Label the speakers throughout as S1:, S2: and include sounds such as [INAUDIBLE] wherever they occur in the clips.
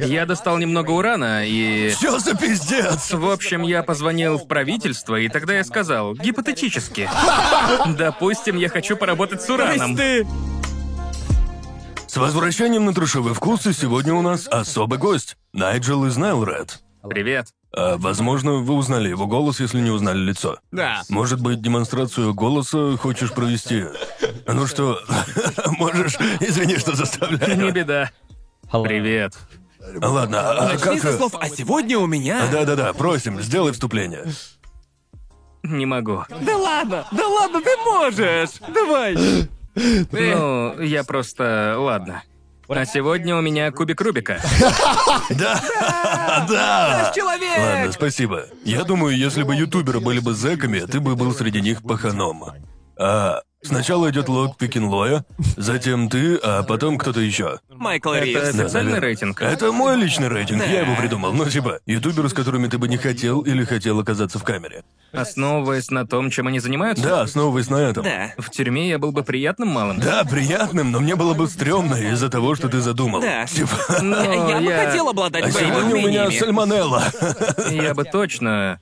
S1: Я достал немного урана и...
S2: Все за пиздец?
S1: В общем, я позвонил в правительство, и тогда я сказал, гипотетически, [LAUGHS] допустим, я хочу поработать с ураном.
S3: ты...
S2: С возвращением на трушевый вкус, и сегодня у нас особый гость. Найджел из Найлред.
S1: Привет.
S2: А, возможно, вы узнали его голос, если не узнали лицо.
S3: Да.
S2: Может быть, демонстрацию голоса хочешь провести? Ну что, [LAUGHS] можешь... Извини, что
S1: Не
S2: заставляю.
S1: беда. Привет.
S2: Ладно, а
S3: Начни
S2: как...
S3: со слов «А сегодня у меня...»
S2: Да-да-да, просим, сделай вступление.
S1: Не могу.
S3: Да ладно, да ладно, ты можешь! Давай!
S1: Ну, я просто... Ладно. А сегодня у меня кубик Рубика.
S2: [LAUGHS] Да! Ладно,
S3: Человек!
S2: спасибо. Я думаю, если бы ютуберы были бы зэками, ты бы был среди них паханом. А, сначала идет лог Пикинлоя, затем ты, а потом кто-то еще.
S3: Майкл
S1: Это
S3: Ривз.
S1: официальный
S2: наверное.
S1: рейтинг.
S2: Это мой личный рейтинг, я его придумал. Ну, типа, ютуберы, с которыми ты бы не хотел или хотел оказаться в камере.
S1: Основываясь на том, чем они занимаются,
S2: Да, основываясь на этом.
S3: Да.
S1: в тюрьме [LAUGHS] я был бы приятным малым.
S2: Да, приятным, но мне было бы стрёмно из-за того, что ты задумал.
S3: Да.
S2: Типа,
S1: Но
S3: Я бы
S1: я-
S3: хотел обладать
S2: а
S3: твоими
S2: сегодня у меня
S3: умениями.
S2: сальмонелла.
S1: Я бы точно...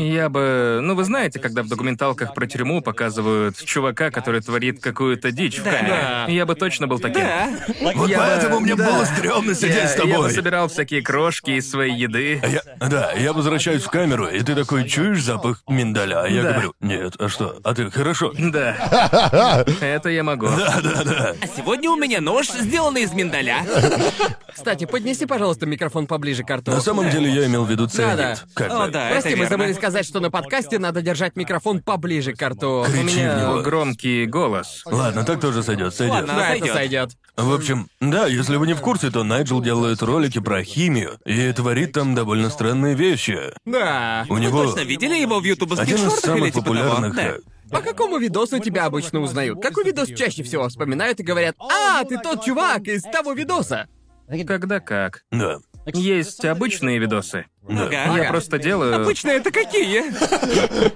S1: Я бы... Ну, вы знаете, когда в документалках про тюрьму показывают чувака, который творит какую-то дичь в
S3: Да.
S1: камере. Я бы точно был таким.
S3: Да.
S2: Вот
S1: Я бы-
S2: поэтому мне
S1: да.
S2: было стрёмно сидеть
S1: Я,
S2: с
S1: я бы
S2: тобой.
S1: собирал всякие крошки из своей еды.
S2: А Я, да, я возвращаюсь в камеру, и ты такой чуешь запах миндаля, а я
S1: Да.
S2: говорю, нет, а что? А ты хорошо?
S1: Да.
S2: [LAUGHS]
S1: Это я могу.
S3: А сегодня у меня нож, сделанный из миндаля.
S4: Кстати, поднеси, пожалуйста, микрофон поближе к рту.
S2: На самом деле я имел в виду ценник.
S4: Да-да.
S2: Как
S3: О,
S2: бы.
S3: да, это
S4: Прости, мы
S3: верно.
S4: забыли сказать, что на подкасте надо держать микрофон поближе к рту.
S1: У
S2: Кричи в
S1: меня
S2: него.
S1: громкий голос.
S2: Ладно, так тоже сойдет, сойдет.
S3: Ладно.
S4: Да, это
S3: Сойдет.
S4: сойдет.
S2: В общем, да, если вы не в курсе, то Найджел делает ролики про химию и творит там довольно странные вещи.
S4: Да.
S2: У
S3: Вы
S2: него
S3: точно видели его в ютубовских
S2: один из
S3: шортах или
S2: самых
S3: типа того?
S2: популярных.
S3: Да.
S2: э,
S4: По какому видосу тебя обычно узнают? Какой видос чаще всего вспоминают и говорят, «А, ты тот чувак из того видоса!»
S1: Когда как.
S2: Да.
S1: Есть обычные видосы.
S3: Ага.
S1: Я
S4: Ага.
S1: просто делаю...
S3: Обычно это какие?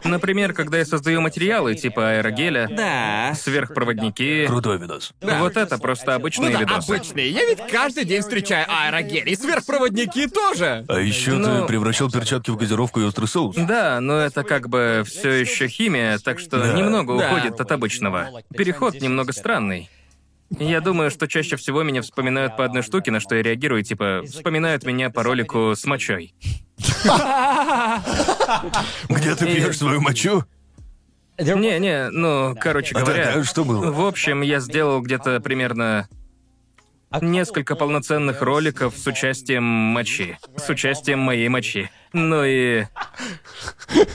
S1: Например, когда я создаю материалы типа аэрогеля,
S3: Да.
S1: сверхпроводники.
S2: Крутой видос.
S1: Вот это просто
S4: Ну
S1: обычные
S4: да,
S1: видосы.
S4: обычные. Я ведь каждый день встречаю аэрогель и сверхпроводники тоже.
S2: А еще
S1: Ну-
S2: ты превращал перчатки в газировку и острый соус.
S1: Да, но это как бы все еще химия, так что
S2: Да.
S1: немного
S4: Да.
S1: уходит от обычного. Переход немного странный. Я думаю, что чаще всего меня вспоминают по одной штуке, на что я реагирую, типа вспоминают меня по ролику с мочой.
S2: Где ты пьешь свою мочу?
S1: Не, не, ну, короче говоря,
S2: Да-да, что было?
S1: в общем, я сделал где-то примерно несколько полноценных роликов с участием мочи, с участием моей мочи. Ну и в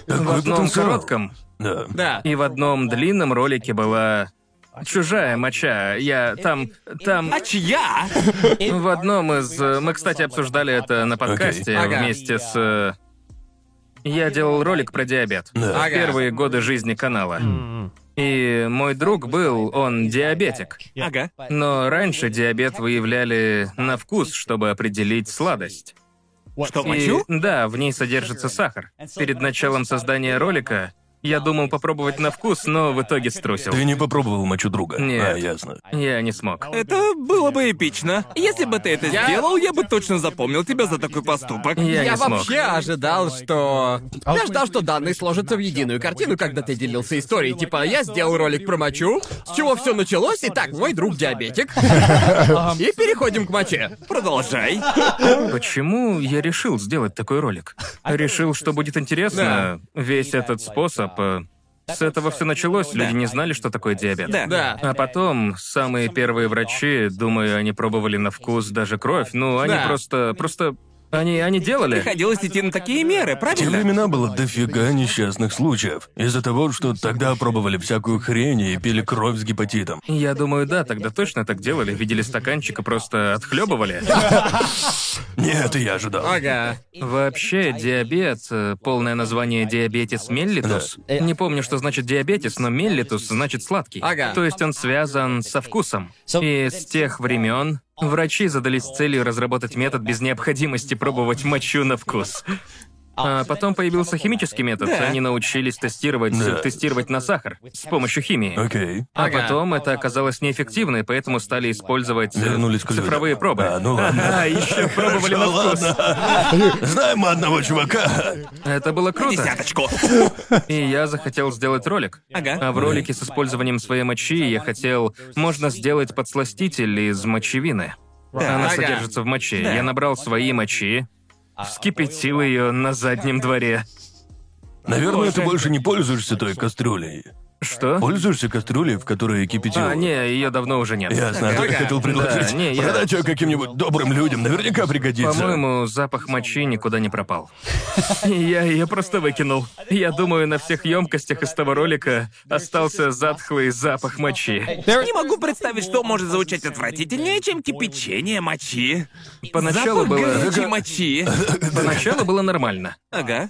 S2: Какой
S1: одном
S2: потенциал.
S1: коротком
S2: Да.
S4: Да.
S1: И в одном длинном ролике была чужая моча. Я там, там
S3: А чья?
S1: в одном из. э, Мы, кстати, обсуждали это на подкасте
S4: Окей. Ага.
S1: вместе с. э, Я делал ролик про диабет.
S2: Да.
S1: В первые годы жизни канала. И мой друг был, он диабетик.
S3: Ага.
S1: Но раньше диабет выявляли на вкус, чтобы определить сладость.
S3: Что,
S1: И-
S3: мочу?
S1: да, в ней содержится сахар. Перед началом создания ролика я думал попробовать на вкус, но в итоге струсил.
S2: Ты не попробовал мочу друга.
S1: Нет.
S2: А, ясно.
S1: Я не смог.
S3: Это было бы эпично. Если бы ты это
S4: Я-
S3: сделал, я бы точно запомнил тебя за такой поступок.
S1: Я,
S4: Я
S1: не смог.
S4: вообще ожидал, что... Я ждал, что данные сложатся в единую картину, когда ты делился историей. Типа, я сделал ролик про мочу, с чего все началось, и так, мой друг
S2: [LAUGHS]
S4: диабетик. И переходим к моче.
S3: Продолжай.
S1: Почему я решил сделать такой ролик? Решил, что будет интересно весь этот способ. э, С этого все началось, люди не знали, что такое диабет.
S3: Да.
S4: Да.
S1: А потом самые первые врачи, думаю, они пробовали на вкус даже кровь. Ну, они
S4: Да.
S1: просто, просто, они, они делали.
S3: Приходилось идти на такие меры,
S2: В те
S3: правильно?
S2: времена было дофига несчастных случаев. Из-за того, что тогда пробовали всякую хрень и пили кровь с гепатитом.
S1: Я думаю, да, тогда точно так делали. Видели стаканчик и просто отхлебывали.
S2: Нет, и я ожидал.
S4: Ага.
S1: Вообще, диабет, э, полное название диабетис меллитус. Не помню, что значит диабетис, но меллитус значит сладкий.
S4: Ага.
S1: То есть он связан со вкусом. И с тех времен врачи задались целью разработать метод без необходимости пробовать мочу на вкус. А потом появился химический метод.
S3: Да.
S1: Они научились тестировать,
S2: Да.
S1: тестировать на сахар с помощью химии.
S2: Окей.
S1: А
S4: Ага.
S1: потом это оказалось неэффективно, и поэтому стали использовать э,
S2: Вернулись к людям.
S1: цифровые пробы.
S2: А, ну ладно.
S1: [LAUGHS] А, еще пробовали на
S2: Что,
S1: вкус.
S2: ладно. Знаем мы одного чувака.
S1: Это было круто.
S3: Десяточку.
S1: И я захотел сделать ролик.
S3: Ага.
S1: А в ролике с использованием своей мочи я хотел... Можно сделать подсластитель из мочевины. Она
S4: Ага.
S1: содержится в моче. Я набрал свои мочи, вскипятил ее на заднем дворе.
S2: Наверное, ты больше не пользуешься той кастрюлей.
S1: Что?
S2: Пользуешься кастрюлей, в которой кипятил?
S1: А, не, ее давно уже нет.
S2: Ясно, а то ты
S4: Ага.
S2: хотел
S1: Да,
S2: предложить.
S1: не, я-
S2: Продать ее каким-нибудь добрым людям, наверняка пригодится.
S1: По-моему, запах мочи никуда не пропал. И Я ее просто выкинул. Я думаю, на всех емкостях из того ролика остался затхлый запах мочи.
S3: Не могу представить, что может звучать отвратительнее, чем кипячение мочи.
S1: Поначалу
S3: Запах
S1: было,
S3: горячей мочи.
S1: поначалу было нормально.
S3: Ага.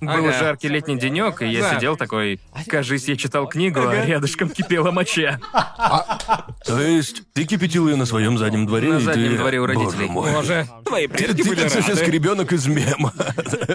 S1: Был
S4: Ага.
S1: жаркий летний денек, и я
S4: Да.
S1: сидел такой. Кажись, я читал книгу, а рядышком кипела моча.
S2: То есть, ты кипятил ее на своем заднем дворе,
S1: На
S2: и
S1: заднем
S2: ты...
S1: дворе у родителей.
S2: Боже мой.
S4: Боже.
S3: Твои
S2: Ты,
S3: предки были
S2: как сейчас
S3: рады.
S2: ребенок из мема.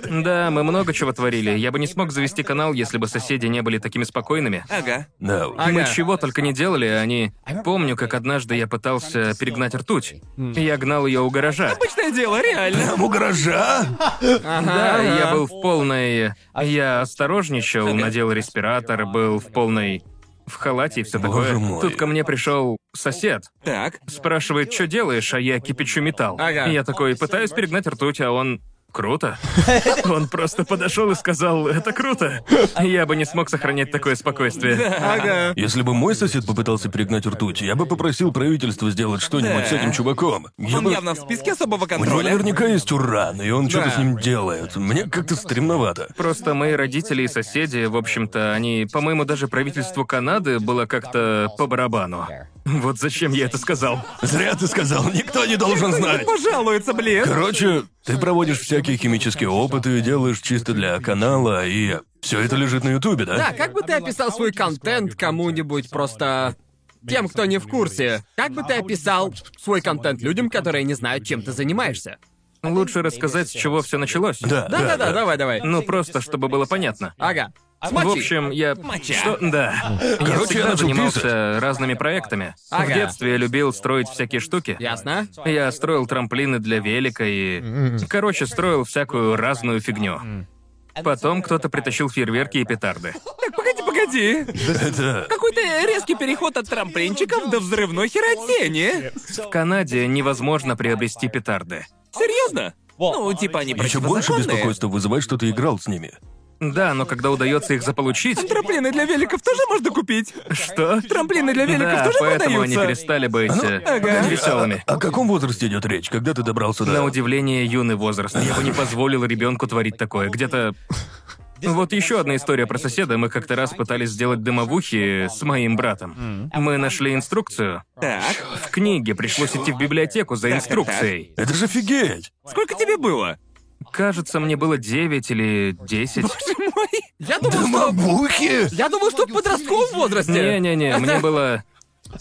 S1: Да, мы много чего творили. Я бы не смог завести канал, если бы соседи не были такими спокойными.
S3: Ага.
S2: Да уж.
S1: Мы
S4: Ага.
S1: чего только не делали, они... Помню, как однажды я пытался перегнать ртуть. Я гнал ее у гаража.
S3: Обычное дело, реально.
S2: Там у гаража?
S1: [LAUGHS] Да, я был в полной... Я осторожничал, надел респиратор, был в полной... В халате и все
S2: Боже
S1: такое.
S2: мой.
S1: Тут ко мне пришел сосед,
S3: Так.
S1: спрашивает, что делаешь, а я кипячу металл.
S4: Ага.
S1: Я такой, пытаюсь перегнать ртуть, а он... Круто. Он просто подошел и сказал, это круто. Я бы не смог сохранять такое спокойствие.
S4: Ага.
S2: Если бы мой сосед попытался перегнать ртуть, я бы попросил правительство сделать что-нибудь
S3: Да.
S2: с этим чуваком. Я
S3: Он
S2: бы-
S3: явно в списке особого
S2: У него
S3: контроля.
S2: наверняка есть уран, и он что-то
S4: Да.
S2: с ним делает. Мне как-то стремновато.
S1: Просто мои родители и соседи, в общем-то, они, по-моему, даже правительству Канады было как-то по барабану. Вот зачем я это сказал.
S2: Зря ты сказал, никто не должен знать.
S3: Пожалуется, блин.
S2: Короче, ты проводишь всякие химические опыты, делаешь чисто для канала, и все это лежит на Ютубе, да?
S4: Да, А, как бы ты описал свой контент кому-нибудь просто... Тем, кто не в курсе, как бы ты описал свой контент людям, которые не знают, чем ты занимаешься?
S1: Лучше рассказать, с чего все началось.
S2: Да, да,
S4: Да-да-да,
S2: да. а
S4: давай, давай.
S1: Ну просто, чтобы было понятно.
S4: Ага.
S1: В
S4: Смотри.
S1: общем, я...
S3: Моча.
S1: Что? Да. Я
S2: Короче, я
S1: всегда
S2: начал
S1: занимался разными проектами. В
S4: Ага.
S1: детстве я любил строить всякие штуки.
S4: Ясно?
S1: Я строил трамплины для велика и... Короче, строил всякую разную фигню. Потом кто-то притащил фейерверки и петарды.
S3: Так, погоди, погоди.
S2: Это...
S3: Какой-то резкий переход от трамплинчиков до взрывной херотени.
S1: В Канаде невозможно приобрести петарды.
S3: Серьезно? Ну, типа они
S2: Еще больше
S3: противозаконные.
S2: беспокойства вызывает, что ты играл с ними.
S1: Да, но когда удается их заполучить...
S3: Трамплины для великов тоже можно купить.
S1: Что?
S3: Трамплины для великов
S1: Да,
S3: тоже
S1: поэтому они
S3: продаются.
S1: перестали быть э,
S3: ага.
S1: веселыми. Ну
S2: О а, каком возрасте идет речь, когда ты добрался
S1: На
S2: до...
S1: удивление, юный возраст. Я бы не позволил ребенку творить такое. Где-то... Вот еще одна история про соседа. Мы как-то раз пытались сделать дымовухи с моим братом. Мы нашли инструкцию.
S3: Так,
S1: В книге пришлось идти в библиотеку за инструкцией.
S2: Это же офигеть!
S3: сколько тебе было?
S1: Кажется, мне было 9 или 10.
S4: Я думал, что...
S2: Мабухи!
S4: Я думал, что в подростковом возрасте.
S1: Не-не-не, мне было...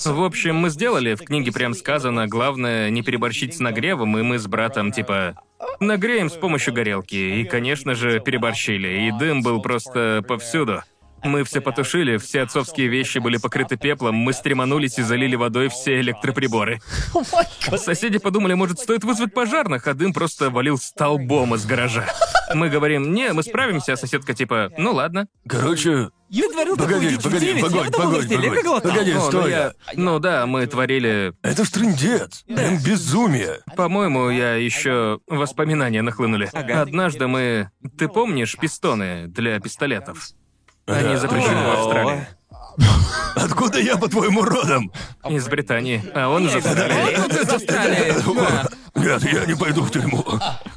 S1: В общем, мы сделали, в книге прям сказано, главное не переборщить с нагревом, и мы с братом типа нагреем с помощью горелки. И, конечно же, переборщили, и дым был просто повсюду. Мы все потушили, все отцовские вещи были покрыты пеплом, мы стреманулись и залили водой все электроприборы. Соседи подумали, может, стоит вызвать пожарных, а дым просто валил столбом из гаража. Мы говорим, не, мы справимся, а соседка типа, ну ладно.
S2: Короче,
S3: Я творил такую
S2: погоди,
S3: дичь в
S2: погоди,
S3: девять, я
S2: погоди,
S3: в таком
S2: погоди,
S3: возрасте лего
S2: погоди,
S3: глотал.
S2: погоди,
S1: О, ну
S2: стой.
S1: я- Ну да, мы творили.
S2: Это ж трындец. Прям безумие.
S1: По-моему, я еще воспоминания нахлынули. Однажды мы. Ты помнишь пистоны для пистолетов? Они
S2: Да.
S1: запрещены в
S3: О.
S1: Австралии.
S2: Откуда я, по-твоему, родом?
S1: Из Британии. А он из Австралии.
S4: Вот из Австралии. Да.
S2: Нет, я не пойду в тюрьму.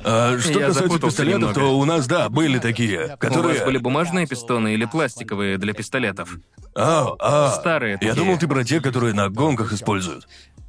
S2: А что
S1: Я
S2: касается
S1: запутался
S2: пистолетов,
S1: немного.
S2: то у нас, да, были такие,
S1: У
S2: которые...
S1: вас были бумажные пистоны или пластиковые для пистолетов?
S2: А, а.
S1: Старые
S2: Я
S1: такие.
S2: думал, ты про те, которые на гонках используют.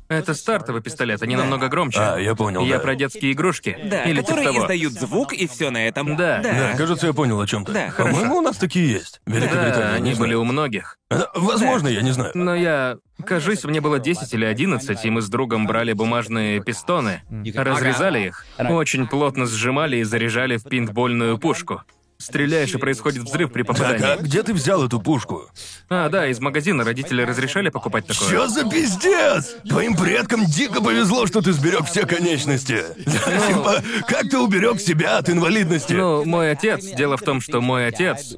S1: Это стартовый пистолет, они намного громче.
S2: А, я понял,
S1: Я
S2: да.
S1: про детские игрушки.
S3: Да,
S1: Или типа
S3: которые
S1: того.
S3: издают звук и все на этом.
S1: Да.
S2: Да,
S3: Да.
S2: кажется, я понял, о чем ты.
S3: Да,
S2: По-моему, у нас такие есть. Великобритания.
S1: Да,
S2: не
S1: они
S2: знаю.
S1: были у многих.
S2: Э, Возможно, я не знаю.
S1: Но я... Кажись, мне было 10 или 11, и мы с другом брали бумажные пистоны, разрезали их, очень плотно сжимали и заряжали в пинтбольную пушку. Стреляешь, и происходит взрыв при
S2: Так, а
S1: попадании.
S2: где ты взял эту пушку?
S1: А, да, из магазина родители разрешали покупать такое.
S2: Чё за пиздец? Твоим предкам дико повезло, что ты сберег все конечности. Типа, как ты уберег себя от инвалидности?
S1: Ну, мой отец. Дело в том, что мой отец...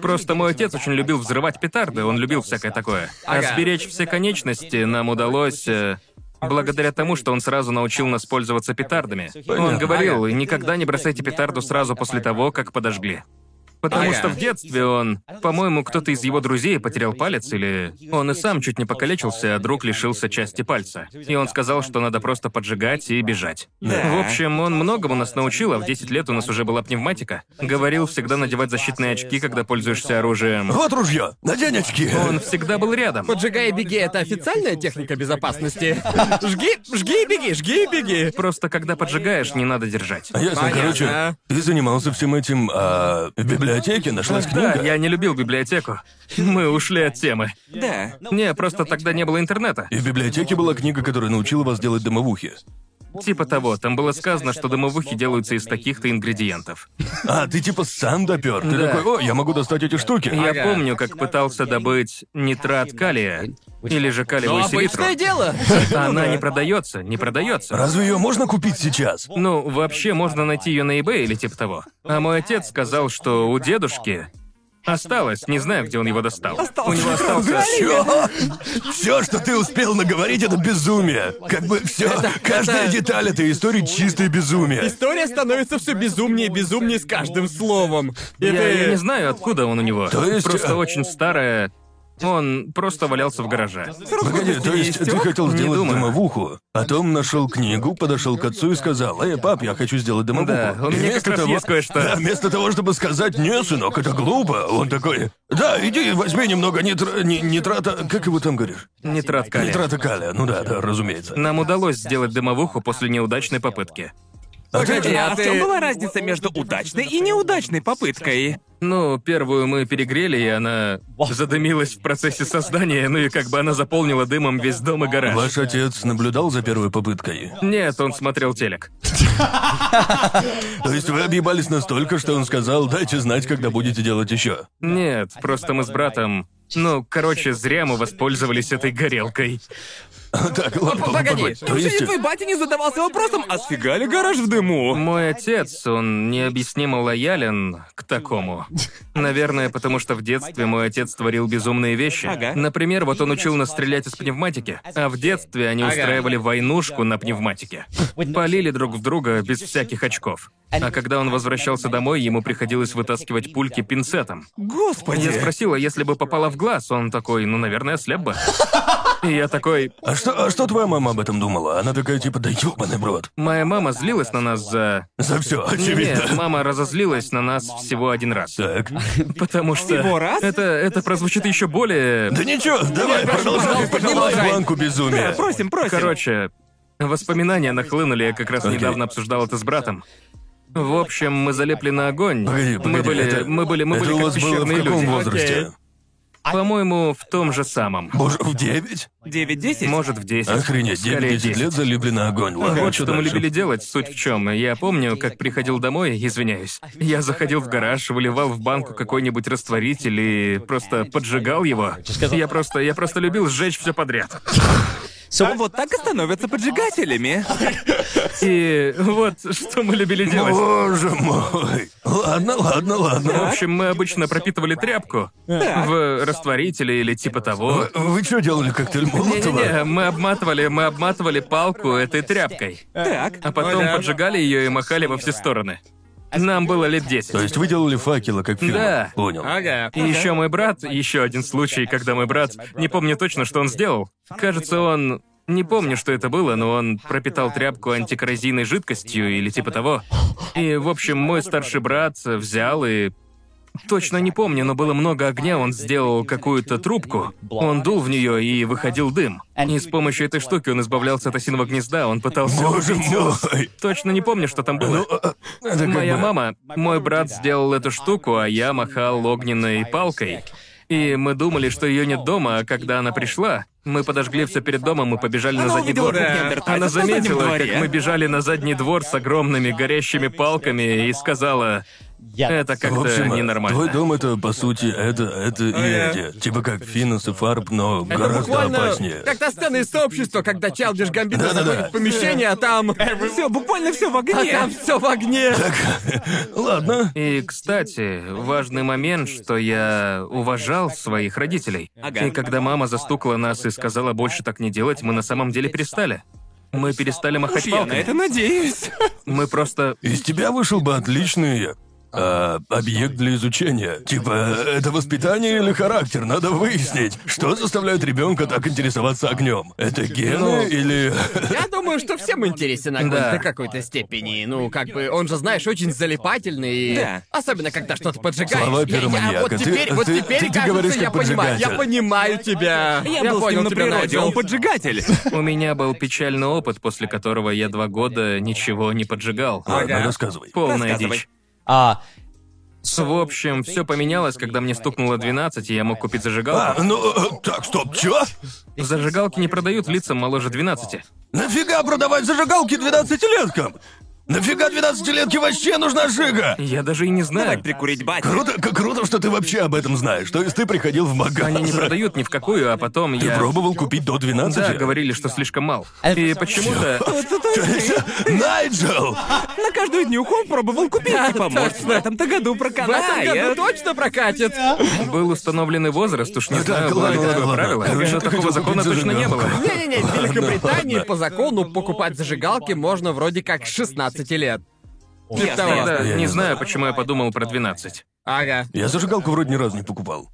S1: Просто мой отец очень любил взрывать петарды, он любил всякое такое. А
S4: Ага.
S1: сберечь все конечности нам удалось... э, Благодаря тому, что он сразу научил нас пользоваться петардами. Он
S2: Понятно.
S1: говорил, никогда не бросайте петарду сразу после того, как подожгли. Потому
S4: Ага.
S1: что в детстве он, по-моему, кто-то из его друзей потерял палец, или он и сам чуть не покалечился, а друг лишился части пальца. И он сказал, что надо просто поджигать и бежать.
S3: Да.
S1: В общем, он многому нас научил, а в 10 лет у нас уже была пневматика. Говорил всегда надевать защитные очки, когда пользуешься оружием.
S2: Вот ружье, надень очки.
S1: Он всегда был рядом.
S4: Поджигай и беги — это официальная техника безопасности. Жги, жги и беги, жги и беги.
S1: Просто когда поджигаешь, не надо держать.
S2: Ясно,
S4: Понятно.
S2: А короче, ты занимался всем этим, а в библиотеке нашлась
S1: Да,
S2: книга.
S1: я не любил библиотеку. Мы ушли от темы.
S3: Да.
S1: Не, просто тогда не было интернета.
S2: И в библиотеке была книга, которая научила вас делать дымовухи.
S1: Типа того, там было сказано, что дымовухи делаются из таких-то ингредиентов.
S2: А, ты типа сам допер. Ты
S1: Да.
S2: такой, о, я могу достать эти штуки.
S1: Я
S4: Ага.
S1: помню, как пытался добыть нитрат калия, или же калиевую
S4: Ну,
S1: селитру.
S4: обычное дело.
S1: Она не продается, не продается.
S2: Разве ее можно купить сейчас?
S1: Ну, вообще можно найти ее на eBay или типа того. А мой отец сказал, что у дедушки осталось, не знаю, где он его достал. У него
S2: [LAUGHS]
S1: остался.
S2: Все, все, что ты успел наговорить, это безумие. Как бы все, каждая
S4: это-
S2: деталь этой истории чистое безумие.
S4: История становится все безумнее и безумнее с каждым словом. И
S1: Я,
S4: ты-
S1: я не знаю, откуда он у него.
S2: То есть,
S1: Просто
S2: а-
S1: очень старая. Он просто валялся в гараже.
S2: Погоди, то есть ты хотел
S1: Не
S2: сделать
S1: думаю.
S2: дымовуху, потом нашел книгу, подошел к отцу и сказал, «Эй, пап, я хочу сделать дымовуху».
S1: Да, он
S2: И
S1: мне как
S2: вместо
S1: раз есть кое-что.
S2: Да, вместо того, чтобы сказать, «Не, сынок, это глупо», он такой, «Да, иди, возьми немного нитра... ни- нитрата... Как его там говоришь?»
S1: Нитрат калия.
S2: Нитрата калия, ну да, да, разумеется.
S1: Нам удалось сделать дымовуху после неудачной попытки.
S2: А ты-
S4: Погоди,
S3: А
S4: а
S3: в чем
S4: ты...
S3: была разница между удачной и неудачной попыткой?
S1: Ну, первую мы перегрели, и она задымилась в процессе создания, ну и как бы она заполнила дымом весь дом и гараж.
S2: Ваш отец наблюдал за первой попыткой?
S1: Нет, он смотрел телек.
S2: То есть вы объебались настолько, что он сказал, дайте знать, когда будете делать еще.
S1: Нет, просто мы с братом... Ну, короче, зря мы воспользовались этой горелкой.
S2: [LAUGHS] Так, ладно,
S4: Погоди,
S2: То
S4: неужели
S2: есть...
S4: твой батя не задавался вопросом, а сфига ли гараж в дыму?
S1: Мой отец, он необъяснимо лоялен к такому. Наверное, потому что в детстве мой отец творил безумные вещи.
S3: Ага.
S1: Например, вот он учил нас стрелять из пневматики, а в детстве они устраивали войнушку на пневматике. Палили друг в друга без всяких очков. А когда он возвращался домой, ему приходилось вытаскивать пульки пинцетом. Я
S3: Господи.
S1: спросила, если бы попала в глаз, он такой, ну, наверное, слеп бы. И я такой,
S2: А что, а что твоя мама об этом думала? Она такая типа, да ёбаный в рот.
S1: моя мама злилась на нас за...
S2: За все,
S1: Нет,
S2: очевидно.
S1: мама разозлилась на нас всего один раз.
S2: Так.
S1: Потому что...
S3: Всего раз?
S1: Это, это прозвучит еще более...
S2: Да ничего, давай, продолжай,
S4: пожалуйста,
S2: поднимай
S4: продолжай.
S2: планку безумия.
S1: [LAUGHS]
S3: Да, просим, просим.
S1: Короче, воспоминания нахлынули, я как раз
S2: Окей.
S1: недавно обсуждал это с братом. В общем, мы залепли на огонь.
S2: Погоди,
S1: мы
S2: погоди,
S1: были,
S2: это-
S1: мы были, мы
S2: это
S1: были
S2: у
S1: как
S2: вас было в
S1: пещерные
S2: каком
S1: люди.
S2: возрасте?
S1: Окей. По-моему, в том же самом.
S2: Боже, в девять?
S3: 9-10?
S1: Может, в 10.
S2: Охренеть,
S1: Скорее,
S2: 9-10 лет залипли на огонь. Ладно,
S1: Вот
S2: что
S1: что мы
S2: дальше?
S1: любили делать, суть в чем. Я помню, как приходил домой, извиняюсь. Я заходил в гараж, выливал в банку какой-нибудь растворитель и просто поджигал его. Я просто, я просто любил сжечь все подряд.
S3: А вот так и становятся поджигателями.
S1: И вот что мы любили делать.
S2: Боже мой. Ладно, ладно,
S1: В
S2: ладно.
S1: общем, мы обычно пропитывали тряпку в растворителе или типа того.
S2: Вы, вы что делали коктейль Молотова?
S1: Не-не-не, мы обматывали, мы обматывали палку этой тряпкой,
S3: Так.
S1: а потом
S4: да.
S1: поджигали ее и махали во все стороны. Нам было лет 10.
S2: То есть вы делали факела, как в фильмах?
S1: Да.
S2: Понял.
S4: Ага.
S1: И еще мой брат, еще один случай, когда мой брат, не помню точно, что он сделал. Кажется, он... Не помню, что это было, но он пропитал тряпку антикоррозийной жидкостью или типа того. И, в общем, мой старший брат взял и Точно не помню, но было много огня, он сделал какую-то трубку. Он дул в нее и выходил дым. И с помощью этой штуки он избавлялся от осиного гнезда, он пытался...
S2: Боже мой!
S1: Точно не помню, что там было.
S2: Ну,
S3: э,
S2: а, а, это как
S1: Моя
S2: бы-
S1: мама, мой брат сделал эту штуку, а я махал огненной палкой. И мы думали, что ее нет дома, а когда она пришла, мы подожгли все перед домом и побежали на
S3: Она
S1: задний
S3: увидела
S1: двор.
S3: руки
S1: Да,
S3: неандертальца
S1: Она
S3: на заднем
S1: заметила,
S3: дворе.
S1: как мы бежали на задний двор с огромными горящими палками и сказала, это
S2: В
S1: как-то
S2: общем, твой
S1: ненормально.
S2: дом это, по сути, это, это и эти. Типа как Финос и Фарб, но гораздо
S4: Буквально,
S2: опаснее.
S4: как та сцена из сообщества, когда Чалдиш Гамбино
S2: Да-да-да.
S4: заходит в помещение, а там...
S3: Все, буквально все в
S4: А
S3: огне.
S4: там все в огне.
S2: [LAUGHS] Ладно.
S1: И, кстати, важный момент, что я уважал своих родителей.
S3: Ага.
S1: И когда мама застукала нас и сказала больше так не делать, мы на самом деле перестали. Мы перестали махать
S3: Уж я на
S1: палками.
S3: это надеюсь.
S1: Мы просто
S2: Из тебя вышел бы отличный а, объект для изучения. Типа, это воспитание или характер? Надо выяснить, что заставляет ребенка так интересоваться огнем. Это гены
S1: Ну,
S2: или.
S4: Я думаю, что всем интересен огонь
S1: Да.
S4: до какой-то степени. Ну, как бы, он же, знаешь, очень залипательный. и-
S3: Да.
S4: Особенно, когда что-то поджигаешь.
S2: Слова
S4: Я- я-
S2: пироманьяка.
S4: вот
S2: Ты-
S4: теперь, вот
S2: ты-
S4: теперь,
S2: ты- ты
S4: кажется,
S2: говоришь,
S4: я
S2: как
S4: понимаю. Я
S2: поджигатель.
S4: понимаю тебя.
S3: Я, был с
S4: понял
S3: ним на
S4: тебя,
S3: природе,
S4: Найджел.
S3: он поджигатель.
S1: У меня был печальный опыт, после которого я два года ничего не поджигал.
S2: [LAUGHS] Ладно, рассказывай.
S1: Полная
S3: Рассказывай.
S1: дичь. А, В общем, все поменялось, когда мне стукнуло 12, и я мог купить
S2: А,
S1: зажигалку.
S2: ну, э, так, стоп, чё? А.
S1: Зажигалки не продают лицам моложе 12.
S2: Нафига продавать зажигалки 12-леткам? Нафига 12-летке вообще нужна жига?
S1: Я даже и не
S3: Давай
S1: знаю.
S3: прикурить батю.
S2: Круто, к- круто, что ты вообще об этом знаешь. То есть ты приходил в магазин.
S1: Они не продают ни в какую, а потом
S2: Ты
S1: я...
S2: пробовал купить до 12?
S1: Да,
S2: [LAUGHS]
S1: говорили, что слишком мал.
S3: Э,
S1: И почему-то...
S2: Найджел!
S3: На каждую днюху пробовал купить. Типа, может, в этом-то году
S4: В этом году
S3: проканает.
S4: точно прокатит.
S1: был установленный возраст, уж не
S2: Ну
S1: знаю,
S2: так,
S1: было ли
S2: ладно,
S1: такое
S2: ладно,
S1: правило.
S2: ладно. Короче,
S1: Но
S2: ты
S1: такого
S2: хотел
S1: закона
S2: купить
S1: точно не было.
S2: зажигалку.
S4: Не-не-не, в Великобритании по закону покупать зажигалки можно вроде как с 16 лет. Типа
S3: Ясно,
S4: того.
S3: ясно.
S1: Да,
S2: Я
S1: не
S2: не
S1: знаю,
S2: знаю.
S1: почему я подумал про 12.
S4: Ага.
S2: Я зажигалку вроде ни разу не покупал.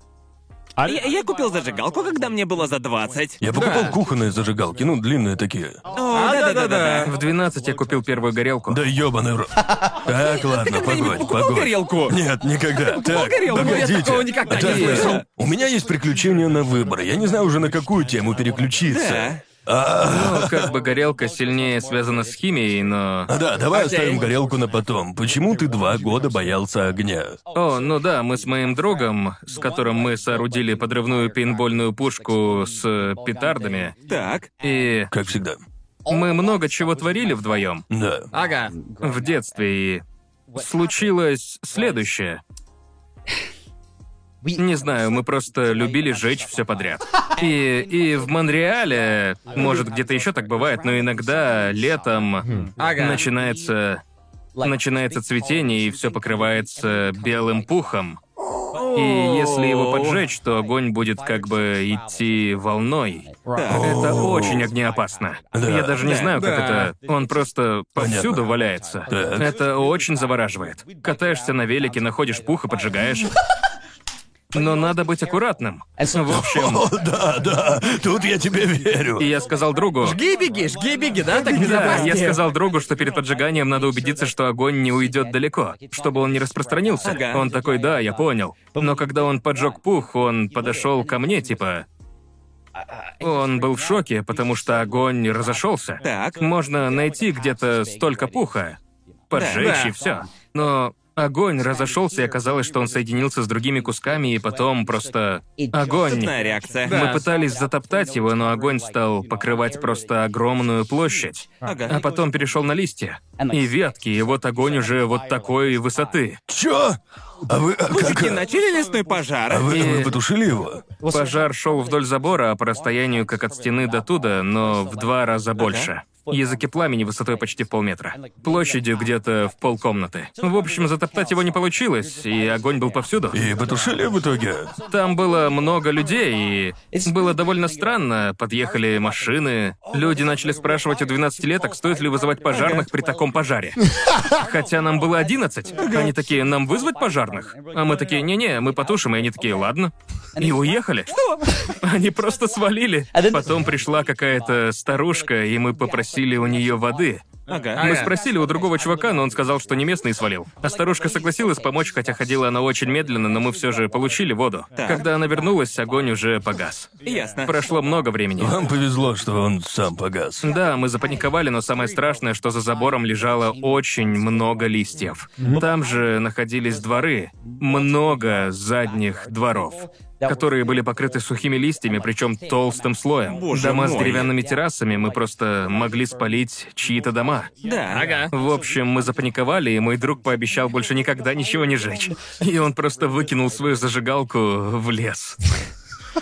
S1: а,
S3: Я, я купил зажигалку, когда мне было за 20.
S2: Я покупал
S4: Да.
S2: кухонные зажигалки, ну, длинные такие.
S3: О, да-да-да-да.
S1: В 12 я купил первую горелку.
S2: Да ёбаный в рот. Так, ладно,
S3: Когда-нибудь
S2: погодь,
S3: покупал
S2: погодь.
S3: горелку?
S2: Нет, никогда. Так,
S4: горелку? Я
S2: погодите.
S4: такого никогда
S2: Так,
S4: не
S2: слышал?
S4: ел.
S2: У меня есть приключения на выбор. Я не знаю уже, на какую тему
S3: Да.
S2: переключиться. А,
S1: Ну, как бы горелка сильнее связана с химией, но...
S2: а, да, давай
S4: Окей.
S2: оставим горелку на потом. Почему ты два года боялся огня?
S1: О, ну да, мы с моим другом, с которым мы соорудили подрывную пейнтбольную пушку с э, петардами,
S3: Так.
S1: и
S2: Как всегда.
S1: мы много чего творили вдвоем
S2: Да.
S4: Ага.
S1: в детстве, и случилось следующее. Не знаю, мы просто любили жечь все подряд. И, и в Монреале, может, где-то еще так бывает, но иногда летом
S4: Ага.
S1: начинается начинается цветение и все покрывается белым пухом. И если его поджечь, то огонь будет как бы идти волной. Это очень огнеопасно.
S2: Да.
S1: Я даже не знаю, как
S4: Да.
S1: это. Он просто повсюду
S2: Понятно.
S1: валяется.
S2: Так.
S1: Это очень завораживает. Катаешься на велике, находишь пух и поджигаешь. Но надо быть аккуратным. В общем,
S2: О, да, да, тут я тебе верю.
S1: и я сказал другу...
S4: Жги и беги, жги и беги, да? Так
S1: Да, я
S4: безопаснее.
S1: сказал другу, что перед поджиганием надо убедиться, что огонь не уйдет далеко, чтобы он не распространился.
S3: Ага.
S1: Он такой, да, я понял. Но когда он поджег пух, он подошел ко мне, типа. Он был в шоке, потому что огонь разошелся.
S3: Так.
S1: Можно найти где-то столько пуха, поджечь
S4: Да.
S1: и все. Но огонь разошелся, и оказалось, что он соединился с другими кусками, и потом просто огонь.
S3: Цепная реакция.
S1: Мы пытались затоптать его, но огонь стал покрывать просто огромную площадь. А
S3: Ага.
S1: потом перешел на листья и ветки, и вот огонь уже вот такой высоты.
S2: Чё? А вы, а как-
S3: Мужики начали лесной
S2: а
S3: пожар.
S2: вы,
S1: И-
S2: вы потушили его?
S1: Пожар шел вдоль забора, а по расстоянию как от стены до туда, но в два раза больше. Языки пламени высотой почти в полметра. Площадью где-то в полкомнаты. В общем, затоптать его не получилось, и огонь был повсюду.
S2: И потушили в итоге?
S1: Там было много людей, и было довольно странно. Подъехали машины. Люди начали спрашивать у 12-леток, стоит ли вызывать пожарных при таком пожаре. Хотя нам было 11. Они такие, нам вызвать пожарных? А мы такие, не-не, мы потушим. И они такие, ладно. И уехали. Что? Они просто свалили. Потом пришла какая-то старушка, и мы попросили у нее воды.
S3: Ага.
S1: Мы спросили у другого чувака, но он сказал, что не местный и свалил. А старушка согласилась помочь, хотя ходила она очень медленно, но мы все же получили воду. Когда она вернулась, огонь уже погас.
S3: Ясно.
S1: Прошло много времени.
S2: Вам повезло, что он сам погас.
S1: Да, мы запаниковали, но самое страшное, что за забором лежало очень много листьев. Там же находились дворы, много задних дворов, которые были покрыты сухими листьями, причем толстым слоем.
S3: Боже
S1: дома с
S3: мой.
S1: деревянными террасами мы просто могли спалить чьи-то дома.
S3: Да. Ага.
S1: В общем, мы запаниковали, и мой друг пообещал больше никогда ничего не жечь. И он просто выкинул свою зажигалку в лес.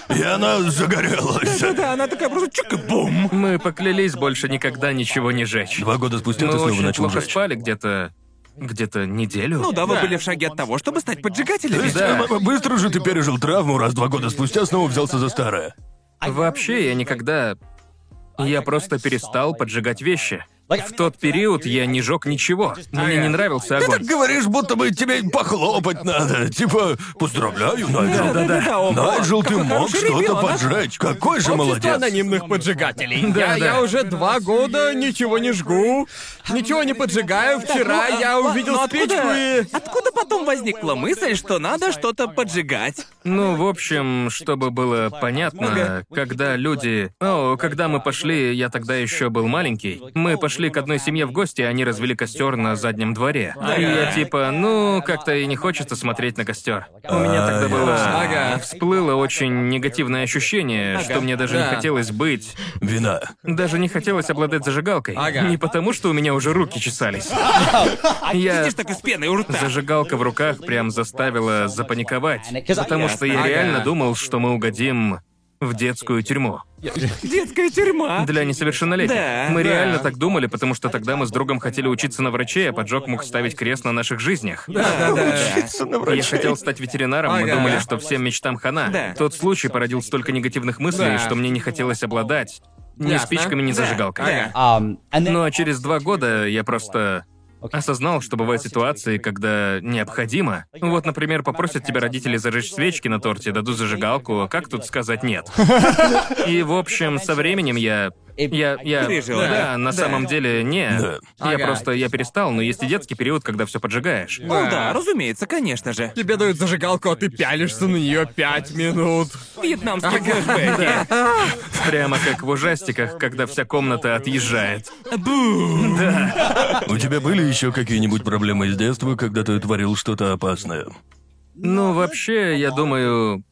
S2: И она загорелась.
S3: Да, она такая просто чик и бум.
S1: Мы поклялись больше никогда ничего не жечь.
S2: Два года спустя
S1: Мы
S2: ты снова
S1: Ну, очень
S2: начал
S1: плохо
S2: жечь.
S1: спали где-то... где-то неделю.
S3: Ну да, вы были в шаге от того, чтобы стать
S2: То
S3: поджигателями.
S2: есть, а, б- быстро же ты пережил травму, раз два года спустя снова взялся за старое.
S1: Вообще, я никогда... Я просто перестал поджигать вещи. В тот период я не жег ничего. Мне не нравился
S2: Ты так
S1: огонь.
S2: говоришь, будто бы тебе похлопать надо. Типа, поздравляю, Найджел.
S3: Да-да-да, ого,
S2: Найджел, ты
S3: какой
S2: мог
S3: хороший
S2: что-то
S3: ребенок.
S2: поджечь. Какой же
S4: Общество
S2: молодец.
S4: анонимных поджигателей.
S1: Да,
S4: я,
S1: да.
S4: я уже два года ничего не жгу, ничего не поджигаю. Вчера
S3: Ну, а-
S4: я
S3: а-
S4: увидел
S3: но
S4: спичку
S3: откуда,
S4: и...
S3: Откуда потом возникла мысль, что надо что-то поджигать?
S1: Ну, в общем, чтобы было понятно, когда люди... О, когда мы пошли, я тогда еще был маленький. Мы пошли к одной семье в гости, и они развели костер на заднем дворе. И я типа, ну, как-то и не хочется смотреть на костер. У меня тогда было...
S4: Ага.
S1: Всплыло очень негативное ощущение, что мне даже не
S4: Да.
S1: хотелось быть
S2: Вина.
S1: Даже не хотелось обладать зажигалкой.
S4: Ага.
S1: Не потому, что у меня уже руки чесались. Я...
S3: Сидишь так и с пеной у рта.
S1: Зажигалка в руках прям заставила запаниковать. Потому что я
S3: Ага.
S1: реально думал, что мы угодим в детскую тюрьму.
S3: Детская тюрьма.
S1: Для несовершеннолетних.
S3: Да,
S1: мы
S3: да.
S1: реально так думали, потому что тогда мы с другом хотели учиться на врачей, а поджог мог ставить крест на наших жизнях.
S3: Да, да.
S1: Я хотел стать ветеринаром, мы
S4: Ага.
S1: думали, что всем мечтам хана.
S3: Да.
S1: Тот случай породил столько негативных мыслей,
S4: Да.
S1: что мне не хотелось обладать ни
S4: Ясно.
S1: спичками, ни
S3: Да,
S1: зажигалкой.
S3: да.
S1: Ну
S5: Ну
S1: а через два года я просто осознал, что бывают ситуации, когда необходимо. Вот, например, попросят тебя родители зажечь свечки на торте, дадут зажигалку, а как тут сказать нет? И, в общем, со временем я... Я, я,
S3: Пережил,
S1: да,
S3: да.
S1: на
S3: Да.
S1: самом деле не.
S2: Да.
S1: Я
S4: Ага.
S1: просто я перестал, но есть и детский период, когда все поджигаешь.
S3: Ну да, разумеется, конечно же.
S4: Тебе дают зажигалку, а ты пялишься на нее пять минут.
S3: Вьетнамские флешбеки.
S1: Прямо как в ужастиках, когда вся комната отъезжает.
S2: У тебя были еще какие-нибудь проблемы из детства, когда ты творил что-то опасное?
S1: Ну, вообще, я думаю,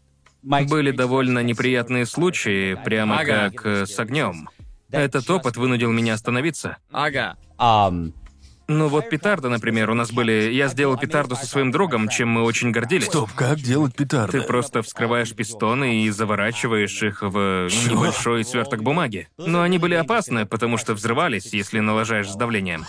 S1: были
S5: были
S1: довольно неприятные случаи, прямо
S4: Ага.
S1: как э, с огнем. Этот опыт вынудил меня остановиться.
S4: Ага.
S5: довольно...
S1: Ну вот петарда, например, у нас были... Я сделал петарду со своим другом, чем мы очень гордились.
S2: Стоп, как делать
S1: Ты
S2: петарды?
S1: просто вскрываешь пистоны и заворачиваешь их в ну, небольшой сверток бумаги. Но они были опасны, потому что взрывались, если налажаешь с давлением.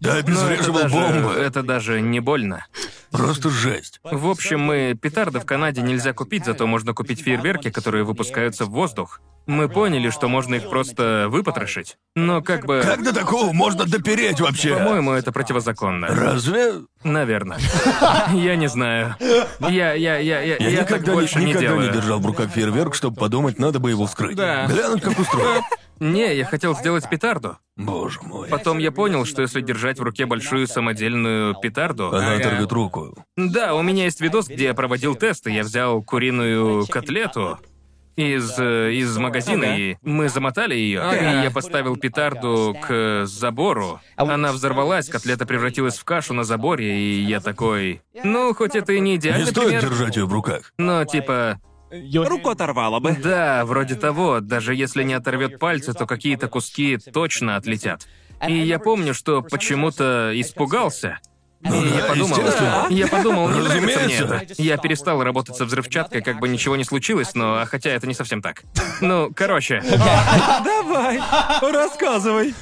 S2: Да,
S1: Но Ну, это
S2: обезвреживал
S1: даже-
S2: бомбы.
S1: это даже не больно.
S2: Просто жесть.
S1: В общем, мы петарды в Канаде нельзя купить, зато можно купить фейерверки, которые выпускаются в воздух. Мы поняли, что можно их просто выпотрошить. Но как бы...
S2: Как до такого можно допереть вообще?
S1: По-моему, это противозаконно.
S2: Разве? [LAUGHS]
S1: Наверное. Я не знаю. Я, я, я, я,
S2: Я,
S1: я так
S2: никогда,
S1: больше не
S2: никогда не
S1: делаю.
S2: держал в руках фейерверк, чтобы подумать, надо бы его вскрыть.
S4: Да.
S2: Глянуть, как устроен.
S1: Не, я хотел сделать петарду.
S2: Боже мой.
S1: Потом я понял, что если держать в руке большую самодельную петарду...
S2: Она оторвет руку.
S1: Да, у меня есть видос, где я проводил тесты. Я взял куриную котлету из, э, из магазина, и мы замотали ее.
S4: Ага.
S1: И я поставил петарду к э, забору. Она взорвалась, котлета превратилась в кашу на заборе, и я такой... Ну, хоть это и не
S2: Не
S1: идеальный
S2: стоит
S1: пример,
S2: держать ее в руках.
S1: но типа...
S3: Руку оторвало бы.
S1: Да, вроде того, даже если не оторвет пальцы, то какие-то куски точно отлетят. И я помню, что почему-то испугался. И
S2: Ну, да,
S1: я подумал,
S2: естественно.
S1: я подумал, не нравится мне
S2: Разумеется.
S1: это. Я перестал работать со взрывчаткой, как бы ничего не случилось, но а хотя это не совсем так. Ну, короче,
S3: Давай, рассказывай.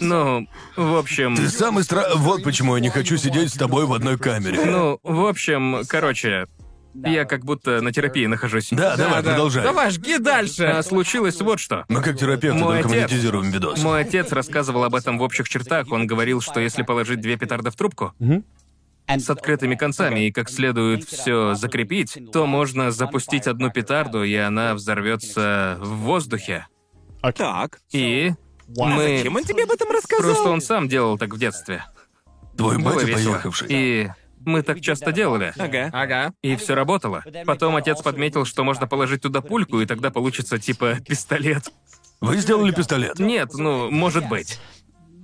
S1: ну, в общем,
S2: Ты самый стра... Вот почему я не хочу сидеть с тобой в одной камере.
S1: ну, в общем, короче, я как будто на терапии нахожусь.
S2: Да, давай,
S4: Да.
S2: продолжай.
S4: Давай, жги
S1: А
S4: дальше.
S1: случилось вот что.
S2: Мы как терапевты
S1: Мой
S2: только
S1: отец.
S2: монетизируем видос.
S1: Мой отец рассказывал об этом в общих чертах. Он говорил, что если положить две петарды в трубку, с открытыми концами и как следует все закрепить, то можно запустить одну петарду, и она взорвется в воздухе.
S3: Так. А
S1: И Мы...
S3: Зачем он тебе об этом рассказал?
S1: Просто он сам делал так в детстве.
S2: Твой
S1: Было
S2: батя
S1: весело.
S2: поехавший.
S1: И мы так часто делали.
S3: Ага.
S4: Ага.
S1: И все работало. Потом отец подметил, что можно положить туда пульку, и тогда получится типа пистолет.
S2: Вы сделали пистолет.
S1: Нет, ну, может быть.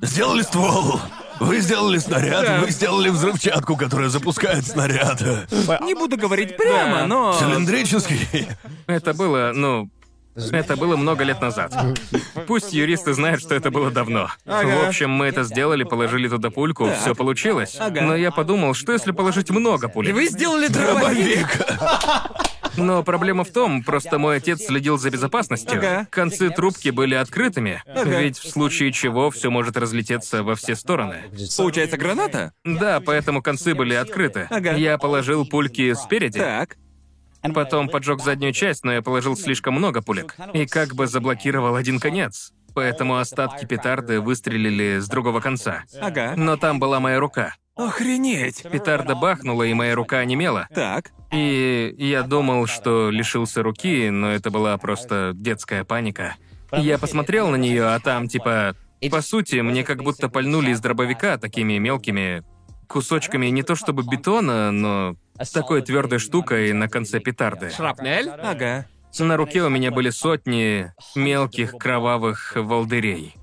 S2: Сделали ствол. Вы сделали снаряд,
S1: Да. А.
S2: вы сделали взрывчатку, которая запускает снаряд.
S3: Не буду говорить прямо,
S1: Да.
S3: но...
S2: Цилиндрический.
S1: Это было, ну... Это было много лет назад. Пусть юристы знают, что это было давно. В общем, мы это сделали, положили туда пульку, все получилось. Но я подумал, что если положить много
S4: И
S1: пулек?
S4: вы сделали дробовик.
S2: Дробовик.
S1: Но проблема в том, просто мой отец следил за безопасностью.
S3: Ага.
S1: Концы трубки были открытыми, ведь в случае чего все может разлететься во все стороны.
S3: Получается граната?
S1: Да, поэтому концы были открыты.
S3: Ага.
S1: Я положил пульки спереди,
S3: Так.
S1: потом поджег заднюю часть, но я положил слишком много пулек. И как бы заблокировал один конец. Поэтому остатки петарды выстрелили с другого конца.
S3: Ага.
S1: Но там была моя рука.
S3: Охренеть.
S1: Петарда бахнула, и моя рука онемела.
S3: Так.
S1: И я думал, что лишился руки, но это была просто детская паника. Я посмотрел на нее, а там типа... По сути, мне как будто пальнули из дробовика такими мелкими кусочками не то чтобы бетона, но с такой твердой штукой на конце петарды.
S4: Шрапнель?
S3: Ага.
S1: На руке у меня были сотни мелких кровавых волдырей.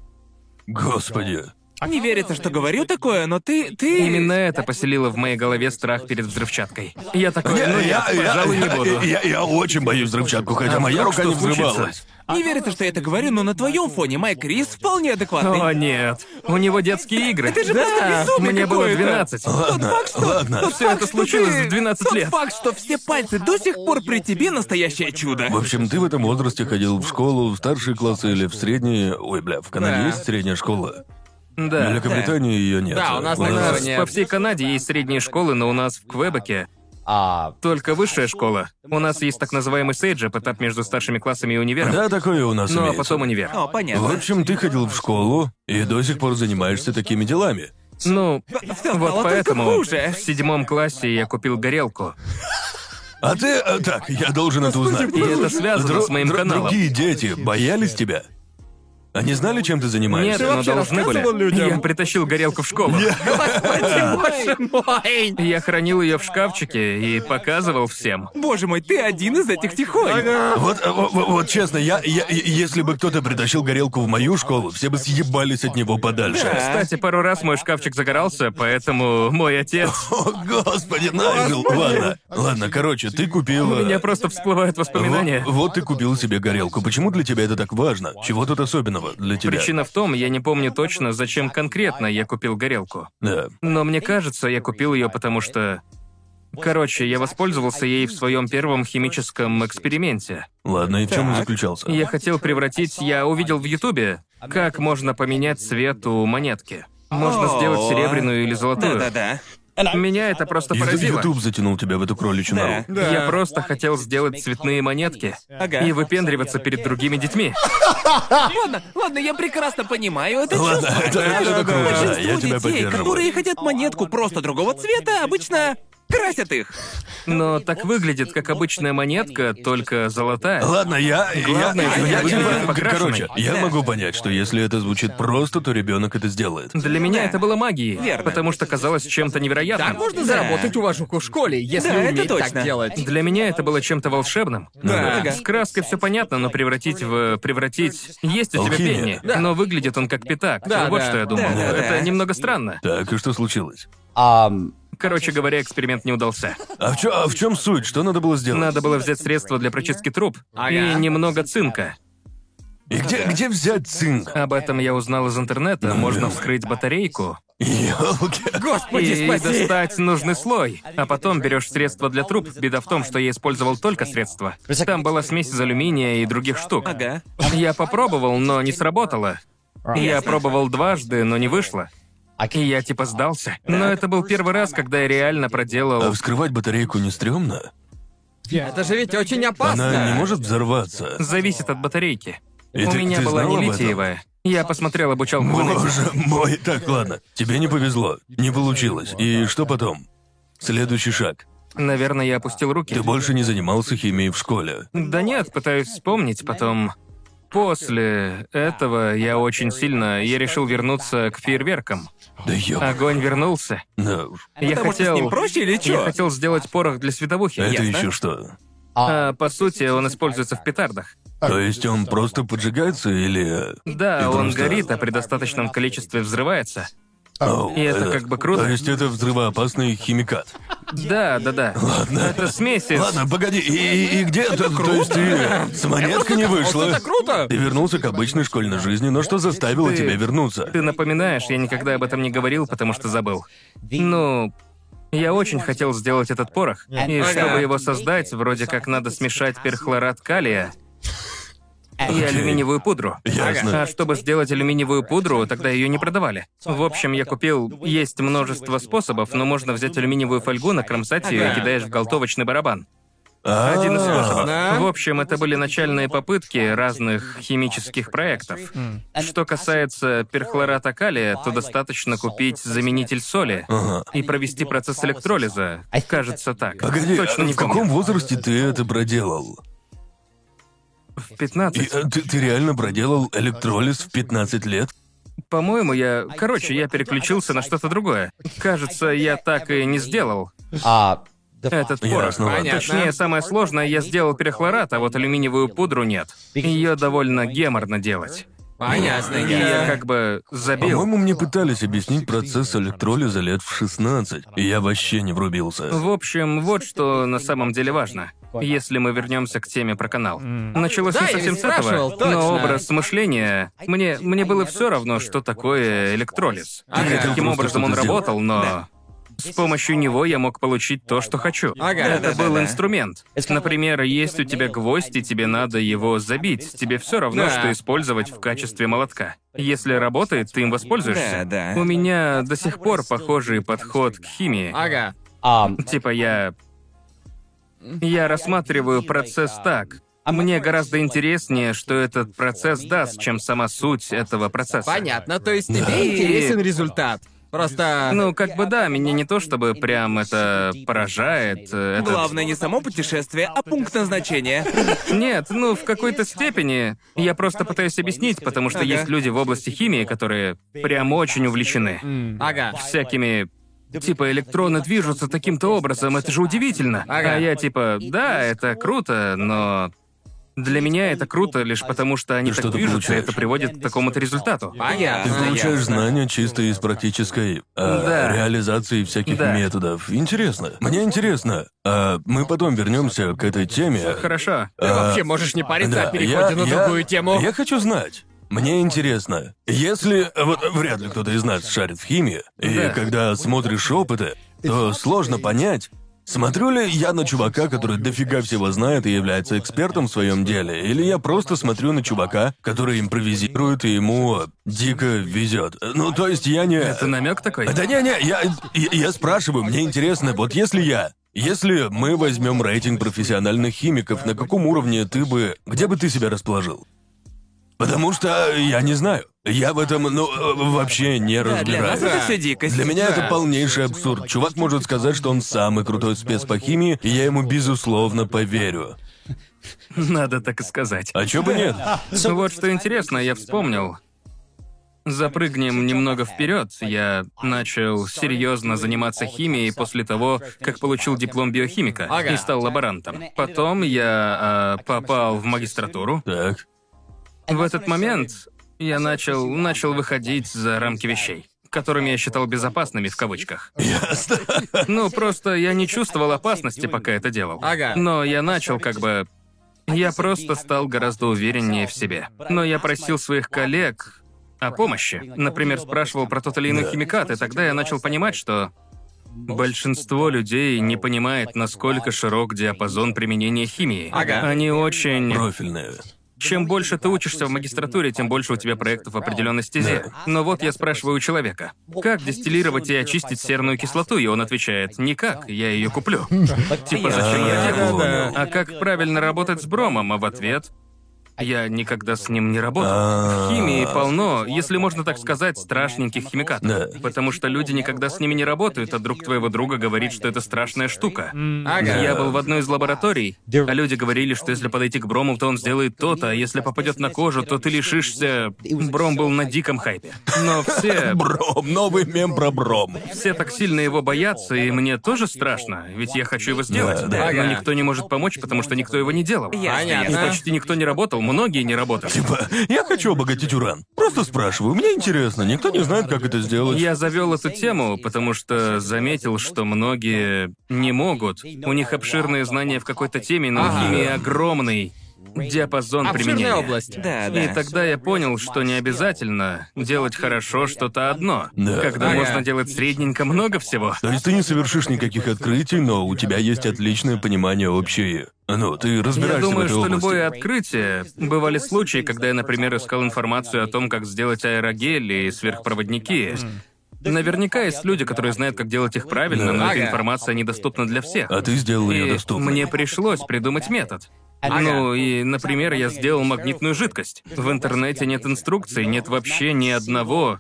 S2: Господи.
S1: А
S3: Не верится, что говорю такое, но ты... ты...
S1: Именно это поселило в моей голове страх перед взрывчаткой. Я такой, ну нет, пожалуй, не буду.
S2: я- я очень боюсь взрывчатку, хотя
S1: А
S2: моя
S1: вдруг
S2: рука
S1: что
S2: не
S1: случится?
S2: взрывалась.
S3: Не верится, что я это говорю, но на твоем фоне Майк Рис вполне адекватный.
S1: О, нет. У него детские игры.
S3: Это же просто
S1: да,
S3: безумие
S1: мне было
S3: какое-то.
S1: 12.
S2: Ладно, ладно.
S3: Тот
S1: Всё
S3: факт,
S1: это
S3: что
S1: случилось
S3: ты-
S1: в 12 лет.
S3: Тот факт, что все пальцы до сих пор при тебе настоящее чудо.
S2: В общем, ты в этом возрасте ходил в школу, в старшие классы или в средние... Ой, бля, в Канаде
S1: Да.
S2: есть средняя школа? В
S1: Да.
S2: Великобритании ее нет.
S4: Да, у нас
S1: У
S4: на
S1: нас
S4: Наверное.
S1: по всей Канаде есть средние школы, но у нас в Квебеке только высшая школа. У нас есть так называемый сейджип, этап между старшими классами и универом.
S2: Да, такое у нас
S1: Ну а
S2: имеется.
S1: потом универ.
S3: О,
S2: В
S3: понятно.
S2: общем, ты ходил в школу и до сих пор занимаешься такими делами.
S1: Ну,
S3: Всё стало
S1: вот
S3: только
S1: поэтому
S3: хуже.
S1: в седьмом классе я купил горелку.
S2: А ты... а, Так, я должен это узнать.
S1: И это связано
S2: Дру-
S1: с моим
S2: дру-
S1: каналом.
S2: Другие дети боялись тебя? Они знали, чем ты
S1: Нет,
S2: занимаешься?
S1: но
S4: А вообще
S1: должны были.
S4: рассказывал людям?
S1: Я притащил горелку в школу.
S3: [LAUGHS]
S4: Господи, боже мой!
S1: Я хранил ее в шкафчике и показывал всем.
S3: Боже мой, ты один из этих тихонь.
S2: Вот, э, во- во- вот честно, я, я- и- если бы кто-то притащил горелку в мою школу, все бы съебались от него подальше.
S1: Кстати, пару раз мой шкафчик загорался, поэтому мой
S4: [LAUGHS]
S1: отец...
S2: О, господи, Найджел, ладно. Ладно, короче, ты
S1: У
S2: купил... э,
S1: меня просто всплывают воспоминания.
S2: Вот, вот ты купил себе горелку. Почему для тебя это так важно? Чего тут особенного для тебя?
S1: Причина в том, я не помню точно, зачем конкретно я купил горелку.
S2: Да.
S1: Но мне кажется, я купил ее, потому что... Короче, я воспользовался ей в своем первом химическом эксперименте.
S2: Ладно, и в чем он заключался?
S1: Я хотел превратить... Я увидел в Ютубе, как можно поменять цвет у монетки. Можно
S3: О.
S1: сделать серебряную или золотую.
S3: Да-да-да.
S1: Меня это просто
S2: Ю-
S1: поразило.
S2: Ютуб затянул тебя в эту кроличью нору.
S3: Да.
S1: Я просто хотел сделать цветные монетки
S3: Ага.
S1: и выпендриваться перед другими детьми.
S3: Ладно, ладно, я прекрасно понимаю это
S2: Ладно,
S3: чувство.
S2: это- это
S3: Да-да-да.
S2: круто, да,
S3: Большинство
S2: я тебя
S3: детей,
S2: поддерживаю.
S3: которые хотят монетку просто другого цвета, обычно красят их.
S1: Но так выглядит, как обычная монетка, только золотая.
S2: Ладно, я... я-
S1: Главное,
S2: я-
S1: чтобы
S2: я-
S1: были
S2: я-
S1: покрашены.
S2: короче, я
S3: Да.
S2: могу понять, что если это звучит просто, то ребенок это сделает.
S1: Для меня
S3: Да.
S1: это было магией,
S3: Верно.
S1: потому что казалось чем-то невероятным.
S4: Так можно заработать уважуху в школе, если
S3: Да, это
S4: уметь так
S3: точно.
S4: делать.
S1: Для меня это было чем-то волшебным.
S3: Да.
S1: С краской все понятно, но превратить в... превратить... Есть у тебя
S2: Алхимия.
S1: пенни,
S4: Да.
S1: но выглядит он как пятак.
S4: Да,
S1: вот
S4: да.
S1: что я думал.
S3: Да, да,
S1: это
S3: да.
S1: немного странно.
S2: Так, и что случилось?
S1: Короче говоря, эксперимент не удался.
S2: А в, чё- а в чем суть? Что надо было сделать?
S1: Надо было взять средства для прочистки труб и
S4: Ага.
S1: немного цинка.
S2: И где, где взять цинк?
S1: Об этом я узнал из интернета. Можно вскрыть батарейку
S2: Ёлки.
S4: Господи,
S1: и
S4: спаси!
S1: достать нужный слой. А потом берешь средство для труб. Беда в том, что я использовал только средства. Там была смесь из алюминия и других штук.
S3: Ага.
S1: Я попробовал, но не сработало. Я пробовал дважды, но не вышло. И я типа сдался. Но это был первый раз, когда я реально
S2: А
S1: проделал...
S2: вскрывать батарейку не стрёмно?
S4: Это же ведь очень
S2: Она не
S4: опасно.
S2: может взорваться.
S1: Зависит от батарейки.
S2: И
S1: У
S2: ты-
S1: меня
S2: ты
S1: была
S2: знал
S1: не
S2: об этом?
S1: литиевая. Я посмотрел обучалку в интернете.
S2: Боже мой, так, ладно. Тебе не повезло. Не получилось. И что потом? Следующий шаг.
S1: Наверное, я опустил руки.
S2: Ты больше не занимался химией в школе.
S1: Да нет, пытаюсь вспомнить потом. после этого я очень сильно... Я решил вернуться к фейерверкам.
S2: Да ёб...
S1: Огонь вернулся.
S2: Да уж.
S1: Я
S3: Потому что с
S1: хотел...
S3: ним проще или
S1: Я
S3: чё?
S1: хотел сделать порох для световухи.
S2: Это
S1: ясно?
S2: еще что?
S1: А, по сути, он используется в петардах.
S2: То есть он просто поджигается или...
S1: Да,
S2: И
S1: он
S2: просто-
S1: горит, а при достаточном количестве взрывается.
S2: Оу, э,
S1: И это как бы круто.
S2: То есть это взрывоопасный химикат.
S1: Да, да, да. Ладно. Это смесь из...
S2: Ладно, погоди, и, и- и где это? То есть ты с монетки не вышла?
S4: Это круто!
S2: Ты вернулся к обычной школьной жизни, но что заставило
S1: Ты-
S2: тебя вернуться?
S1: Ты напоминаешь, я никогда об этом не говорил, потому что забыл. Ну, я очень хотел сделать этот порох. И
S5: Ага.
S1: чтобы его создать, вроде как надо смешать перхлорат калия и а,
S5: Окей.
S1: алюминиевую пудру.
S2: Ясно.
S1: А чтобы сделать алюминиевую пудру, тогда ее не продавали. В общем, я купил... Есть множество способов, но можно взять алюминиевую фольгу, накромсать ее и
S3: Ага.
S1: кидаешь в голтовочный барабан.
S2: А,
S1: Один из способов.
S4: Да.
S1: В общем, это были начальные попытки разных химических проектов.
S5: А
S1: Что касается перхлората калия, то достаточно купить заменитель соли
S2: Ага.
S1: и провести процесс электролиза. Кажется так.
S2: Погоди, а
S1: Точно не
S2: в каком
S1: помню.
S2: возрасте ты это проделал?
S1: В
S2: И,
S1: 15.
S2: э, ты, ты реально проделал электролиз в 15 лет?
S1: По-моему, я... Короче, я переключился на что-то другое. Кажется, я так и не сделал
S5: А,
S1: этот порох.
S2: Ясно, ладно.
S4: Понятно.
S1: Точнее, самое сложное, я сделал перехлорат, а вот алюминиевую пудру нет. Ее довольно геморно делать.
S4: Понятно,
S1: И я
S4: я...
S1: как бы забил.
S2: По-моему, мне пытались объяснить процесс электролиза лет в 16, и я вообще не врубился.
S1: В общем, вот что на самом деле важно. Если мы вернемся к теме про канал. Началось
S4: Да,
S1: не
S4: я
S1: совсем
S4: ведь
S1: с этого,
S4: спрашивал, точно.
S1: но образ мышления... Мне, мне было все равно, что такое электролиз.
S4: Ага.
S1: И
S4: Ты
S1: каким
S2: просто
S1: образом он
S2: что-то сделал.
S1: работал, но... С помощью него я мог получить то, что хочу.
S4: Ага,
S1: Это
S4: да-да-да.
S1: был инструмент. Например, есть у тебя гвоздь, и тебе надо его забить. Тебе все равно,
S4: Да.
S1: что использовать в качестве молотка. Если работает, ты им воспользуешься.
S3: Да, да.
S1: У меня до сих пор похожий подход к химии.
S4: Ага.
S5: а,
S1: Типа я... Я рассматриваю процесс так. Мне гораздо интереснее, что этот процесс даст, чем сама суть этого процесса.
S4: Понятно, то есть
S1: И-
S4: тебе интересен результат. Просто...
S1: Ну, как бы да, меня не то чтобы прям это поражает. э, этот-
S3: Главное не само путешествие, а пункт назначения.
S1: Нет, ну, в какой-то степени. Я просто пытаюсь объяснить, потому что
S3: Ага.
S1: есть люди в области химии, которые прям очень увлечены
S4: Ага.
S1: всякими... Типа электроны движутся таким-то образом, это же удивительно.
S4: Ага.
S1: А я типа, да, это круто, но для меня это круто лишь потому, что они
S2: Ты
S1: так
S2: что-то
S1: движутся, и
S2: получаешь.
S1: это приводит к такому-то результату.
S4: Понятно.
S2: Ты
S4: Ага,
S2: получаешь
S4: ясно.
S2: знания чисто из практической э,
S1: А, Да.
S2: реализации всяких
S1: Да.
S2: методов. Интересно. Мне интересно. А, мы потом вернемся к этой теме.
S1: Хорошо.
S4: Ты
S2: А,
S4: вообще можешь не париться,
S2: Да,
S4: а переходи
S2: я-
S4: на
S2: я-
S4: другую тему.
S2: Я хочу знать. Мне интересно, если... Вот вряд ли кто-то из нас шарит в химии, и
S1: Да.
S2: когда смотришь опыты, то сложно понять, смотрю ли я на чувака, который дофига всего знает и является экспертом в своем деле, или я просто смотрю на чувака, который импровизирует, и ему дико везет. Ну, то есть я не...
S1: Это намек такой?
S2: Да не-не, я, я, я спрашиваю, мне интересно, вот если я... Если мы возьмем рейтинг профессиональных химиков, на каком уровне ты бы... Где бы ты себя расположил? Потому что я не знаю. Я в этом, ну, э, вообще не разбираюсь.
S3: Для нас это все дикость.
S2: Для меня это полнейший абсурд. Чувак может сказать, что он самый крутой спец по химии, и я ему безусловно поверю.
S1: Надо так и сказать.
S2: А чё бы нет?
S1: Ну вот что интересно, я вспомнил. Запрыгнем немного вперед. Я начал серьезно заниматься химией после того, как получил диплом биохимика
S4: Ага.
S1: и стал лаборантом. Потом я э, попал в магистратуру.
S2: Так.
S1: В этот момент я начал начал выходить за рамки вещей, которыми я считал безопасными в кавычках.
S4: [LAUGHS]
S2: Ясно.
S1: Ну, просто я не чувствовал опасности, пока это делал.
S4: Ага.
S1: Но я начал как бы... Я просто стал гораздо увереннее в себе. Но я просил своих коллег о помощи. Например, спрашивал про тот или иной химикат, и тогда я начал понимать, что большинство людей не понимает, насколько широк диапазон применения химии.
S4: Ага.
S1: Они очень...
S2: Профильное.
S1: Чем больше ты учишься в магистратуре, тем больше у тебя проектов в определенной стезе. Но вот я спрашиваю у человека, как дистиллировать и очистить серную кислоту, и он отвечает, никак, я ее
S2: [LAUGHS]
S1: куплю. Типа, зачем я
S2: А,
S1: делаю?
S2: да-да.
S1: А как правильно работать с бромом, а в ответ... Я никогда с ним не работал.
S2: А.
S1: В химии полно, если можно так сказать, страшненьких химикатов.
S2: Да.
S1: Потому что люди никогда с ними не работают, а друг твоего друга говорит, что это страшная штука.
S4: Ага.
S1: Я был в одной из лабораторий,
S5: Дер-
S1: а люди говорили, что если подойти к Брому, то он сделает то-то, а если попадет на кожу, то ты лишишься... Бром был на диком хайпе. Но все...
S2: Бром, новый мем про Бром.
S1: Все так сильно его боятся, и мне тоже страшно, ведь я хочу его сделать.
S2: Да, да.
S1: Но
S4: Ага.
S1: никто не может помочь, потому что никто его не делал.
S4: Понятно.
S1: И почти никто не работал, многие не работали.
S2: Типа, я хочу обогатить уран. Просто спрашиваю, мне интересно, никто не знает, как это сделать.
S1: Я завел эту тему, потому что заметил, что многие не могут. У них обширные знания в какой-то теме, но в
S4: Ага.
S1: химии огромный диапазон
S4: Обширная
S1: применения.
S4: область.
S3: Да,
S1: И
S3: да.
S1: тогда я понял, что не обязательно делать хорошо что-то одно,
S2: Да.
S1: когда
S4: Ага.
S1: можно делать средненько много всего.
S2: То есть ты не совершишь никаких открытий, но у тебя есть отличное понимание общей... Ну, ты разбираешься
S1: Я думаю,
S2: в этой
S1: что
S2: области.
S1: любое открытие... Бывали случаи, когда я, например, искал информацию о том, как сделать аэрогель и сверхпроводники. Наверняка есть люди, которые знают, как делать их правильно, но
S4: Да.
S1: эта
S4: Ага.
S1: информация недоступна для всех.
S2: А ты сделал
S1: И
S2: ее доступной. А,
S1: мне пришлось придумать метод.
S5: Ага.
S1: Ну и, например, я сделал магнитную жидкость. В интернете нет инструкций, нет вообще ни одного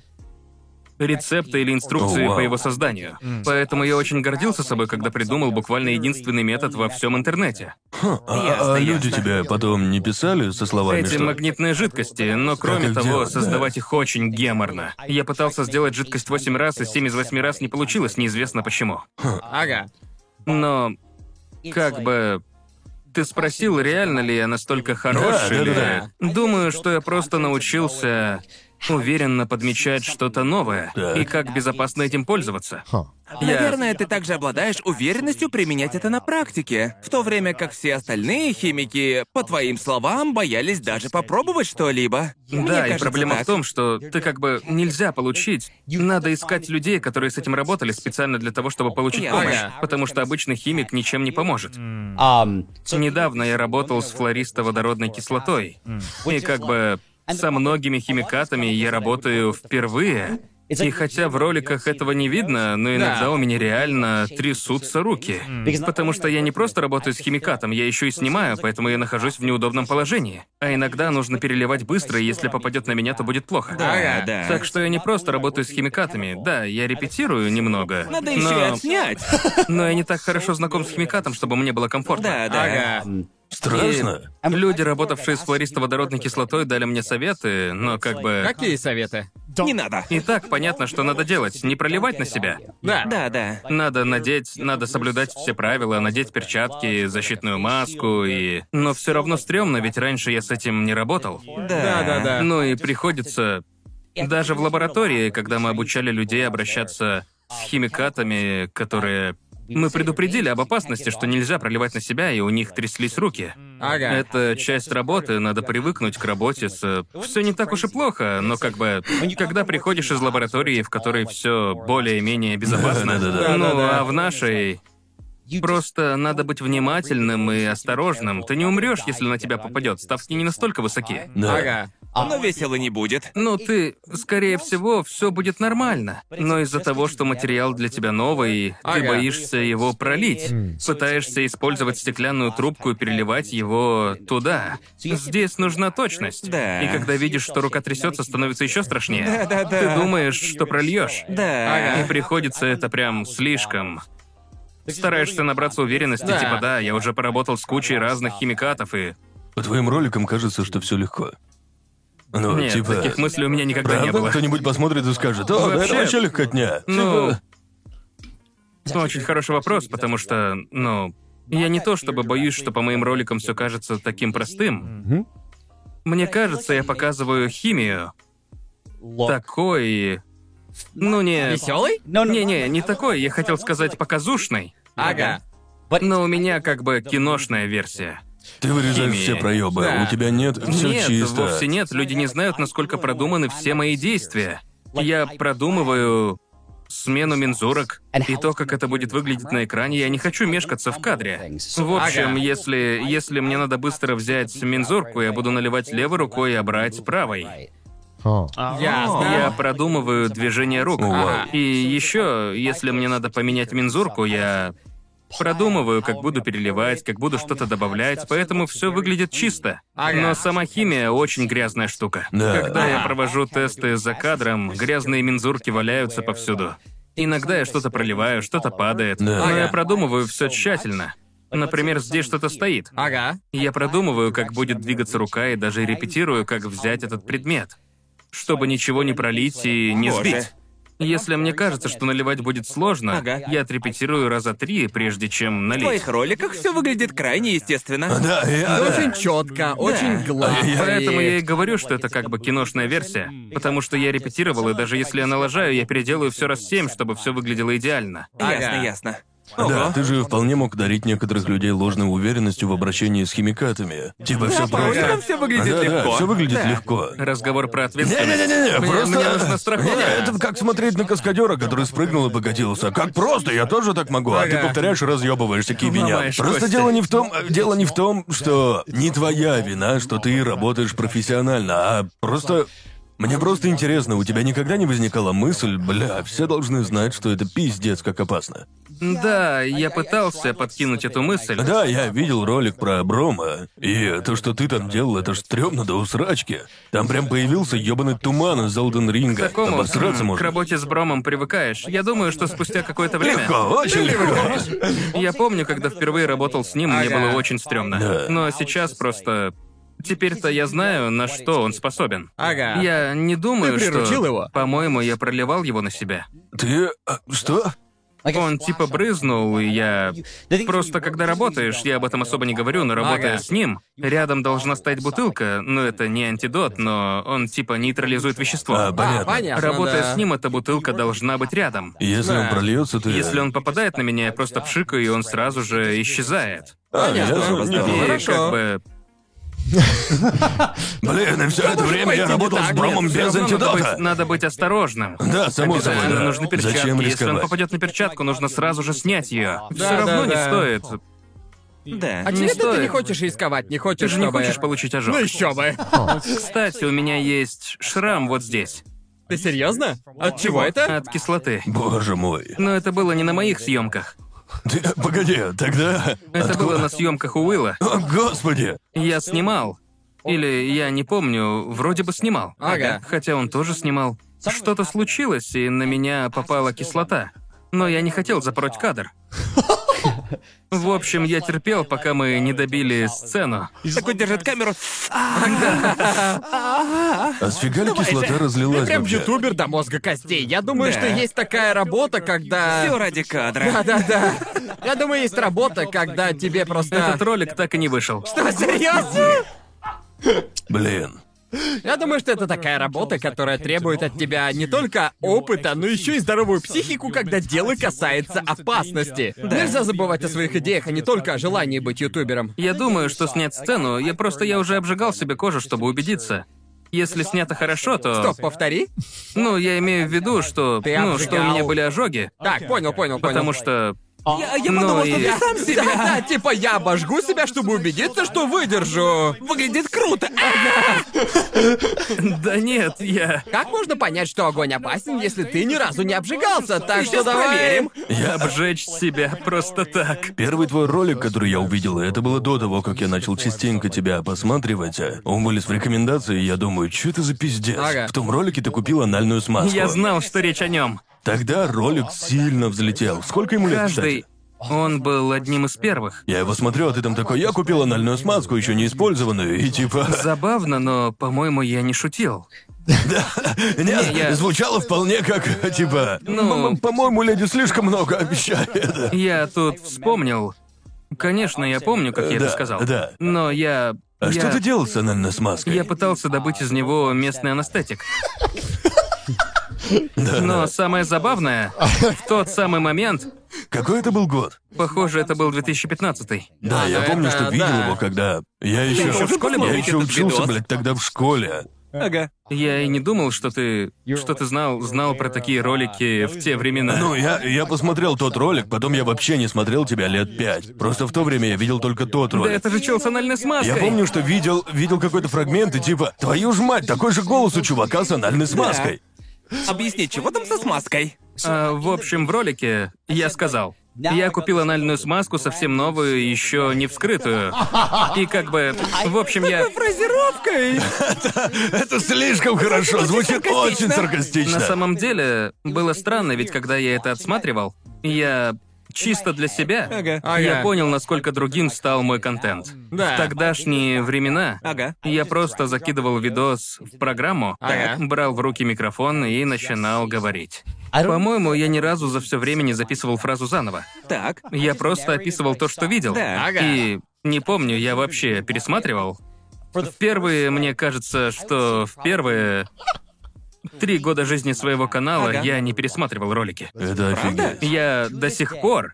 S1: рецепта или инструкции
S2: О, вау.
S1: по его созданию. Поэтому я очень гордился собой, когда придумал буквально единственный метод во всем интернете.
S2: Хм, а-
S3: Ясно,
S2: а, люди
S3: ясно.
S2: тебя потом не писали со словами,
S1: Эти
S2: что...
S1: магнитные жидкости, но кроме
S2: их
S1: того,
S2: делать, да.
S1: создавать их очень геморно. Я пытался сделать жидкость 8 раз, и 7 из 8 раз не получилось, неизвестно почему.
S4: Ага.
S1: Но как бы... Ты спросил, реально ли я настолько хорош
S2: Да, да,
S1: или-
S2: да.
S1: Думаю, что я просто научился уверенно подмечать что-то новое
S2: Так.
S1: и как безопасно этим пользоваться. Я-
S3: Наверное, ты также обладаешь уверенностью применять это на практике, в то время как все остальные химики, по твоим словам, боялись даже попробовать что-либо. Мне
S1: да, и
S3: кажется,
S1: проблема
S3: так.
S1: в том, что ты как бы нельзя получить. Надо искать людей, которые с этим работали специально для того, чтобы получить
S3: Ясно.
S1: помощь, потому что обычный химик ничем не поможет.
S5: Um,
S1: Недавно я работал с флористо-водородной кислотой. И как бы со многими химикатами я работаю впервые. И хотя в роликах этого не видно, но иногда
S4: Да.
S1: у меня реально трясутся руки. Потому что я не просто работаю с химикатом, я еще и снимаю, поэтому я нахожусь в неудобном положении. А иногда нужно переливать быстро, и если попадет на меня, то будет плохо.
S3: Да, да.
S1: Так что я не просто работаю с химикатами. Да, я репетирую немного. но...
S3: Надо еще и отснять.
S1: но я не так хорошо знаком с химикатом, чтобы мне было комфортно.
S3: Да, да.
S4: Ага.
S2: Страшно.
S1: Люди, работавшие с флористо-водородной кислотой, дали мне советы, но как бы...
S4: Какие советы?
S3: Не надо.
S1: И так понятно, что надо делать, не проливать на себя.
S4: Да.
S3: Да, да.
S1: Надо надеть, надо соблюдать все правила, надеть перчатки, защитную маску и... Но все равно стрёмно, ведь раньше я с этим не работал.
S4: Да, да, да.
S1: Ну и приходится... Даже в лаборатории, когда мы обучали людей обращаться с химикатами, которые... Мы предупредили об опасности, что нельзя проливать на себя, и у них тряслись руки.
S4: Ага.
S1: Это часть работы, надо привыкнуть к работе с... Все не так уж и плохо, но как бы... Когда приходишь из лаборатории, в которой все более-менее безопасно,
S2: Да-да-да.
S1: ну
S4: Да-да-да.
S1: а в нашей... Просто надо быть внимательным и осторожным. Ты не умрешь, если на тебя попадет. Ставки не настолько высоки.
S2: Да.
S4: Ага.
S3: Но весело не будет.
S1: Ну, ты, скорее всего, все будет нормально. Но из-за того, что материал для тебя новый, ты
S4: Ага.
S1: боишься его пролить. Пытаешься использовать стеклянную трубку и переливать его туда. Здесь нужна точность.
S3: Да.
S1: И когда видишь, что рука трясется, становится еще страшнее.
S3: Да-да-да.
S1: Ты думаешь, что прольешь.
S3: Да.
S1: И приходится это прям слишком. Стараешься набраться уверенности,
S4: Да.
S1: типа, да, я уже поработал с кучей разных химикатов и...
S2: По твоим роликам кажется, что все легко. Ну,
S1: Нет,
S2: типа...
S1: таких мыслей у меня никогда не
S2: Правда,
S1: было.
S2: кто-нибудь посмотрит и скажет, о, да это
S1: Вообще-
S2: вообще легкотня.
S1: Ну,
S2: Типа,
S1: ну, очень хороший вопрос, потому что, ну, я не то чтобы боюсь, что по моим роликам все кажется таким простым. Мне кажется, я показываю химию такой, ну не,
S4: Веселый?
S1: не, не, не такой. Я хотел сказать показушной,
S4: Ага.
S1: но у меня как бы киношная версия.
S2: ты вырезаешь
S1: химии.
S2: все проебы,
S4: Да.
S2: у тебя нет, все
S1: нет,
S2: чисто.
S1: вовсе нет. Люди не знают, насколько продуманы все мои действия. Я продумываю смену мензурок и то, как это будет выглядеть на экране. Я не хочу мешкаться в кадре. В общем,
S4: Ага.
S1: если, если мне надо быстро взять мензурку, я буду наливать левой рукой, а брать правой. Я
S4: Ясно.
S1: продумываю движение рук.
S2: Вау.
S1: И еще, если мне надо поменять мензурку, я продумываю, как буду переливать, как буду что-то добавлять, поэтому все выглядит чисто. Но сама химия очень грязная штука.
S2: Да.
S1: Когда я провожу тесты за кадром, грязные мензурки валяются повсюду. Иногда я что-то проливаю, что-то падает,
S2: Да.
S1: но я продумываю все тщательно. Например, здесь что-то стоит.
S4: Ага.
S1: Я продумываю, как будет двигаться рука, и даже репетирую, как взять этот предмет, чтобы ничего не пролить и не
S3: Боже.
S1: сбить. Если мне кажется, что наливать будет сложно,
S3: Ага.
S1: я отрепетирую раза три, прежде чем
S3: В
S1: налить.
S3: твоих роликах все выглядит крайне
S2: А,
S3: естественно.
S2: Да, я-
S4: Это очень четко, очень гладко.
S1: Поэтому А, я и
S4: и-
S1: говорю, что это как бы киношная версия. Потому что я репетировал, и даже если я налажаю, я переделаю все раз семь, чтобы все выглядело идеально.
S3: Ясно, ясно.
S2: Да,
S3: Ого.
S2: ты же вполне мог дарить некоторых людей ложной уверенностью в обращении с химикатами. Типа все
S3: Поэтому
S2: просто.
S3: все выглядит легко.
S2: все выглядит
S3: Да.
S2: легко.
S1: Разговор про ответственность.
S2: Не-не-не,
S1: Мне-
S2: просто...
S1: мне нужна страховка.
S2: Не, это как смотреть на каскадера, который спрыгнул и покатился. Как просто, я тоже так могу. А ты
S4: Ага.
S2: повторяешь и разъебываешься кибеня.
S1: Ломаешь
S2: Просто
S1: кости.
S2: дело не в том, дело не в том, что не твоя вина, что ты работаешь профессионально, а просто... Мне просто интересно, у тебя никогда не возникала мысль, бля, все должны знать, что это пиздец как опасно.
S1: Да, я пытался подкинуть эту мысль.
S2: Да, я видел ролик про Брома, и то, что ты там делал, это ж стрёмно до усрачки. Там прям появился ёбаный туман из Elden Ring.
S1: К такому
S2: Обосраться
S1: м, к
S2: можно.
S1: работе с Бромом привыкаешь. Я думаю, что спустя какое-то время.
S2: Легко, очень легко.
S1: Я помню, когда впервые работал с ним, мне
S4: Ага.
S1: было очень стрёмно.
S2: Да.
S1: Но сейчас просто. Теперь-то я знаю, на что он способен.
S4: Ага.
S1: Я не думаю,
S4: Ты приручил
S1: что.
S4: его?
S1: По-моему, я проливал его на себя.
S2: Ты... а, Что?
S1: Он типа брызнул, и я... Просто когда работаешь, я об этом особо не говорю, но работая
S4: Ага.
S1: с ним, рядом должна стоять бутылка, ну это не антидот, но он типа нейтрализует вещество.
S2: А,
S4: А,
S2: понятно.
S4: понятно.
S1: Работая
S4: да.
S1: с ним, эта бутылка должна быть рядом.
S2: Если он
S4: Да.
S2: прольется, ты...
S1: Если он попадает на меня, я просто пшикаю, и он сразу же исчезает.
S2: А,
S4: Понятно.
S2: ясно,
S4: Ну,
S1: И
S2: понял.
S4: да.
S1: как
S4: Хорошо.
S1: бы...
S2: Блин, и все это
S4: может
S2: время
S4: пойти
S2: я
S4: не
S2: работал
S4: так,
S2: с
S4: нет,
S2: Бромом
S1: всё
S2: без
S1: равно надо
S2: антидота.
S1: быть, надо быть осторожным.
S2: ну Да, само собой,
S1: Обязательно
S2: да.
S1: нужны перчатки.
S2: Зачем
S1: Если он
S2: рисковать?
S1: попадет на перчатку, нужно сразу же снять ее.
S4: Да,
S1: Все равно
S4: да,
S1: не
S4: да.
S1: стоит.
S3: Да.
S4: Очевидно, А ты не
S1: стоит.
S4: хочешь рисковать, не
S1: Ты
S4: хочешь,
S1: же не
S4: чтобы-
S1: хочешь получить ожог.
S4: Ну еще бы.
S1: Кстати, у меня есть шрам вот здесь.
S4: Ты серьезно? От чего это?
S1: От кислоты.
S2: Боже мой.
S1: Но это было не на моих съемках.
S2: Ты- Погоди, тогда...
S1: Это было на съемках Уилла.
S2: О, господи!
S1: Я снимал. Или я не помню, вроде бы снимал.
S4: Ага.
S1: Хотя он тоже снимал. Что-то случилось, и на меня попала кислота. Но я не хотел запороть кадр. В общем, я терпел, пока мы не добили сцену.
S3: Такой держит камеру.
S2: А сфига ли кислота разлилась
S4: Прям
S2: вообще?
S4: ютубер до мозга костей. Я думаю,
S3: Да.
S4: что есть такая работа, когда...
S3: Все ради кадра.
S4: Да-да-да. Я думаю, есть работа, когда тебе просто...
S1: Этот ролик так и не вышел.
S4: Что, серьезно?
S2: Блин.
S4: Я думаю, что это такая работа, которая требует от тебя не только опыта, но еще и здоровую психику, когда дело касается опасности. Нельзя забывать о своих идеях, а не только о желании быть ютубером.
S1: Я думаю, что снять сцену, я просто я уже обжигал себе кожу, чтобы убедиться. Если снято хорошо, то.
S4: Стоп, повтори.
S1: Ну, я имею в виду, что.
S4: Ты
S1: ну, что у меня
S4: обжигал.
S1: были ожоги.
S4: Так, понял, понял, А, понял.
S1: Потому что.
S3: Я, я
S1: Ну
S3: подумал,
S1: и-
S3: что ты сам
S4: Да,
S3: себя.
S4: да, типа я обожгу себя, чтобы убедиться, что выдержу.
S3: Выглядит круто.
S1: Да нет, я.
S4: Как можно понять, что огонь опасен, если ты ни разу не обжигался? Так что
S3: Сейчас
S4: давай...
S3: проверим.
S2: Я бы
S1: Обжечь себя просто так.
S2: Первый твой ролик, который я увидел, и это было до того, как я начал частенько тебя посматривать. а Он вылез в рекомендации, и я думаю, что это за пиздец?
S4: Ага.
S2: В том ролике ты купил анальную смазку.
S1: Я знал, что речь о нем.
S2: Тогда ролик сильно взлетел. Сколько ему лет,
S1: Каждый.
S2: кстати?
S1: Он был одним из первых.
S2: Я его смотрю, а ты там такой, я купил анальную смазку, еще не использованную,
S1: [LAUGHS]
S2: и типа...
S1: Забавно, но, по-моему, я не шутил.
S2: Нет,
S1: я-
S2: звучало вполне как, типа...
S1: Ну-
S2: «М-м, По-моему, леди слишком много обещает.
S1: Я тут вспомнил. Конечно, я помню, как я это
S2: Да,
S1: сказал.
S2: да.
S1: Но я.
S2: А
S1: я-
S2: что ты делал с анальной смазкой?
S1: Я пытался добыть из него местный анестетик. Но самое забавное, в тот самый момент,
S2: Какой это был год?
S1: похоже, это был 2015.
S2: Да,
S4: А,
S2: я
S4: ну
S2: помню,
S4: это
S2: что видел
S4: да.
S2: его, когда... Я еще...
S3: ещё в школе был
S2: Я
S3: ведь
S2: еще
S3: этот
S2: учился,
S3: видос?
S2: блядь, тогда в школе.
S3: Ага.
S1: Я и не думал, что ты. что ты знал, знал про такие ролики в те времена.
S2: Ну, я, я посмотрел тот ролик, потом я вообще не смотрел тебя лет пять. Просто в то время я видел только тот
S1: да
S2: ролик.
S1: это же чел с анальной смазкой.
S2: Я помню, что видел, видел какой-то фрагмент, и типа, твою ж мать, такой же голос у чувака с анальной смазкой.
S3: Объясни, чего там со смазкой?
S1: А, в общем, в ролике я сказал, Я купил анальную смазку совсем новую, еще не вскрытую. И как бы, в общем, я...
S3: Фразировкой!
S2: [LAUGHS] Это слишком хорошо, звучит очень
S1: На
S2: саркастично.
S1: самом деле, было странно, ведь когда я это отсматривал, я чисто для себя,
S3: Ага.
S1: я
S4: Ага.
S1: понял, насколько другим стал мой контент.
S4: Да.
S1: В тогдашние времена
S3: Ага.
S1: я просто закидывал видос в программу,
S4: Ага.
S1: брал в руки микрофон и начинал говорить. По-моему, я ни разу за все время не записывал фразу заново.
S3: Так.
S1: Я просто описывал то, что видел.
S3: Да.
S4: Ага.
S1: И не помню, я вообще пересматривал. В первые, мне кажется, что в первые три года жизни своего канала
S3: Ага.
S1: я не пересматривал ролики.
S2: Это офигеть.
S1: Я до сих пор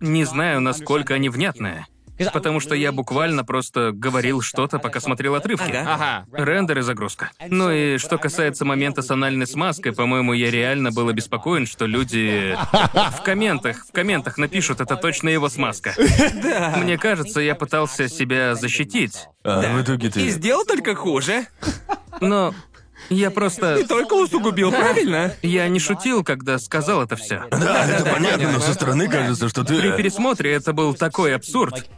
S1: не знаю, насколько они внятные. Потому что я буквально просто говорил что-то, пока смотрел отрывки.
S3: Ага.
S4: Ага.
S1: Рендер и загрузка. Ну и что касается момента с анальной смазкой, по-моему, я реально был обеспокоен, что люди в комментах, в комментах напишут, это точно его смазка. Мне кажется, я пытался себя защитить,
S2: А в итоге ты...
S3: И сделал только хуже.
S1: но я просто...
S3: И только усугубил, правильно?
S1: Я не шутил, когда сказал это все.
S2: Да, А, это понятно, но со стороны кажется, что
S1: При
S2: ты...
S1: пересмотре это был такой абсурд.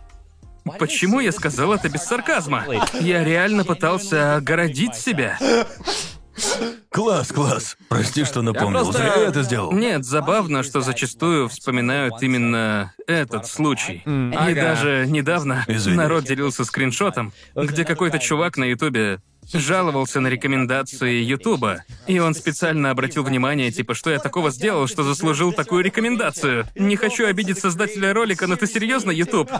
S1: Почему я сказал это без сарказма? Я реально пытался огородить себя.
S2: Класс, класс. Прости, что напомнил.
S4: просто-
S2: Зря я это сделал.
S1: Нет, забавно, что зачастую вспоминают именно этот случай. И
S4: ага.
S1: даже недавно
S2: Извини.
S1: народ делился скриншотом, где какой-то чувак на Ютубе жаловался на рекомендации Ютуба. И он специально обратил внимание, типа, что я такого сделал, что заслужил такую рекомендацию. Не хочу обидеть создателя ролика, но ты серьезно, Ютуб?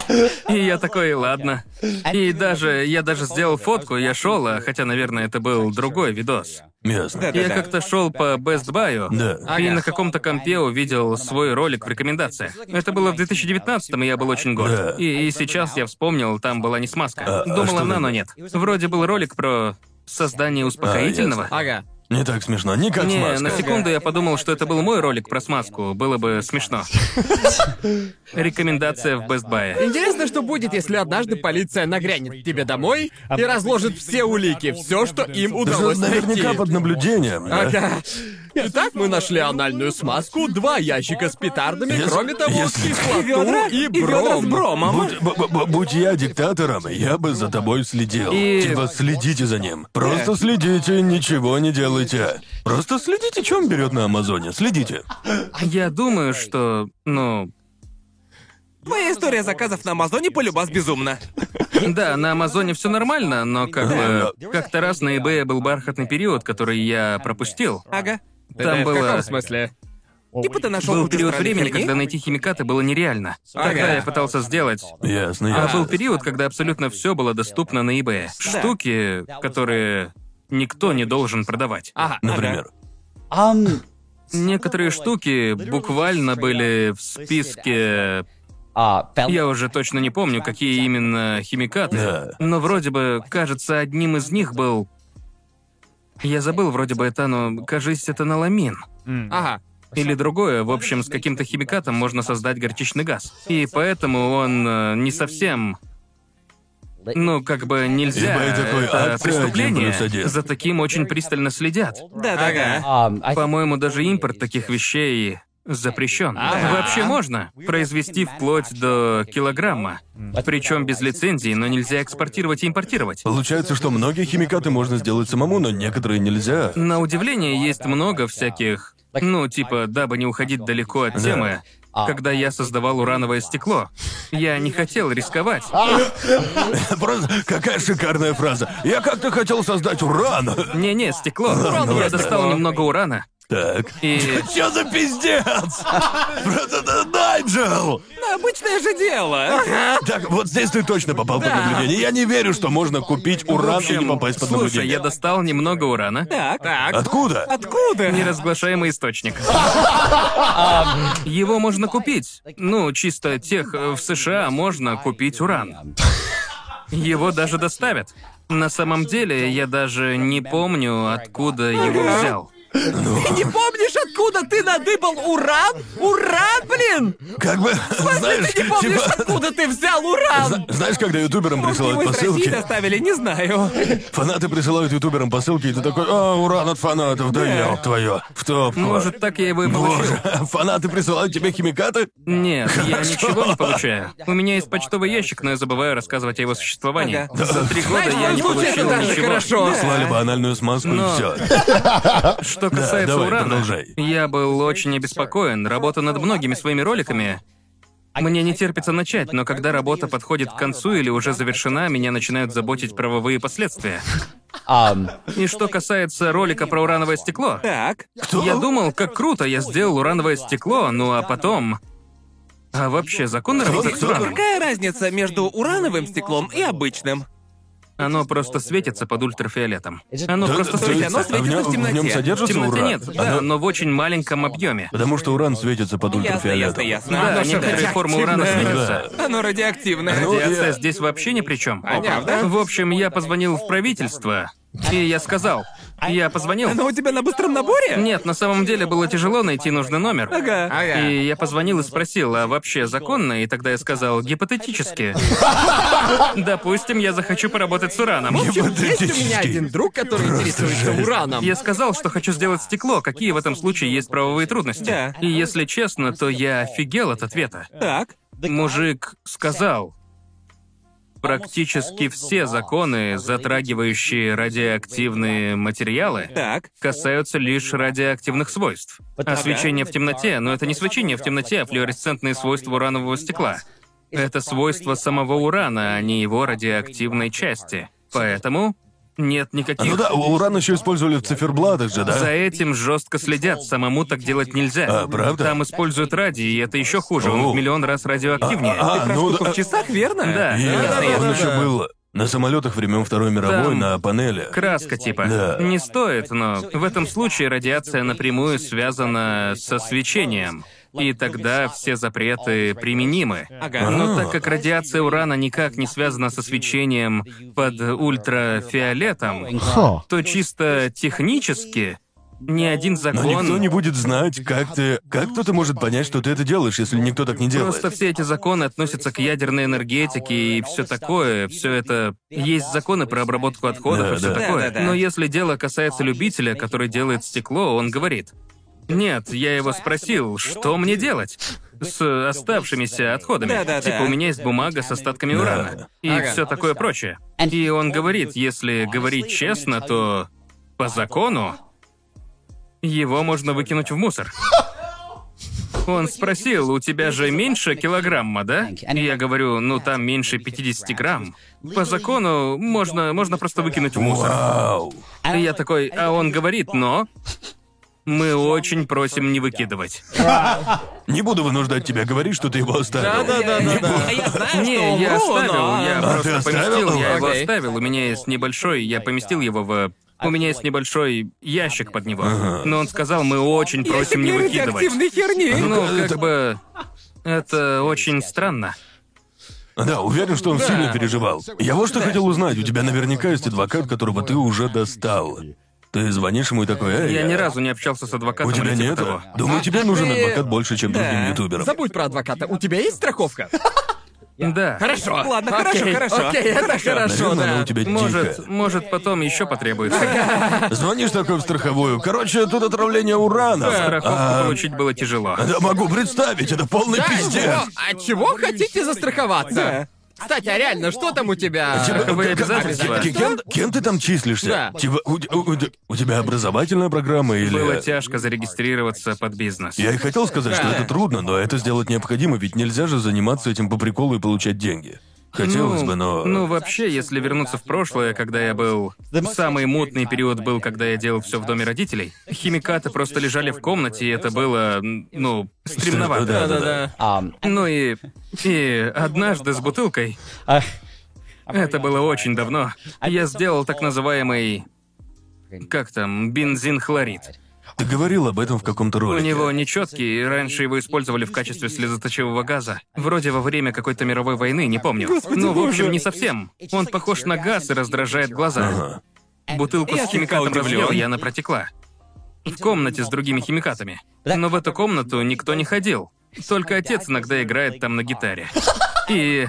S1: И я такой, ладно. И даже, я даже сделал фотку, я шел, а, хотя, наверное, это был другой видос.
S2: Ясно.
S1: Я
S3: Да.
S1: как-то шел по Best Buy.
S2: Да.
S1: И на каком-то компе увидел свой ролик в рекомендациях. Это было в 2019-м, и я был очень горд.
S2: Да.
S1: И, и сейчас я вспомнил, там была не смазка.
S2: А, а
S1: Думал,
S2: что
S1: она,
S2: там?
S1: но нет. Вроде был ролик про создание успокоительного.
S2: А,
S4: Ага.
S2: Не так смешно, не как
S1: Не,
S2: смазка.
S1: на секунду я подумал, что это был мой ролик про смазку. Было бы
S2: [LAUGHS]
S1: смешно. Рекомендация в Best Buy.
S4: Интересно, что будет, если однажды полиция нагрянет к тебе домой и разложит все улики, все, что им
S2: Да что
S4: удалось найти.
S2: наверняка под наблюдением, да?
S1: А
S4: Ага. Итак, мы нашли анальную смазку, два ящика с петардами,
S2: Если-
S4: кроме того,
S2: если-
S4: кислоту
S3: Ведра
S4: и
S3: и ведра с
S4: бром.
S1: А
S3: бромом.
S2: Будь, б- б- будь я диктатором, я бы за тобой следил.
S1: И- Э.
S2: Типа следите за ним. Просто следите, ничего не делайте. Просто следите, чем берет на Амазоне. Следите.
S1: Я думаю, что, ну,
S3: Моя история заказов на Амазоне полюбас безумна.
S1: Да, на Амазоне все нормально, но как бы как-то раз на eBay был бархатный период, который я пропустил.
S3: Ага.
S1: Там
S4: Это в
S1: было
S4: каком смысле?
S3: Типа ты нашел
S1: был
S3: кучу
S1: период
S3: странной
S1: времени,
S3: херни?
S1: когда найти химикаты было нереально.
S4: Ага.
S1: Тогда я пытался сделать.
S2: Ясно,
S1: А
S2: ясно.
S1: был период, когда абсолютно все было доступно на eBay. Штуки, которые никто не должен продавать.
S4: Ага.
S2: Например.
S5: Um,
S1: Некоторые штуки буквально были в списке
S5: uh, fel-
S1: Я уже точно не помню, какие именно химикаты,
S2: Да.
S1: но вроде бы, кажется, одним из них был... Я забыл, вроде бы это, но, кажись, это наламин.
S4: Ага.
S1: Или другое, в общем, с каким-то химикатом можно создать горчичный газ. И поэтому он э, не совсем... Ну, как бы нельзя.
S2: Ибо это такой
S1: это
S2: акт, один плюс
S1: преступление.
S2: один.
S1: За таким очень пристально следят.
S3: Да, да, да.
S5: Um,
S2: А
S5: I
S1: По-моему, даже импорт таких вещей запрещен.
S2: А.
S4: Ага.
S1: Вообще можно произвести вплоть до килограмма. Причем без лицензии, но нельзя экспортировать и импортировать.
S2: Получается, что многие химикаты можно сделать самому, но
S1: [LAUGHS]
S2: некоторые нельзя.
S1: На удивление есть много всяких, ну, типа, дабы не уходить далеко от темы. Когда я создавал урановое стекло, я не хотел рисковать.
S2: Просто какая шикарная фраза. Я как-то хотел создать уран. [LAUGHS]
S1: Не-не, стекло.
S2: Урановое
S1: Я достал
S2: стекло.
S1: немного урана.
S2: Так.
S1: И
S2: Чё за пиздец? [LAUGHS] Просто это Найджел!
S3: Ну, обычное же дело.
S2: Так, вот здесь ты точно попал под наблюдение. Я не верю, что можно купить уран и не попасть под
S1: слушай, я
S2: наблюдение.
S1: достал немного урана.
S3: Так. Так.
S2: Откуда?
S3: Откуда?
S1: Неразглашаемый источник. Его можно купить. Ну, чисто тех э, в США можно купить уран. Его даже доставят. На самом деле, я даже не помню, откуда его взял.
S3: Не помнишь,
S4: откуда ты надыбал уран? Уран, блин!
S2: Как бы, знаешь,
S4: Ты не помнишь,
S2: типа...
S4: откуда ты взял уран?
S2: Знаешь, когда ютуберам присылают
S3: Его из России
S2: посылки,
S3: доставили, не знаю.
S2: фанаты присылают ютуберам посылки, и ты такой, а, уран от фанатов, да ёб твое, в топку.
S1: Может, так я его и получил.
S2: Боже, [LAUGHS] фанаты присылают тебе химикаты?
S1: Нет, я ничего не получаю. У меня есть почтовый ящик, но я забываю рассказывать о его существовании.
S3: Ага.
S1: За три года
S4: Знаешь,
S1: я
S4: в твоем
S1: не
S4: случае А это
S1: получил
S4: даже
S1: ничего.
S4: хорошо.
S2: Слали бы анальную смазку и
S1: Но-
S2: все.
S1: Что касается
S2: давай,
S1: урана,
S2: продолжай.
S1: я был очень обеспокоен. Работа над многими своими роликами. Мне не терпится начать, но когда работа подходит к концу или уже завершена, меня начинают заботить правовые последствия.
S5: Um,
S1: И что касается ролика про урановое стекло,
S3: Так.
S2: Кто?
S1: я думал, как круто, я сделал урановое стекло, ну а потом... А вообще, законно работать с ураном?
S3: Какая разница между урановым стеклом и обычным?
S1: Оно просто светится под ультрафиолетом. Оно
S2: Да,
S1: ну, просто
S2: то есть,
S1: светится.
S3: оно
S2: а в нем-
S3: светится в
S2: В нем
S3: темноте.
S1: В
S2: содержится
S1: темноте
S2: уран? А
S1: нет, да, но в очень маленьком объеме.
S2: Потому что уран светится под
S3: Ясно, ясно,
S2: ультрафиолетом.
S3: ясно.
S1: Да,
S3: Оно
S1: некоторые формы урана
S3: радиоактивное.
S1: светятся.
S3: Оно радиоактивное.
S2: Ну,
S1: Радиация
S2: я-
S1: здесь вообще ни при чем.
S3: А, правда?
S1: В общем, я позвонил в правительство, и я сказал. Я позвонил.
S3: Оно у тебя на быстром наборе?
S1: Нет, на самом деле было тяжело найти нужный номер.
S3: Ага.
S1: И я позвонил и спросил, а вообще законно? И тогда я сказал,
S3: [LAUGHS]
S1: гипотетически. Допустим, я захочу поработать с ураном.
S4: В общем, есть у меня
S2: Гипотетически.
S4: один друг, который интересуется ураном.
S1: Я сказал, что хочу сделать стекло. Какие в этом случае есть правовые трудности?
S3: Да.
S1: И если честно, то я офигел от ответа.
S3: Так.
S1: Мужик сказал, практически все законы, затрагивающие радиоактивные материалы,
S3: Так.
S1: касаются лишь радиоактивных свойств. А свечение в темноте, но это не свечение в темноте, а флуоресцентные свойства уранового стекла. Это свойство самого урана, а не его радиоактивной части. Поэтому нет
S2: А, Ну
S1: никаких...
S2: да, у- уран еще использовали в циферблатах же, да?
S1: За этим жестко следят, самому так делать нельзя.
S2: А, правда?
S1: Там используют радий, и это еще хуже, он
S2: О.
S1: в миллион раз радиоактивнее.
S2: А, ну да.
S3: В часах, верно?
S1: Э, Да.
S2: И он
S4: да,
S2: еще
S4: да.
S2: был на самолетах времен Второй мировой
S1: Там-
S2: на панели.
S1: Краска, типа.
S2: Да.
S1: Не стоит, но в этом случае радиация напрямую связана со свечением. И тогда все запреты применимы.
S2: А,
S3: Ага.
S1: Но ну, так как радиация урана никак не связана со свечением под ультрафиолетом,
S6: Ха.
S1: то чисто технически ни один
S2: Но
S1: закон...
S2: никто не будет знать, как ты... Как кто-то может понять, что ты это делаешь, если никто так не делает?
S1: Просто все эти законы относятся к ядерной энергетике и все такое, все это. Есть законы про обработку отходов
S2: Да,
S1: и все
S2: да.
S1: такое.
S3: Да, да, да.
S1: Но если дело касается любителя, который делает стекло, он говорит: Нет, я его спросил, что мне делать? С оставшимися отходами.
S3: Да, да, да.
S1: типа, у меня есть бумага с остатками
S2: Да.
S1: урана. И
S4: Ага.
S1: все такое прочее. И он говорит: если говорить честно, то по закону его можно выкинуть в мусор. Он спросил, у тебя же меньше килограмма, да? И я говорю, ну там меньше 50 грамм. По закону можно, можно просто выкинуть в мусор.
S2: Вау.
S1: И я такой, а он говорит, но... Мы очень просим не выкидывать.
S2: Не буду вынуждать тебя говорить, что ты его оставил.
S3: А я знаю, что
S1: Не, я
S3: умру,
S1: оставил,
S3: но-
S1: я
S2: А, ты
S1: просто поместил,
S2: оставил?
S1: я его
S4: Окей.
S1: оставил. У меня есть небольшой, я поместил его в... У меня есть небольшой ящик под него. Но он сказал, мы очень просим не
S3: Ящик
S1: выкидывать.
S3: радиоактивной херни.
S1: Ну, как бы... Это очень странно.
S2: Да, уверен, что он сильно переживал. Я вот что хотел узнать. У тебя наверняка есть адвокат, которого ты уже достал. Ты звонишь ему и такой, эй,
S1: Я ни разу не общался с адвокатом.
S2: У тебя
S1: или типа
S2: нет?
S1: того.
S2: Думаю, тебе нужен
S4: ты-
S2: адвокат больше, чем другим ютуберам.
S4: Забудь про адвоката. У тебя есть страховка?
S1: Да.
S4: [LAUGHS] Хорошо.
S3: Ладно,
S4: Окей,
S3: хорошо, хорошо.
S4: Окей, это хорошо,
S2: Наверное, она
S4: да.
S2: у тебя
S1: Может,
S2: дикая.
S1: может, потом еще потребуется.
S2: Звонишь такой в страховую. Короче, тут отравление урана. А,
S1: Страховку получить было тяжело.
S2: Да могу представить, это полный
S4: Да,
S2: пиздец.
S4: чего- а чего хотите застраховаться? Кстати, а реально, что там у тебя?
S2: Типа,
S1: Страховые
S2: как- как-
S1: обязательства.
S2: кем- Кем, кем ты там числишься?
S4: Да.
S2: Типа, у, у- у тебя образовательная программа или...
S1: Было тяжко зарегистрироваться под бизнес.
S2: Я и хотел сказать, что
S4: Да.
S2: это трудно, но это сделать необходимо, ведь нельзя же заниматься этим по приколу и получать деньги. Хотелось
S1: ну,
S2: бы, но...
S1: Ну, вообще, если вернуться в прошлое, когда я был... Самый мутный период был, когда я делал все в доме родителей. Химикаты просто лежали в комнате, и это было, м, ну, стремновато.
S2: [LAUGHS] Да, да, да.
S4: Да-да-да.
S5: um,
S1: Ну и... И однажды с бутылкой...
S5: uh,
S1: Это было очень давно. Я сделал так называемый... Как там? Бензин-хлорид.
S2: Ты говорил об этом в каком-то
S1: У
S2: ролике.
S1: него нечеткий, и раньше его использовали в качестве слезоточивого газа. Вроде во время какой-то мировой войны, не помню. ну, в общем, не совсем. Он похож на газ и раздражает глаза.
S2: Ага.
S1: Бутылку с химикатом
S3: слегка удивлен.
S1: развел, и она протекла. в комнате с другими химикатами. Но в эту комнату никто не ходил. Только отец иногда играет там на гитаре. И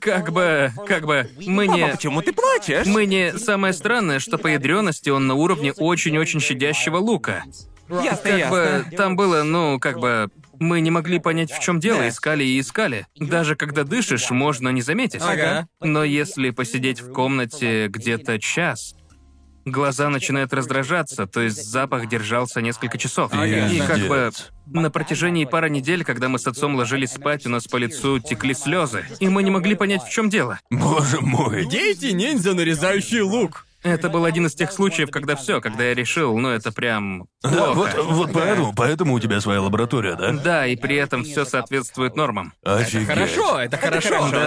S1: как бы, как бы, мы
S3: Папа,
S1: не...
S3: почему ты плачешь?
S1: Мы не... Самое странное, что по ядренности он на уровне очень-очень щадящего лука.
S3: Ясно,
S1: Ну, Как
S3: ясно.
S1: бы там было, ну, как бы... Мы не могли понять, в чем дело, искали и искали. Даже когда дышишь, можно не заметить.
S3: Ага.
S1: Но если посидеть в комнате где-то час, глаза начинают раздражаться, то есть запах держался несколько часов. И как бы на протяжении пары недель, когда мы с отцом ложились спать, у нас по лицу текли слезы, и мы не могли понять, в чем дело.
S2: Боже мой.
S4: Где эти ниндзя, нарезающие лук?
S1: Это был один из тех случаев, когда все, когда я решил, ну это прям
S2: Да,
S1: плохо.
S2: вот, вот поэтому, поэтому у тебя своя лаборатория, да?
S1: Да, и при этом все соответствует нормам.
S2: Офигеть.
S4: Хорошо, это хорошо.
S3: хорошо,
S1: Да, да,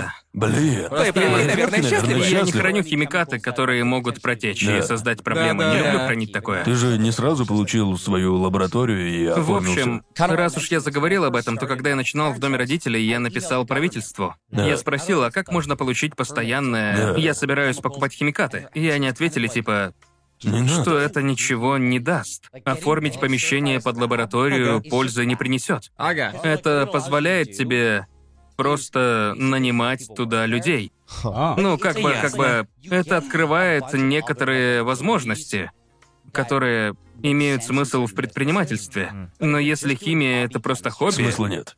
S1: да.
S2: Блин.
S3: Твои блины, наверное,
S2: наверное,
S3: счастливы.
S1: Типа, Я не
S2: счастлив.
S1: храню химикаты, которые могут протечь и
S2: Да.
S1: создать проблемы.
S4: Да, да,
S1: не люблю
S4: да.
S1: хранить такое.
S2: Ты же не сразу получил свою лабораторию и
S1: В
S2: оформился.
S1: общем, раз уж я заговорил об этом, то когда я начинал в доме родителей, я написал правительству.
S2: Да.
S1: Я спросил, а как можно получить постоянное...
S2: Да.
S1: Я собираюсь покупать химикаты. И они ответили, типа,
S2: Не надо.
S1: что это ничего не даст. Оформить помещение под лабораторию пользы не принесет.
S4: Ага.
S1: Это позволяет тебе просто нанимать туда людей. Ну, как бы, как бы, это открывает некоторые возможности, которые имеют смысл в предпринимательстве. Но если химия — это просто хобби,
S2: Смысла нет.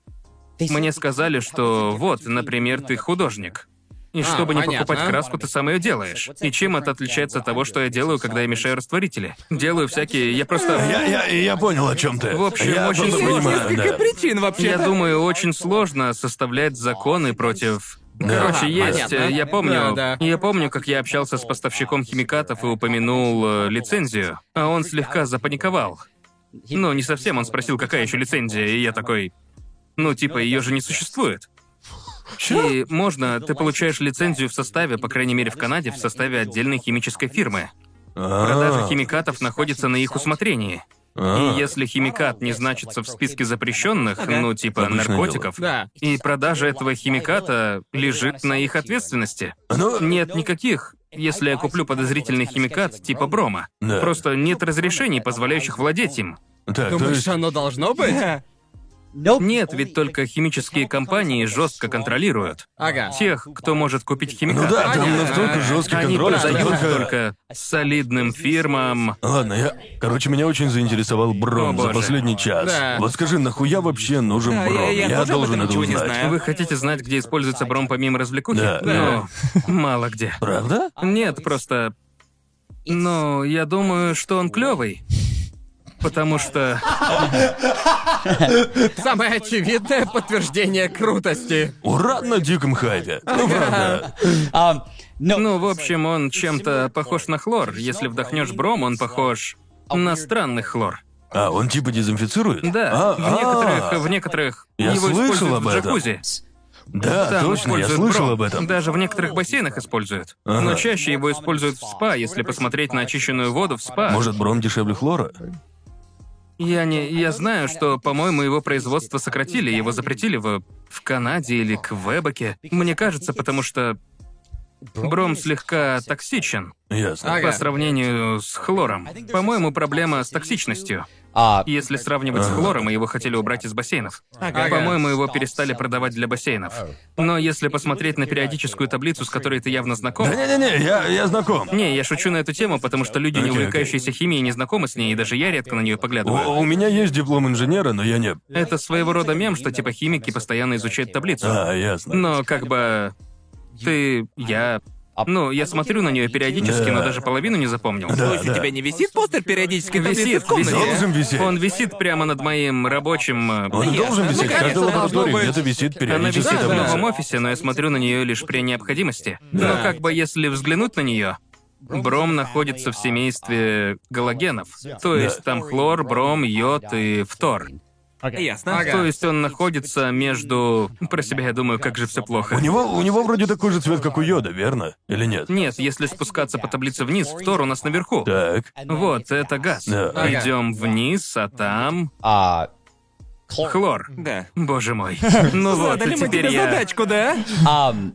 S1: мне сказали, что вот, например, ты художник. И
S4: А,
S1: чтобы не
S4: понятно.
S1: покупать краску, ты сам ее делаешь. И чем это отличается от того, что я делаю, когда я мешаю растворители? Делаю всякие... Я
S2: Я,
S1: просто...
S2: я, я понял, о чем ты.
S1: В общем,
S2: я
S1: очень
S2: просто
S1: сложно.
S2: понимаю,
S3: Несколько
S2: да.
S3: причин вообще.
S1: Ну, Я думаю, очень сложно составлять законы против... Короче,
S4: Ага,
S1: есть,
S4: понятно.
S1: э, я помню,
S4: Да, да.
S1: я помню, как я общался с поставщиком химикатов и упомянул э, лицензию, а он слегка запаниковал. Ну, не совсем, он спросил, какая еще лицензия, и я такой, ну, типа, ее же не существует. И можно, ты получаешь лицензию в составе, по крайней мере в Канаде, в составе отдельной химической фирмы.
S2: А,
S1: Продажа химикатов находится на их усмотрении.
S2: а.
S1: И если химикат не значится в списке запрещенных, ну типа
S2: Обычное дело.
S1: наркотиков,
S4: Да.
S1: и продажа этого химиката лежит на их ответственности.
S2: Ну,
S1: Нет никаких, если я куплю подозрительный химикат типа брома.
S2: Да.
S1: Просто нет разрешений, позволяющих владеть им.
S2: так, то
S4: Думаешь,
S2: есть-
S4: оно должно быть?
S1: Нет, ведь только химические компании жестко контролируют
S4: Ага.
S1: тех, кто может купить
S2: Ну
S1: химикаты.
S2: да, там
S4: Понятно.
S2: настолько жесткий
S1: Они
S2: контроль, что
S1: продают
S2: только...
S1: только солидным фирмам.
S2: Ладно, я... Короче, меня очень заинтересовал
S1: О,
S2: Бром за
S1: боже.
S2: последний час.
S4: Да.
S2: Вот скажи, нахуя вообще нужен
S3: Да, я-
S2: Бром?
S3: я тоже об
S2: должен
S3: этом
S2: это
S3: ничего
S2: узнать.
S3: не знаю.
S1: Вы хотите знать, где используется бром помимо развлекухи?
S2: Да.
S1: Ну, мало где.
S2: Правда?
S1: Нет, просто... Ну, я думаю, что он клевый. Потому что...
S4: Самое очевидное подтверждение крутости.
S2: Ура на диком хайпе. Ну, правда.
S5: Um, no.
S1: Ну, в общем, он чем-то похож на хлор. Если вдохнешь бром, он похож на странный хлор.
S2: А, он типа дезинфицирует?
S1: Да,
S2: А,
S1: в
S2: а.
S1: некоторых... В некоторых...
S2: Я
S1: его
S2: слышал
S1: используют
S2: об
S1: в
S2: этом.
S1: джакузи.
S2: Да,
S1: Там
S2: точно, я
S1: используют
S2: слышал
S1: бром.
S2: об этом.
S1: Даже в некоторых бассейнах используют.
S2: Ага.
S1: Но чаще его используют в спа, если посмотреть на очищенную воду в спа.
S2: Может, Бром дешевле хлора?
S1: Я не... Я знаю, что, по-моему, его производство сократили, его запретили в... в Канаде или Квебеке. Мне кажется, потому что бром слегка токсичен
S2: Ясно.
S4: Ага.
S1: по сравнению с хлором. По-моему, проблема с токсичностью.
S5: Uh,
S1: Если сравнивать с хлором, и его хотели убрать из бассейнов.
S4: Ага.
S1: По-моему, его перестали продавать для бассейнов. Но если посмотреть на периодическую таблицу, с которой ты явно знаком...
S2: Да не-не-не, я, я знаком.
S1: Не, я шучу на эту тему, потому что люди, не
S2: Окей, окей.
S1: увлекающиеся химией, не знакомы с ней, и даже я редко на нее
S2: У,
S1: поглядываю.
S2: у меня есть диплом инженера, но я не...
S1: Это своего рода мем, что типа химики постоянно изучают таблицу.
S2: А, ясно.
S1: Но как бы... Ты... Я... Ну, я смотрю на нее периодически,
S2: Да.
S1: но даже половину не запомнил.
S2: Да,
S3: То есть
S2: да.
S3: у тебя не висит постер периодически таблицы
S1: Висит,
S3: в комнате?
S2: Должен висеть.
S1: Он висит прямо над моим рабочим... э,
S2: Он должен
S4: Ну,
S2: висеть в
S4: конечно,
S2: каждой лаборатории,
S4: должно быть.
S2: где-то висит
S1: Она
S2: периодически
S1: висит в
S2: таблица.
S1: новом офисе, но я смотрю на нее лишь при необходимости. Но как бы если взглянуть на нее, бром находится в семействе галогенов. То есть
S2: Да.
S1: там хлор, бром, йод и фтор.
S3: Ясно.
S1: То есть он находится между... Про себя я думаю, как же все плохо.
S2: У него, у него вроде такой же цвет, как у йода, верно? Или нет?
S1: Нет, если спускаться по таблице вниз, втор у нас наверху.
S2: Так.
S1: Вот, это газ.
S2: Да.
S4: Ага.
S1: Идем вниз, а там
S5: uh,
S1: хлор.
S3: Да.
S1: Боже мой. Ну вот,
S3: [LAUGHS] Задали
S1: и
S3: мы
S1: теперь
S3: тебе
S1: я...
S3: задачку, да?
S1: А
S5: um,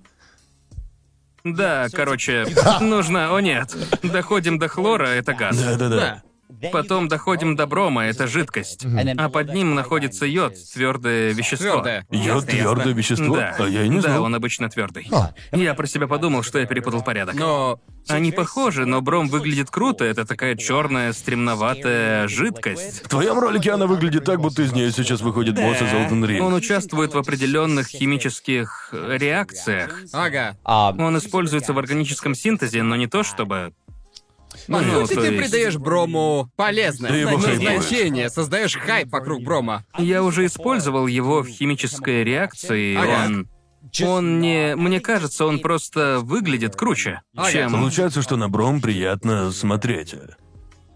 S1: Да, короче, нужно... О нет. Доходим до хлора, это газ.
S2: Да-да-да.
S4: Да.
S1: Потом доходим до брома, это жидкость. А под ним находится йод, твердое вещество.
S4: Твердое.
S2: Йод твердое вещество?
S1: Да.
S2: А я и не
S1: Да,
S2: знал.
S1: он обычно твердый.
S6: А.
S1: Я про себя подумал, что я перепутал порядок.
S4: Но
S1: Они похожи, но бром выглядит круто. Это такая черная, стремноватая жидкость.
S2: В твоем ролике она выглядит так, будто из нее сейчас выходит босс из Elden Ring.
S1: Он участвует в определенных химических реакциях.
S4: Ага.
S5: Um,
S1: Он используется в органическом синтезе, но не то чтобы.
S4: По
S1: Ну,
S4: сути,
S1: то
S4: А ты
S1: есть-
S4: придаешь Брому
S2: Да
S4: полезное
S2: его хайпуешь.
S4: значение, создаешь хайп вокруг Брома.
S1: Я уже использовал его в химической реакции.
S4: Ага.
S1: Он. Он не. Мне кажется, он просто выглядит круче,
S4: Ага.
S1: чем.
S2: Получается, что на бром приятно смотреть.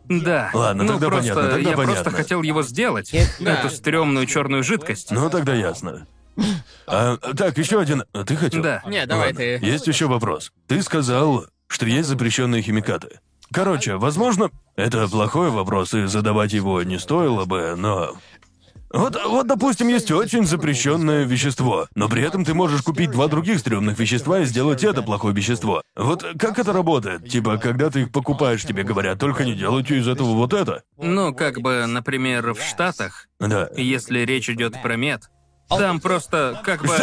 S1: Да.
S2: Ладно,
S1: ну,
S2: тогда
S1: просто
S2: понятно, тогда
S1: я
S2: понятно.
S1: просто хотел его сделать.
S4: Да.
S1: Эту стрёмную черную жидкость.
S2: Ну, тогда ясно. А, так, еще один. а Ты хотел?
S1: Да.
S4: Не, давай
S2: Ладно,
S4: ты.
S2: Есть еще вопрос. Ты сказал, что есть запрещенные химикаты. Короче, возможно, это плохой вопрос, и задавать его не стоило бы, но. Вот, вот, допустим, есть очень запрещенное вещество, но при этом ты можешь купить два других стрёмных вещества и сделать это плохое вещество. Вот как это работает? Типа, когда ты их покупаешь, тебе говорят, только не делайте из этого вот это.
S1: Ну, как бы, например, в Штатах,
S2: Да. [LAUGHS]
S1: если речь идет про мед, там просто как бы.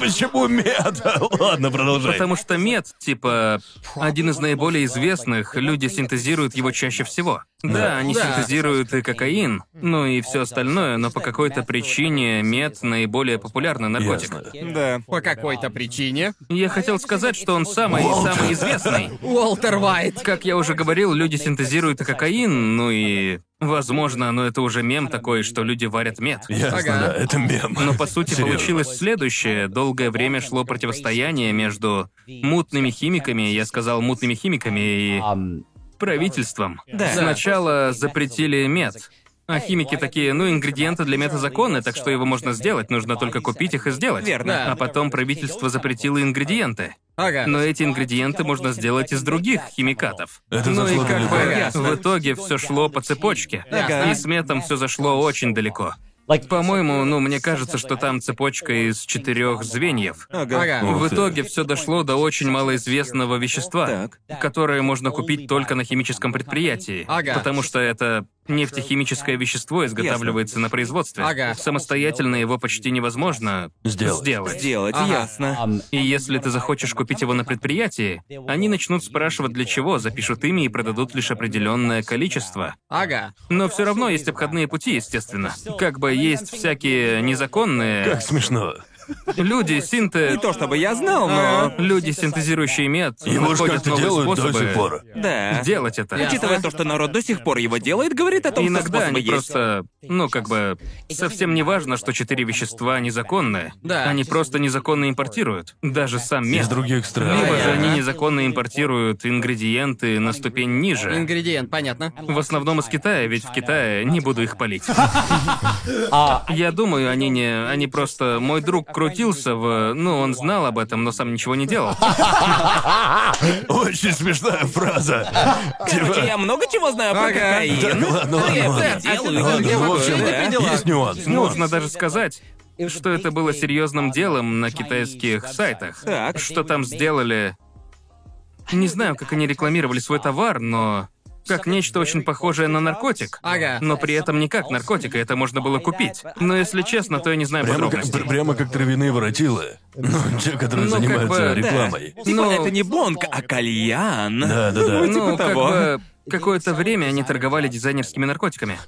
S2: Почему мед? [LAUGHS] Ладно, продолжай.
S1: Потому что мед, типа, один из наиболее известных, люди синтезируют его чаще всего. Да, они
S4: Да.
S1: синтезируют и кокаин, ну и все остальное, но по какой-то причине мед наиболее популярный наркотик.
S2: Ясно.
S3: Да.
S4: По какой-то причине.
S1: Я хотел сказать, что он самый самый известный.
S4: Уолтер Уайт.
S1: Как я уже говорил, люди синтезируют и кокаин, ну и, возможно, но это уже мем такой, что люди варят мед.
S2: Ясно,
S4: Ага.
S2: да, это мем.
S1: Но Ну, по сути
S2: Серьёзно.
S1: получилось следующее. Долгое время шло противостояние между мутными химиками, я сказал мутными химиками, и
S5: um,
S1: правительством.
S3: Да.
S1: Сначала запретили мед. А химики такие, ну, ингредиенты для мета законны, так что его можно сделать, нужно только купить их и сделать.
S3: Верно.
S1: А потом правительство запретило ингредиенты.
S4: Ага.
S2: Ну,
S1: Но эти ингредиенты можно сделать из других химикатов.
S2: Это
S1: ну и
S2: заслуженно
S1: как бы
S4: ясно.
S1: в итоге все шло по цепочке.
S4: Ага.
S1: И с метом все зашло очень далеко.
S5: like,
S1: По-моему, ну, мне кажется, что там цепочка из четырех звеньев.
S4: Ага.
S2: Ух
S1: В
S2: ты.
S1: итоге все дошло до очень малоизвестного вещества,
S3: Так.
S1: которое можно купить только на химическом предприятии,
S4: Ага.
S1: потому что это нефтехимическое вещество изготавливается на производстве.
S4: Ага.
S1: Самостоятельно его почти невозможно
S2: Сделать.
S3: Сделать,
S4: Ага.
S3: ясно.
S5: um,
S1: И если ты захочешь купить его на предприятии, они начнут спрашивать для чего, запишут имя и продадут лишь определенное количество.
S4: Ага.
S1: Но все равно есть обходные пути, естественно. Как бы есть всякие незаконные
S2: Как смешно.
S1: люди, синты...
S3: Не то чтобы я знал, но...
S1: А, Люди, синтезирующие мед,
S2: Его же
S1: находят
S2: как-то
S1: новые
S2: делают до
S1: способы
S2: сих пор.
S3: Да.
S1: делать это.
S3: Учитывая то, что народ до сих пор его делает, говорит а? о том, что
S1: Иногда
S3: способы
S1: они
S3: есть.
S1: просто, ну как бы, совсем не важно, что четыре вещества незаконные.
S4: Да.
S1: Они просто незаконно импортируют, даже сам
S2: Из
S1: мед.
S2: других стран.
S1: Либо же
S4: Понятно.
S1: они незаконно импортируют ингредиенты на ступень ниже.
S4: Ингредиент, понятно.
S1: В основном из Китая, ведь в Китае не буду их палить. А
S5: uh,
S1: Я думаю, они не... Они просто... Мой друг крутился в... Ну, он знал об этом, но сам ничего не делал.
S2: Очень смешная фраза. [LAUGHS]
S3: Короче, я много чего знаю про
S4: Ага.
S2: Так,
S3: кокаин.
S2: типа
S3: Ну,
S2: ладно,
S3: Я
S2: ладно,
S3: это
S2: ладно.
S3: делаю,
S2: Ладно, ну,
S3: я
S2: в
S3: вообще
S2: общем,
S3: не видел.
S2: есть нюанс.
S1: Можно даже сказать, что это было серьезным делом на китайских сайтах.
S3: Так.
S1: Что там сделали... Не знаю, как они рекламировали свой товар, но... Как нечто очень похожее на наркотик.
S4: Ага.
S1: Но при этом не как наркотик, и это можно было купить. Но если честно, то я не знаю
S2: Прямо как,
S1: подробностей.
S2: пр- прямо как травяные воротилы. Ну, [LAUGHS] те, которые
S1: Ну, как
S2: занимаются
S1: бы, да.
S2: рекламой.
S3: Типа,
S1: Ну-
S3: это не бонг, а кальян.
S2: Да, да, да.
S1: Ну,
S3: типа
S1: как
S3: того.
S1: бы какое-то время они торговали дизайнерскими наркотиками.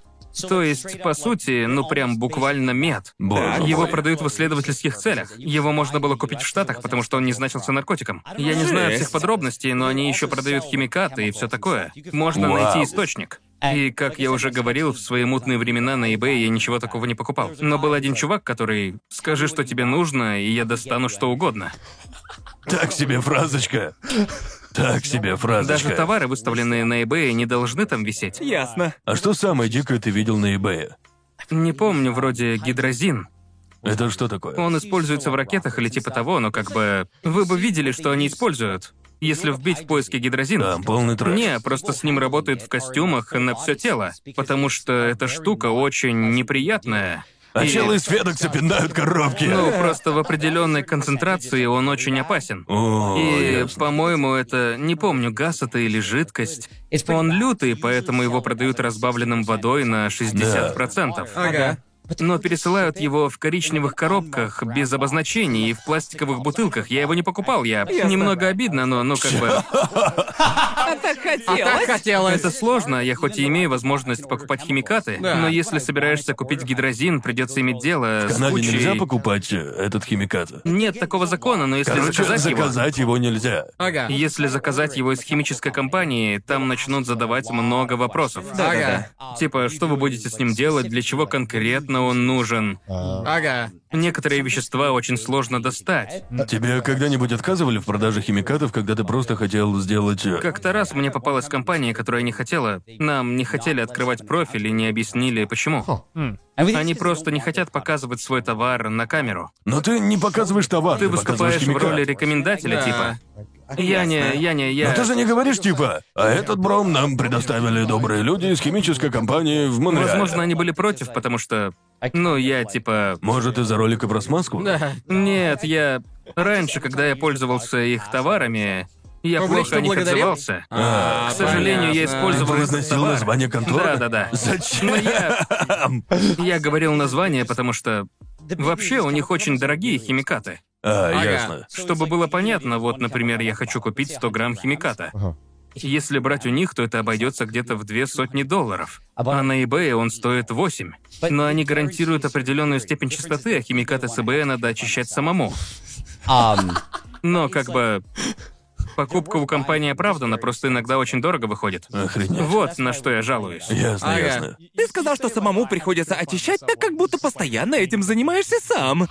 S1: То есть, по сути, ну прям буквально мед.
S2: Боже
S1: Его
S2: мой.
S1: продают в исследовательских целях. Его можно было купить в Штатах, потому что он не значился наркотиком. Я не знаю
S3: Жесть.
S1: всех подробностей, но они еще продают химикаты и все такое. Можно
S2: Вау.
S1: найти источник. И, как я уже говорил, в свои мутные времена на eBay я ничего такого не покупал. Но был один чувак, который «Скажи, что тебе нужно, и я достану что угодно».
S2: Так себе фразочка. Так себе фразочка.
S1: Даже товары, выставленные на eBay, не должны там висеть.
S3: Ясно.
S2: А что самое дикое ты видел на eBay?
S1: Не помню, вроде гидрозин.
S2: Это что такое?
S1: Он используется в ракетах или типа того, но как бы... Вы бы видели, что они используют. Если вбить в поиске гидрозин...
S2: Да, полный трэш.
S1: Не, просто с ним работают в костюмах на все тело, потому что эта штука очень неприятная.
S2: А
S1: И-
S2: челы из Федекса пинают коробки.
S1: Ну, просто в определенной концентрации он очень опасен.
S2: О,
S1: И,
S2: ясно.
S1: по-моему, это, не помню, газ это или жидкость. Он лютый, поэтому его продают разбавленным водой на 60%.
S4: Ага.
S1: Но пересылают его в коричневых коробках, без обозначений и в пластиковых бутылках. Я его не покупал, я... Немного обидно, но, ну, как бы...
S3: А так
S4: А так
S3: хотелось.
S1: [LAUGHS]
S4: хотелось.
S1: Это сложно, я хоть и имею возможность покупать химикаты,
S4: Да.
S1: но если собираешься купить гидрозин, придется иметь дело
S2: В
S1: с
S2: Канаде
S1: кучей-
S2: нельзя покупать э, этот химикат.
S1: Нет такого закона, но если
S2: Короче,
S1: заказать,
S2: заказать его нельзя.
S4: Ага.
S1: его... Если заказать его из химической компании, там начнут задавать много вопросов.
S4: Ага.
S1: Типа, что вы будете с ним делать, для чего конкретно он нужен.
S5: А.
S4: Ага.
S1: Некоторые вещества очень сложно достать.
S2: Тебе когда-нибудь отказывали в продаже химикатов, когда ты просто хотел сделать... э,
S1: Как-то раз мне попалась компания, которая не хотела. Нам не хотели открывать профиль и не объяснили, почему. Они просто не хотят показывать свой товар на камеру.
S2: Но ты не показываешь товар,
S1: Ты
S2: показываешь
S1: выступаешь в
S2: химикат.
S1: роли рекомендателя,
S4: Да.
S1: типа. Я не, я не, я.
S2: Но Ну ты же не говоришь типа, а этот бром нам предоставили добрые люди из химической компании в Монреале.
S1: Возможно, они были против, потому что. Ну, я типа.
S2: Может, из-за ролика про смазку?
S4: Да.
S1: Нет, я. Раньше, когда я пользовался их товарами, я плохо
S4: Публично
S1: о них
S4: благодарил?
S1: отзывался.
S2: А,
S1: К сожалению, я
S4: понятно.
S2: ты
S1: использовал. их
S2: произносил
S1: товар.
S2: название конторы?
S1: Да, да, да.
S2: Зачем?
S1: Но я. Я говорил название, потому что. Вообще, у них очень дорогие химикаты.
S2: А,
S4: Ага.
S2: ясно.
S1: Чтобы было понятно, вот, например, я хочу купить 100 грамм химиката. Если брать у них, то это обойдется где-то в две сотни долларов. А на eBay он стоит 8. Но они гарантируют определенную степень чистоты, а химикаты с eBay надо очищать самому.
S5: Ам,
S1: Но как бы... Покупка у компании оправдана, просто иногда очень дорого выходит.
S2: Охренеть.
S1: Вот на что я жалуюсь.
S2: Ясно,
S4: Ага.
S2: ясно.
S3: Ты сказал, что самому приходится очищать, так как будто постоянно этим занимаешься сам.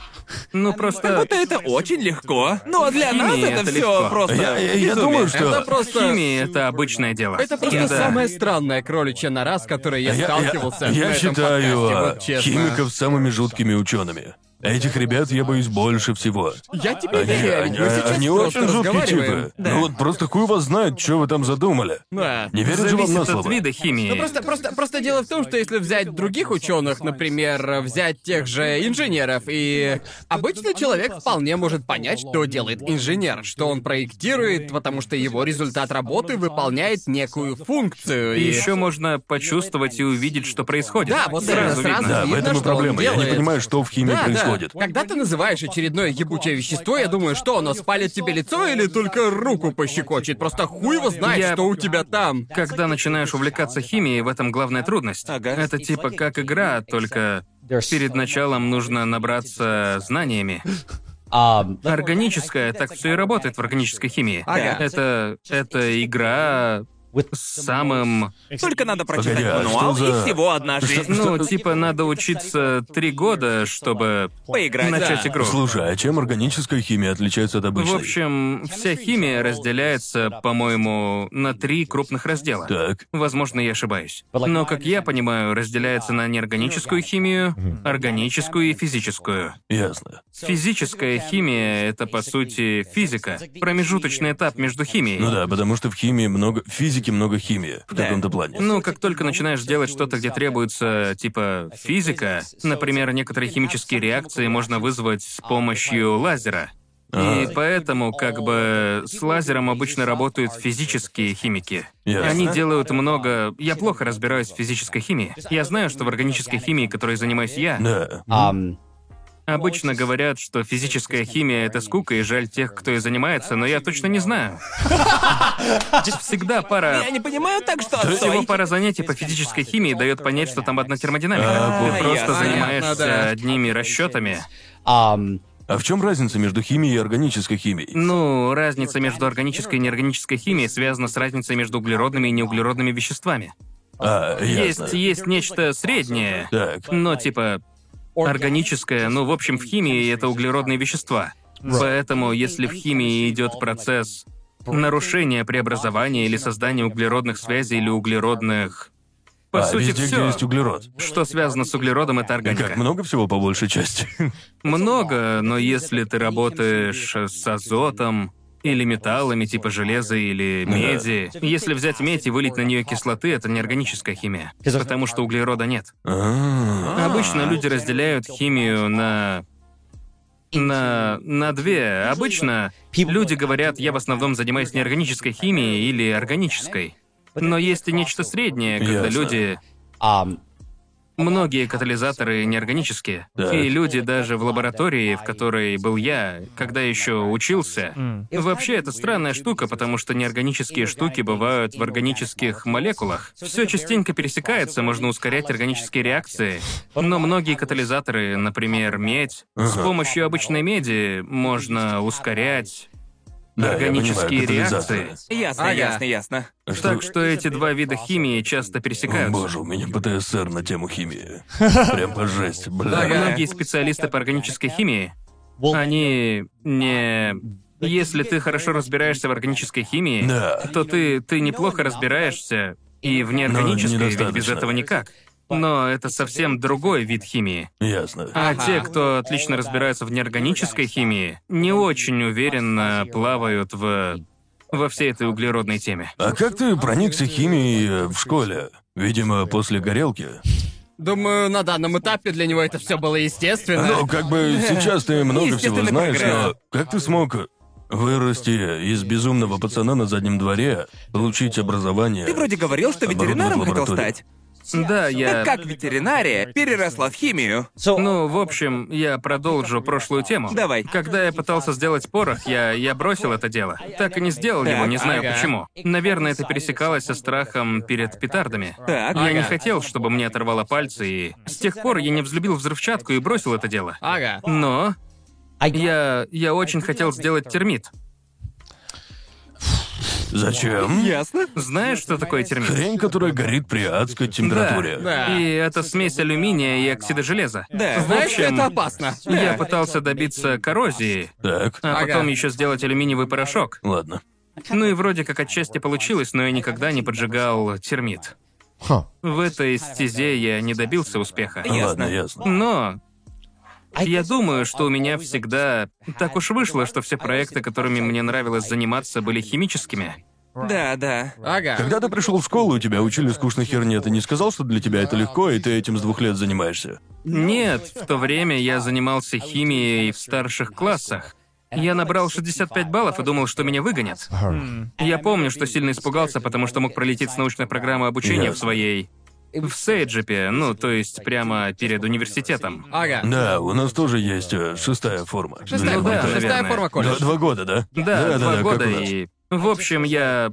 S1: Ну
S3: Как
S1: просто...
S3: будто это очень легко. Но Ну, а для нас
S1: Химия,
S3: это,
S1: это
S3: все
S1: легко.
S3: просто.
S2: Я, я- я думаю,
S4: Это
S2: что...
S4: просто...
S1: Химия — это обычное дело.
S4: Это просто
S1: Да.
S4: самая странная кроличья нора, с которой я,
S2: А Я, я-
S4: сталкивался.
S2: я
S4: в этом
S2: считаю
S4: подкасте,
S2: а,
S4: вот честно.
S2: химиков самыми жуткими учеными. Этих ребят я боюсь больше всего.
S4: Я тебе
S2: Они,
S4: верю.
S2: они-
S4: Мы сейчас
S2: они
S4: просто
S2: очень жуткие
S4: разговариваем.
S2: типы. Ну вот просто хуй вас знает, что вы там задумали.
S4: Да.
S2: Не верят же вам на
S1: Зависит от
S2: слово.
S1: вида химии.
S4: Просто, просто, просто дело в том, что если взять других ученых, например, взять тех же инженеров, и обычно человек вполне может понять, что делает инженер, что он проектирует, потому что его результат работы выполняет некую функцию.
S1: И
S4: И
S1: еще можно почувствовать и увидеть, что происходит.
S4: Да, вот
S1: сразу
S4: именно,
S1: видно.
S4: сразу.
S2: Да, в
S4: видно,
S2: этом и
S4: что он
S2: проблема. Я не
S4: делает.
S2: понимаю, что в химии
S4: Да, да.
S2: происходит.
S4: Когда ты называешь очередное ебучее вещество, я думаю, что оно спалит тебе лицо или только руку пощекочет. Просто хуй его знает,
S1: Я-
S4: что у тебя там.
S1: Когда начинаешь увлекаться химией, в этом главная трудность.
S3: Ага.
S1: Это типа как игра, только перед началом нужно набраться знаниями.
S5: ам,
S1: Органическая, так все и работает в органической химии.
S3: Ага.
S1: Это, это игра с самым...
S3: Только надо прочитать
S2: Погоди, а
S3: мануал,
S2: что за-
S3: и всего одна жизнь.
S1: Ну, типа, надо учиться три года, чтобы
S3: Поиграть.
S1: начать
S3: Да.
S1: игру.
S2: Слушай, а чем органическая химия отличается от
S1: В
S2: обычной?
S1: общем, вся химия разделяется, по-моему, на три крупных раздела.
S2: Так.
S1: Возможно, я ошибаюсь.
S5: But like-
S1: Но, как я понимаю, разделяется на неорганическую химию, органическую и физическую.
S2: Ясно.
S1: Физическая химия — это, по сути, физика, промежуточный этап между химией.
S2: Ну да, потому что в химии много... В физике много химии в
S3: Да.
S2: каком-то плане.
S1: Ну, как только начинаешь делать что-то, где требуется, типа, физика, например, некоторые химические реакции можно вызвать с помощью лазера. И
S2: А.
S1: поэтому, как бы, с лазером обычно работают физические химики.
S2: Ясно.
S1: Они делают много... Я плохо разбираюсь в физической химии. Я знаю, что в органической химии, которой занимаюсь я,
S2: Да.
S5: ам,
S1: Обычно говорят, что физическая химия — это скука, и жаль тех, кто и занимается, но я точно не знаю. Здесь всегда пара...
S3: Я не понимаю, так что
S1: Всего
S3: отстой.
S1: пара занятий по физической химии дает понять, что там одна термодинамика.
S2: А,
S1: Ты
S2: вот.
S1: просто
S3: Понятно,
S1: занимаешься
S4: да.
S1: одними расчетами.
S5: ам,
S2: А в чем разница между химией и органической химией?
S1: Ну, разница между органической и неорганической химией связана с разницей между углеродными и неуглеродными веществами.
S2: А, ясно.
S1: Есть, есть нечто среднее,
S2: Так.
S1: но типа органическое, ну, в общем, в химии это углеродные вещества. Поэтому, если в химии идет процесс нарушения преобразования или создания углеродных связей или углеродных... По
S2: а,
S1: сути,
S2: везде,
S1: все,
S2: где есть углерод.
S1: что связано с углеродом, это
S2: И
S1: органика.
S2: как, много всего по большей части?
S1: Много, но если ты работаешь с азотом Или металлами типа железа или
S2: Ну
S1: меди. Если взять медь и вылить на нее кислоты, это неорганическая химия. Потому что углерода нет.
S2: [LAUGHS] А,
S1: Обычно люди разделяют химию на... На, на две. Обычно люди говорят, я в основном занимаюсь неорганической химией или органической. Но есть и нечто среднее, когда
S2: Ясно.
S1: люди...
S5: um,
S1: Многие катализаторы неорганические.
S2: Так.
S1: И люди даже в лаборатории, в которой был я, когда еще учился. Вообще, это странная штука, потому что неорганические штуки бывают в органических молекулах. Все частенько пересекается, можно ускорять органические реакции. Но многие катализаторы, например, медь, с
S2: Ага.
S1: помощью обычной меди можно ускорять
S2: да, я
S1: органические
S2: понимаю, катализаторы.
S1: реакции.
S3: Ясно,
S4: А, я-
S3: ясно, ясно.
S2: Что-
S1: Так что эти два вида химии часто
S2: О,
S1: пересекаются.
S2: боже, у меня ПТСР на тему химии. Прям по жесть, бля.
S1: Многие специалисты по органической химии, они не... Если ты хорошо разбираешься в органической химии,
S2: Да.
S1: то ты, ты неплохо разбираешься и в неорганической, ведь без
S2: недостаточно.
S1: этого никак. Но это совсем другой вид химии.
S2: Ясно.
S1: А те, кто отлично разбирается в неорганической химии, не очень уверенно плавают в... во всей этой углеродной теме.
S2: А как ты проникся химией э, в школе? Видимо, после горелки.
S4: Думаю, на данном этапе для него это все было естественно.
S2: Ну, как бы сейчас ты много всего
S3: Естественный
S2: знаешь,
S3: прогресс.
S2: но как ты смог вырасти из безумного пацана на заднем дворе, получить образование?
S3: Ты вроде говорил, что
S2: Оборудовать
S3: ветеринаром хотел
S2: лабораторию.
S3: стать.
S1: Да, я...
S3: Так как ветеринария переросла в химию?
S5: so
S1: Ну, в общем, я продолжу прошлую тему.
S3: Давай.
S1: Когда я пытался сделать порох, я, я бросил это дело. Так и не сделал его, не знаю
S4: ага.
S1: почему. Наверное, это пересекалось со страхом перед петардами.
S3: Так.
S1: Я не
S4: Ага.
S1: хотел, чтобы мне оторвало пальцы, и с тех пор я не взлюбил взрывчатку и бросил это дело.
S4: Ага.
S1: Но
S5: I,
S1: я, я очень хотел сделать термит.
S2: Зачем?
S3: Ясно.
S1: Знаешь, что такое термит?
S2: Хрень, которая горит при адской температуре.
S4: да.
S1: И это смесь алюминия и оксида железа.
S3: Да.
S1: В
S4: Знаешь, что
S1: общем,
S4: это опасно?
S1: я пытался добиться коррозии,
S2: Так,
S1: а
S4: Ага.
S1: потом еще сделать алюминиевый порошок.
S2: ладно.
S1: Ну и вроде как отчасти получилось, но я никогда не поджигал термит.
S6: Ха.
S1: В этой стезе я не добился успеха.
S3: Ясно.
S2: Ладно, ясно.
S1: Но я думаю, что у меня всегда так уж вышло, что все проекты, которыми мне нравилось заниматься, были химическими.
S3: Да, да.
S4: Ага.
S2: Когда ты пришел в школу, и тебя учили скучной херне, ты не сказал, что для тебя это легко, и ты этим с двух лет занимаешься?
S1: Нет, в то время я занимался химией в старших классах. Я набрал 65 баллов и думал, что меня выгонят. Я помню, что сильно испугался, потому что мог пролететь с научной программы обучения в
S2: Ясно.
S1: своей... В Сейджипе, ну, то есть прямо перед университетом.
S4: Ага.
S2: Да, у нас тоже есть э, шестая форма.
S4: Шестая
S1: Ну
S4: форма,
S1: да, наверное.
S4: шестая
S1: Ну,
S2: Два,
S4: форма колледж.
S2: два года, да?
S1: Да, два
S2: да, да, как
S1: года
S2: у нас.
S1: и... В общем, я...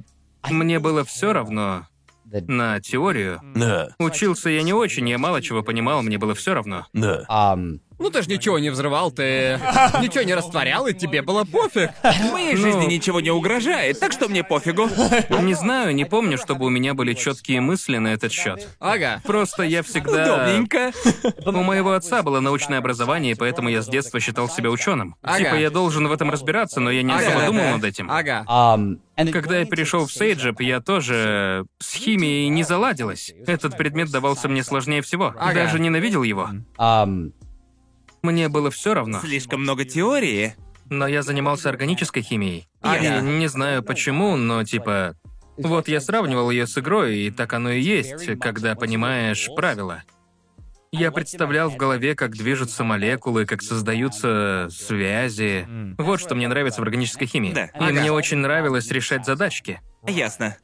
S1: Мне было все равно на теорию.
S2: Да,
S1: Учился я не очень, я мало чего понимал, мне было все равно.
S2: да.
S5: um,
S4: Ну ты ж ничего не взрывал, ты ничего не растворял, и тебе было пофиг.
S3: Моей жизни ничего не угрожает, так что мне пофигу.
S1: Не знаю, не помню, чтобы у меня были четкие мысли на этот счет.
S4: Ага.
S1: Просто я всегда...
S3: Удобненько.
S1: У моего отца было научное образование, и поэтому я с детства считал себя ученым.
S4: Ага.
S1: Типа я должен в этом разбираться, но я не
S4: Ага,
S1: особо
S4: да,
S1: думал
S3: да.
S1: над этим.
S4: Ага.
S5: um, and it-
S1: Когда я перешел в Сейджип, я тоже с химией не заладилась. Этот предмет давался мне сложнее всего.
S4: Ага.
S1: Даже ненавидел его.
S5: um,
S1: Мне было все равно.
S3: Слишком много теории.
S1: Но я занимался органической химией.
S3: Ага.
S1: И не знаю почему, но типа... Вот я сравнивал ее с игрой, и так оно и есть, когда понимаешь правила. Я представлял в голове, как движутся молекулы, как создаются связи. Вот что мне нравится в органической химии.
S3: Да.
S1: И
S4: Ага.
S1: мне очень нравилось решать задачки.
S3: Ясно.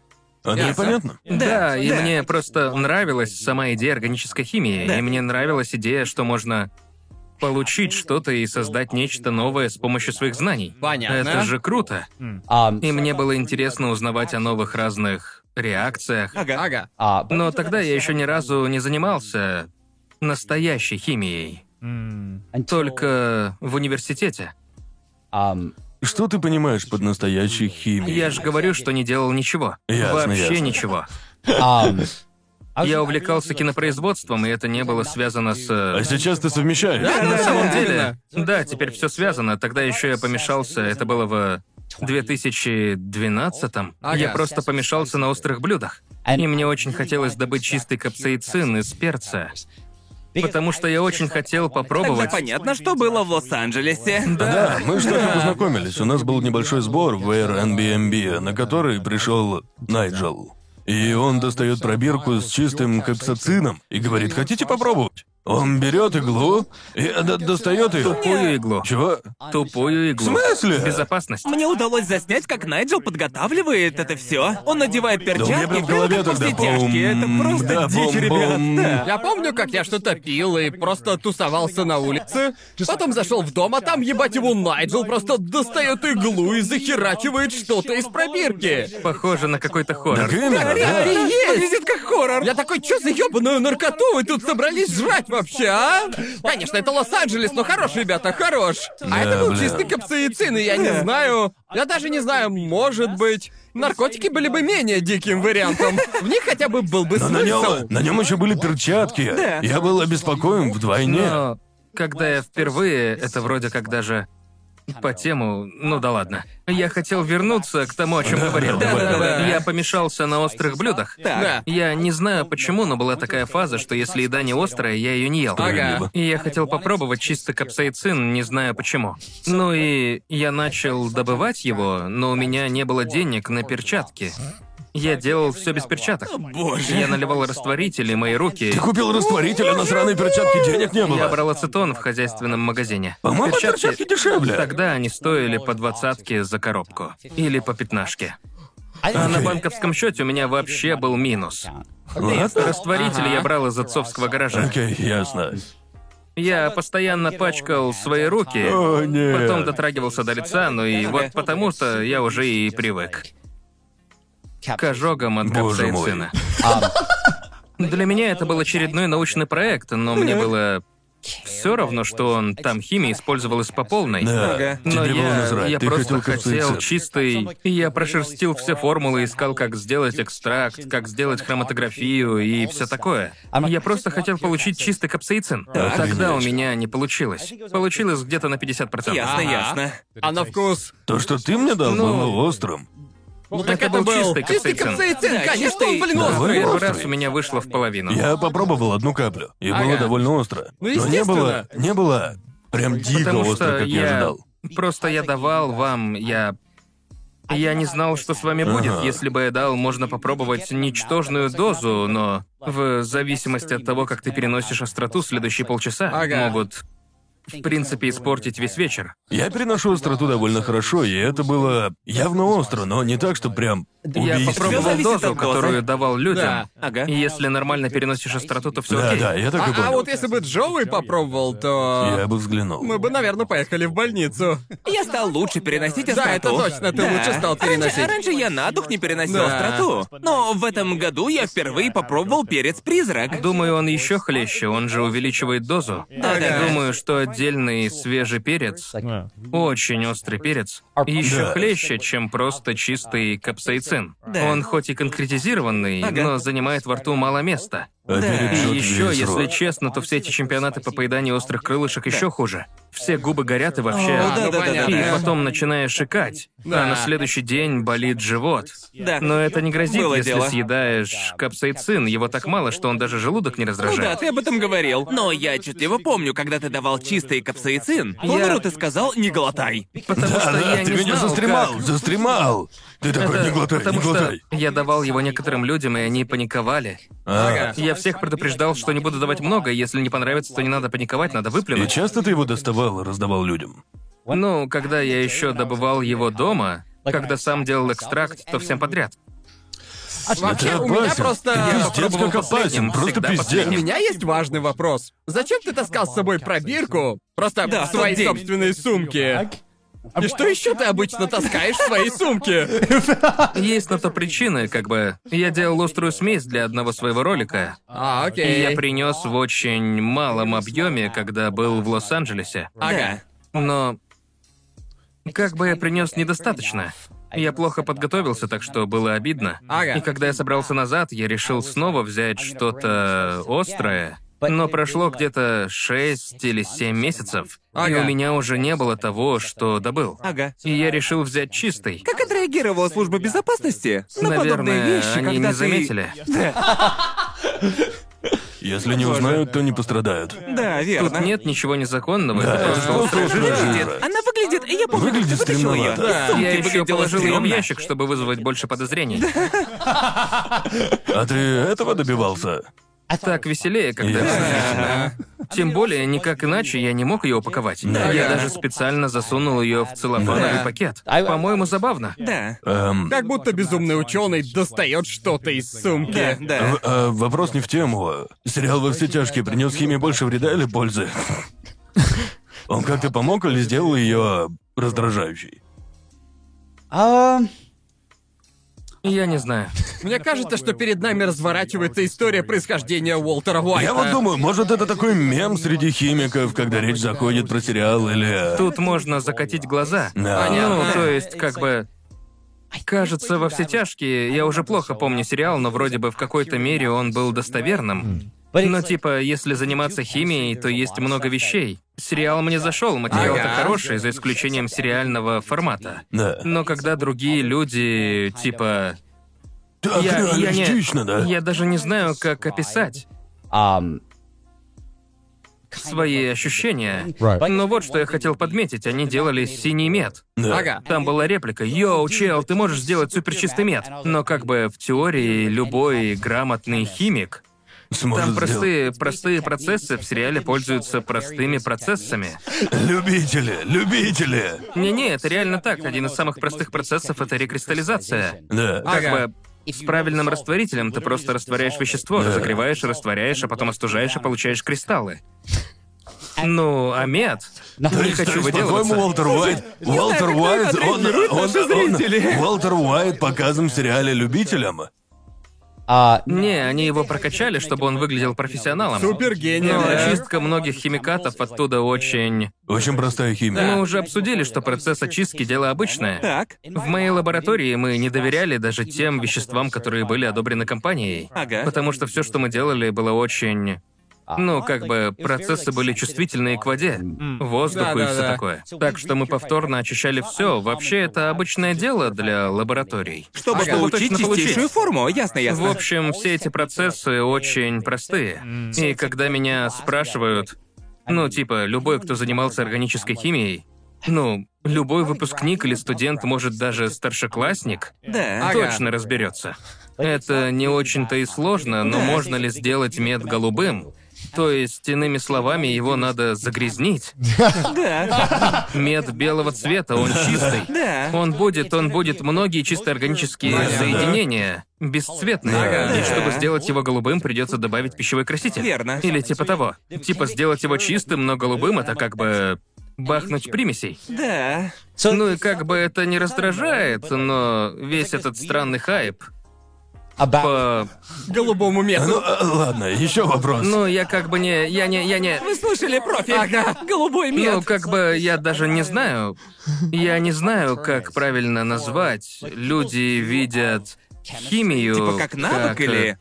S2: А
S4: Ясно.
S2: ну, понятно?
S1: Да, и
S3: да.
S1: мне просто нравилась сама идея органической химии,
S3: Да.
S1: и мне нравилась идея, что можно получить что-то и создать нечто новое с помощью своих знаний.
S4: Понятно.
S1: Это же круто.
S5: um,
S1: И мне было интересно узнавать о новых разных реакциях.
S3: Ага.
S4: Ага.
S5: uh, but
S1: Но тогда я еще ни разу не занимался настоящей химией.
S5: until,
S1: Только в университете.
S5: um,
S2: Что ты понимаешь под настоящей химией?
S1: Я же говорю, что не делал ничего.
S2: Ясно,
S1: Вообще
S2: ясно.
S1: ничего.
S5: um,
S1: [LAUGHS] Я увлекался кинопроизводством, и это не было связано с... э,
S2: А сейчас ты совмещаешь?
S1: Да, на
S4: да,
S1: самом
S4: да,
S1: деле.
S4: именно.
S1: Да, теперь все связано. Тогда еще я помешался, это было в 2012-м. Я
S4: Ага.
S1: просто помешался на острых блюдах. И мне очень хотелось добыть чистый капсаицин из перца. Потому что я очень хотел
S3: Тогда
S1: попробовать.
S3: понятно, что было в Лос-Анджелесе.
S2: Да, мы что то познакомились. У нас был небольшой сбор в Airbnb, на который пришел Найджел. И он достает пробирку с чистым капсацином и говорит, хотите попробовать? Он берет иглу и д- достает ее.
S1: Тупую иглу.
S2: Чего?
S1: Тупую
S2: В
S1: иглу.
S2: смысле?
S1: Безопасность.
S3: Мне удалось заснять, как Найджел подготавливает это все. Он надевает
S2: Да у меня
S3: перчатки,
S2: прям в
S3: прям
S2: голове
S3: как
S2: тогда
S3: после тяжки. Это
S2: бум,
S3: просто
S2: да,
S3: дичь,
S2: бум,
S3: ребят.
S2: бум.
S3: Да.
S4: Я помню, как я что-то пил и просто тусовался на улице. Потом зашел в дом, а там, ебать его, Найджел просто достает иглу и захерачивает что-то из пробирки.
S1: Похоже на какой-то
S2: Да,
S1: хоррор.
S2: именно, да.
S4: Реально есть!
S3: Выглядит как хоррор.
S4: Я такой, чё за ёбаную наркоту вы тут собрались жрать вообще, а? Конечно, это Лос-Анджелес, но хорош, ребята, хорош. А
S2: Да,
S4: это был
S2: бля.
S4: чистый капсаицин, и я не знаю... Я даже не знаю, может быть... Наркотики были бы менее диким вариантом. В них хотя бы был бы
S2: Но на нем,
S4: смысл.
S2: на нем еще были перчатки. Я был обеспокоен вдвойне.
S1: Но когда я впервые, это вроде как даже по тему, ну да ладно. Я хотел вернуться к тому, о чем
S2: Да,
S1: говорил.
S2: да, да,
S3: да.
S1: Я помешался на острых блюдах.
S4: Да.
S1: Я не знаю почему, но была такая фаза, что если еда не острая, я ее не ел.
S4: Ага.
S1: И я хотел попробовать чисто капсаицин, не знаю почему. Ну и я начал добывать его, но у меня не было денег на перчатки. Я делал все без перчаток.
S3: Боже.
S1: Я наливал растворители, мои руки.
S2: Ты купил растворитель, а на сраной перчатке денег не
S1: Я
S2: было.
S1: брал ацетон в хозяйственном магазине.
S2: По-моему, перчатки дешевле.
S1: Тогда они стоили по двадцатке за коробку. Или по пятнашке. А на банковском счете у меня вообще был минус.
S2: Ладно.
S1: Растворитель я брал из отцовского гаража.
S2: Окей, ясно.
S1: Я постоянно пачкал свои руки,
S2: О, нет.
S1: потом дотрагивался до лица, ну и вот потому-то я уже и привык. К ожогам от
S2: Боже мой.
S1: капсаицина. Для меня это был очередной научный проект, но мне было все равно, что он там химии использовалась по полной.
S2: Да,
S3: Ага.
S1: Но
S2: тебе было
S1: я,
S2: насрать,
S1: я
S2: ты
S1: просто
S2: хотел
S1: хотел
S2: капсаицин.
S1: чистый... и Я прошерстил все формулы, искал, как сделать экстракт, как сделать хроматографию и все такое. Я просто хотел получить чистый капсаицин. Тогда у
S2: Охренеть.
S1: меня не получилось. Получилось где-то на 50%.
S3: Ясно,
S4: Ага.
S3: ясно.
S4: А на вкус...
S2: То, что ты мне дал,
S1: Ну,
S2: было острым.
S4: Ну
S1: так это был чистый
S4: чистый
S1: капсаицин.
S4: капсаицин,
S3: Да,
S4: конечно, он,
S3: чистый.
S4: блин,
S2: Да.
S4: острый.
S1: Первый
S2: Острый.
S1: раз у меня вышло в половину.
S2: Я попробовал одну каплю, и было
S4: Ага.
S2: довольно остро.
S4: Ну,
S2: Но не
S4: естественно.
S2: было, не было прям дико
S1: Потому
S2: остро,
S1: что
S2: как я
S1: я-
S2: ожидал.
S1: Просто я давал вам, я... Я не знал, что с вами будет.
S2: Ага.
S1: Если бы я дал, можно попробовать ничтожную дозу, но в зависимости от того, как ты переносишь остроту, следующие полчаса
S4: Ага.
S1: могут, в принципе, испортить весь вечер.
S2: Я переношу остроту довольно хорошо, и это было явно остро, но не так, что прям
S1: Я
S2: убийственно.
S1: попробовал
S3: зависит от
S1: дозу,
S3: дозы.
S1: которую давал людям.
S4: Да.
S3: Ага.
S1: И если нормально переносишь остроту, то все
S2: Да,
S1: окей.
S2: да, я так и
S4: А, а
S2: понял.
S4: вот если бы Джоуи попробовал, то...
S2: Я бы взглянул.
S4: Мы бы, наверное, поехали в больницу.
S3: Я стал лучше переносить
S4: Да,
S3: остроту.
S4: это точно, ты лучше стал
S3: Раньше-
S4: переносить.
S3: Раньше, я на дух не переносил
S4: Да.
S3: остроту. Но в этом году я впервые попробовал перец-призрак.
S1: Думаю, он еще хлеще, он же увеличивает дозу.
S3: Да, да.
S1: Думаю, что отдельный свежий перец, очень острый перец, еще
S2: Да.
S1: хлеще, чем просто чистый капсаицин.
S3: Да.
S1: Он хоть и конкретизированный,
S3: Ага.
S1: но занимает во рту мало места.
S2: А
S1: И
S2: перед
S1: еще, если честно, то все эти чемпионаты по поеданию острых крылышек еще хуже. Все губы горят и вообще. а,
S3: О, да,
S4: ну,
S3: да, да, да,
S4: понятно.
S1: И
S3: да.
S1: потом начинаешь шикать, а
S4: Да.
S1: на следующий день болит живот.
S3: Да.
S1: Но это не грозит,
S3: Было
S1: если
S3: дело.
S1: съедаешь капсаицин. Его так мало, что он даже желудок не
S3: Ну да,
S1: раздражает.
S3: ты об этом говорил. Но я отчетливо помню, когда ты давал чистый капсаицин, Лунару ты сказал «не глотай».
S1: Потому
S2: Да,
S1: что
S2: да,
S1: я
S2: ты
S1: не
S2: меня
S1: знал,
S2: застремал,
S1: как-
S2: застремал. Ты такой,
S1: Да,
S2: не глотай,
S1: потому
S2: не глотай.
S1: что я давал его некоторым людям, и они паниковали.
S2: А,
S1: Я всех предупреждал, что не буду давать много, и если не понравится, то не надо паниковать, надо
S2: и
S1: выплюнуть.
S2: часто ты его доставал и раздавал людям?
S1: Ну, когда я еще добывал его дома, когда сам делал экстракт, то всем подряд.
S4: Вообще,
S2: Это
S4: у меня
S2: опасен.
S4: просто...
S2: Ты
S4: Я
S2: Пиздец, как опасен,
S1: последним,
S2: просто
S1: всегда
S2: пиздец.
S4: У меня есть важный вопрос. Зачем ты таскал с собой пробирку? Просто
S3: Да,
S4: в своей
S3: в тот день.
S4: собственной сумке. И что еще ты обычно таскаешь в своей сумке?
S1: Есть на то причины, как бы. Я делал острую смесь для одного своего ролика,
S4: А,
S1: и
S4: окей.
S1: я принес в очень малом объеме, когда был в Лос-Анджелесе.
S3: Ага.
S1: Но как бы я принес недостаточно. Я плохо подготовился, так что было обидно.
S4: Ага.
S1: И когда я собрался назад, я решил снова взять что-то острое. Но прошло где-то 6 или 7 месяцев, и
S4: Ага.
S1: у меня уже не было того, что добыл.
S3: Ага.
S1: И я решил взять чистый.
S3: Как отреагировала служба безопасности на подобные
S1: Наверное,
S3: вещи,
S1: они
S3: когда
S1: не
S3: ты-
S1: заметили.
S2: И Если не узнают, то не пострадают.
S3: Да, верно.
S1: Тут нет ничего незаконного.
S2: Да,
S1: это
S2: это
S1: просто
S2: просто
S1: острая жижа.
S2: острая жижа.
S3: Выглядит- Она выглядит... Я помню, как
S2: Выглядит
S3: ты вытащила её.
S2: стремновато.
S3: Из сумки
S1: Я еще
S3: выглядела
S1: положил ее в
S3: стрёмно.
S1: ящик, чтобы вызвать больше подозрений.
S2: А ты этого добивался?
S1: Так веселее, когда...
S2: Ясно.
S1: Да. Тем более, никак иначе я не мог ее упаковать.
S2: Да.
S1: Я даже специально засунул ее в целлофановый
S3: Да.
S1: пакет.
S5: А-
S1: По-моему, забавно.
S3: Да.
S2: Эм,
S4: Как будто безумный ученый достает что-то из
S3: Да,
S4: сумки.
S3: да.
S2: в- э, вопрос не в тему. Сериал во все тяжкие принес химии больше вреда или пользы? Он как-то помог или сделал ее раздражающей?
S5: А,
S1: Я не знаю.
S4: Мне кажется, что перед нами разворачивается история происхождения Уолтера Уайта.
S2: Я вот думаю, может, это такой мем среди химиков, когда речь заходит про сериал или...
S1: Тут можно закатить глаза.
S2: Да.
S1: Ну, то есть, как бы... Кажется, во все тяжкие, я уже плохо помню сериал, но вроде бы в какой-то мере он был достоверным. Но типа, если заниматься химией, то есть много вещей. Сериал мне зашел, материал-то
S4: Ага.
S1: хороший, за исключением сериального формата.
S2: Да.
S1: Но когда другие люди, типа...
S2: Так
S1: Я- я не-
S2: реалистично, да?
S1: Я даже не знаю, как описать
S5: ам,
S1: свои ощущения.
S6: Right.
S1: Но вот что я хотел подметить, они делали синий мед.
S2: Да.
S4: Ага.
S1: Там была реплика «Йоу, чел, ты можешь сделать суперчистый мед». Но как бы в теории любой грамотный химик...
S2: Сможет
S1: Там
S2: сделать.
S1: простые, простые процессы в сериале пользуются простыми процессами.
S2: Любители, любители.
S1: Не-не, это реально так. Один из самых простых процессов — это рекристаллизация.
S2: Да.
S1: Как
S4: Ага.
S1: бы с правильным растворителем ты просто растворяешь вещество,
S2: Да.
S1: разогреваешь, растворяешь, а потом остужаешь и получаешь кристаллы. Ну, а мед... Не
S2: То
S1: хочу
S2: есть, по-твоему,
S1: выделываться.
S2: Уолтер Уайт... Уолтер Уайт... Он, он, он- Уолтер Уайт показан в сериале любителям.
S5: а,
S1: Не, они его прокачали, чтобы он выглядел профессионалом.
S4: Супергений,
S1: Но
S4: да.
S1: очистка многих химикатов оттуда очень...
S2: Очень простая химия.
S1: Мы уже обсудили, что процесс очистки — дело обычное.
S3: Так.
S1: В моей лаборатории мы не доверяли даже тем веществам, которые были одобрены компанией.
S3: Ага.
S1: Потому что все, что мы делали, было очень... Ну, как бы, процессы были чувствительные к воде, воздуху и
S4: Да-да-да.
S1: все такое. Так что мы повторно очищали все. Вообще, это обычное дело для лабораторий.
S3: Чтобы
S4: Ага.
S3: получить
S1: Точно получить.
S3: чистейшую форму, ясно, ясно.
S1: В общем, все эти процессы очень простые. И когда меня спрашивают, ну, типа, любой, кто занимался органической химией, ну, любой выпускник или студент, может, даже старшеклассник,
S3: Да.
S4: Ага.
S1: точно разберется. Это не очень-то и сложно, но можно ли сделать мед голубым? То есть, иными словами, его надо загрязнить.
S3: Да.
S1: Мед белого цвета, он чистый.
S3: Да.
S1: Он будет, он будет многие чисто органические
S2: Понятно.
S1: соединения, бесцветные.
S4: Ага.
S1: И чтобы сделать его голубым, придется добавить пищевой краситель.
S3: Верно.
S1: Или типа того. Типа сделать его чистым, но голубым это как бы бахнуть примесей.
S3: Да.
S1: Ну и как бы это не раздражает, но весь этот странный хайп
S5: about-
S1: по...
S4: Голубому
S2: Ну,
S4: месту.
S2: а, ладно, еще вопрос.
S1: Ну, я как бы не... Я не... Я не...
S3: Вы слышали профиль? Голубой
S1: Ну,
S3: мед.
S1: как бы я даже не знаю. Я не знаю, как правильно назвать. Люди видят химию...
S3: Типа как навык
S1: как, э,
S3: или...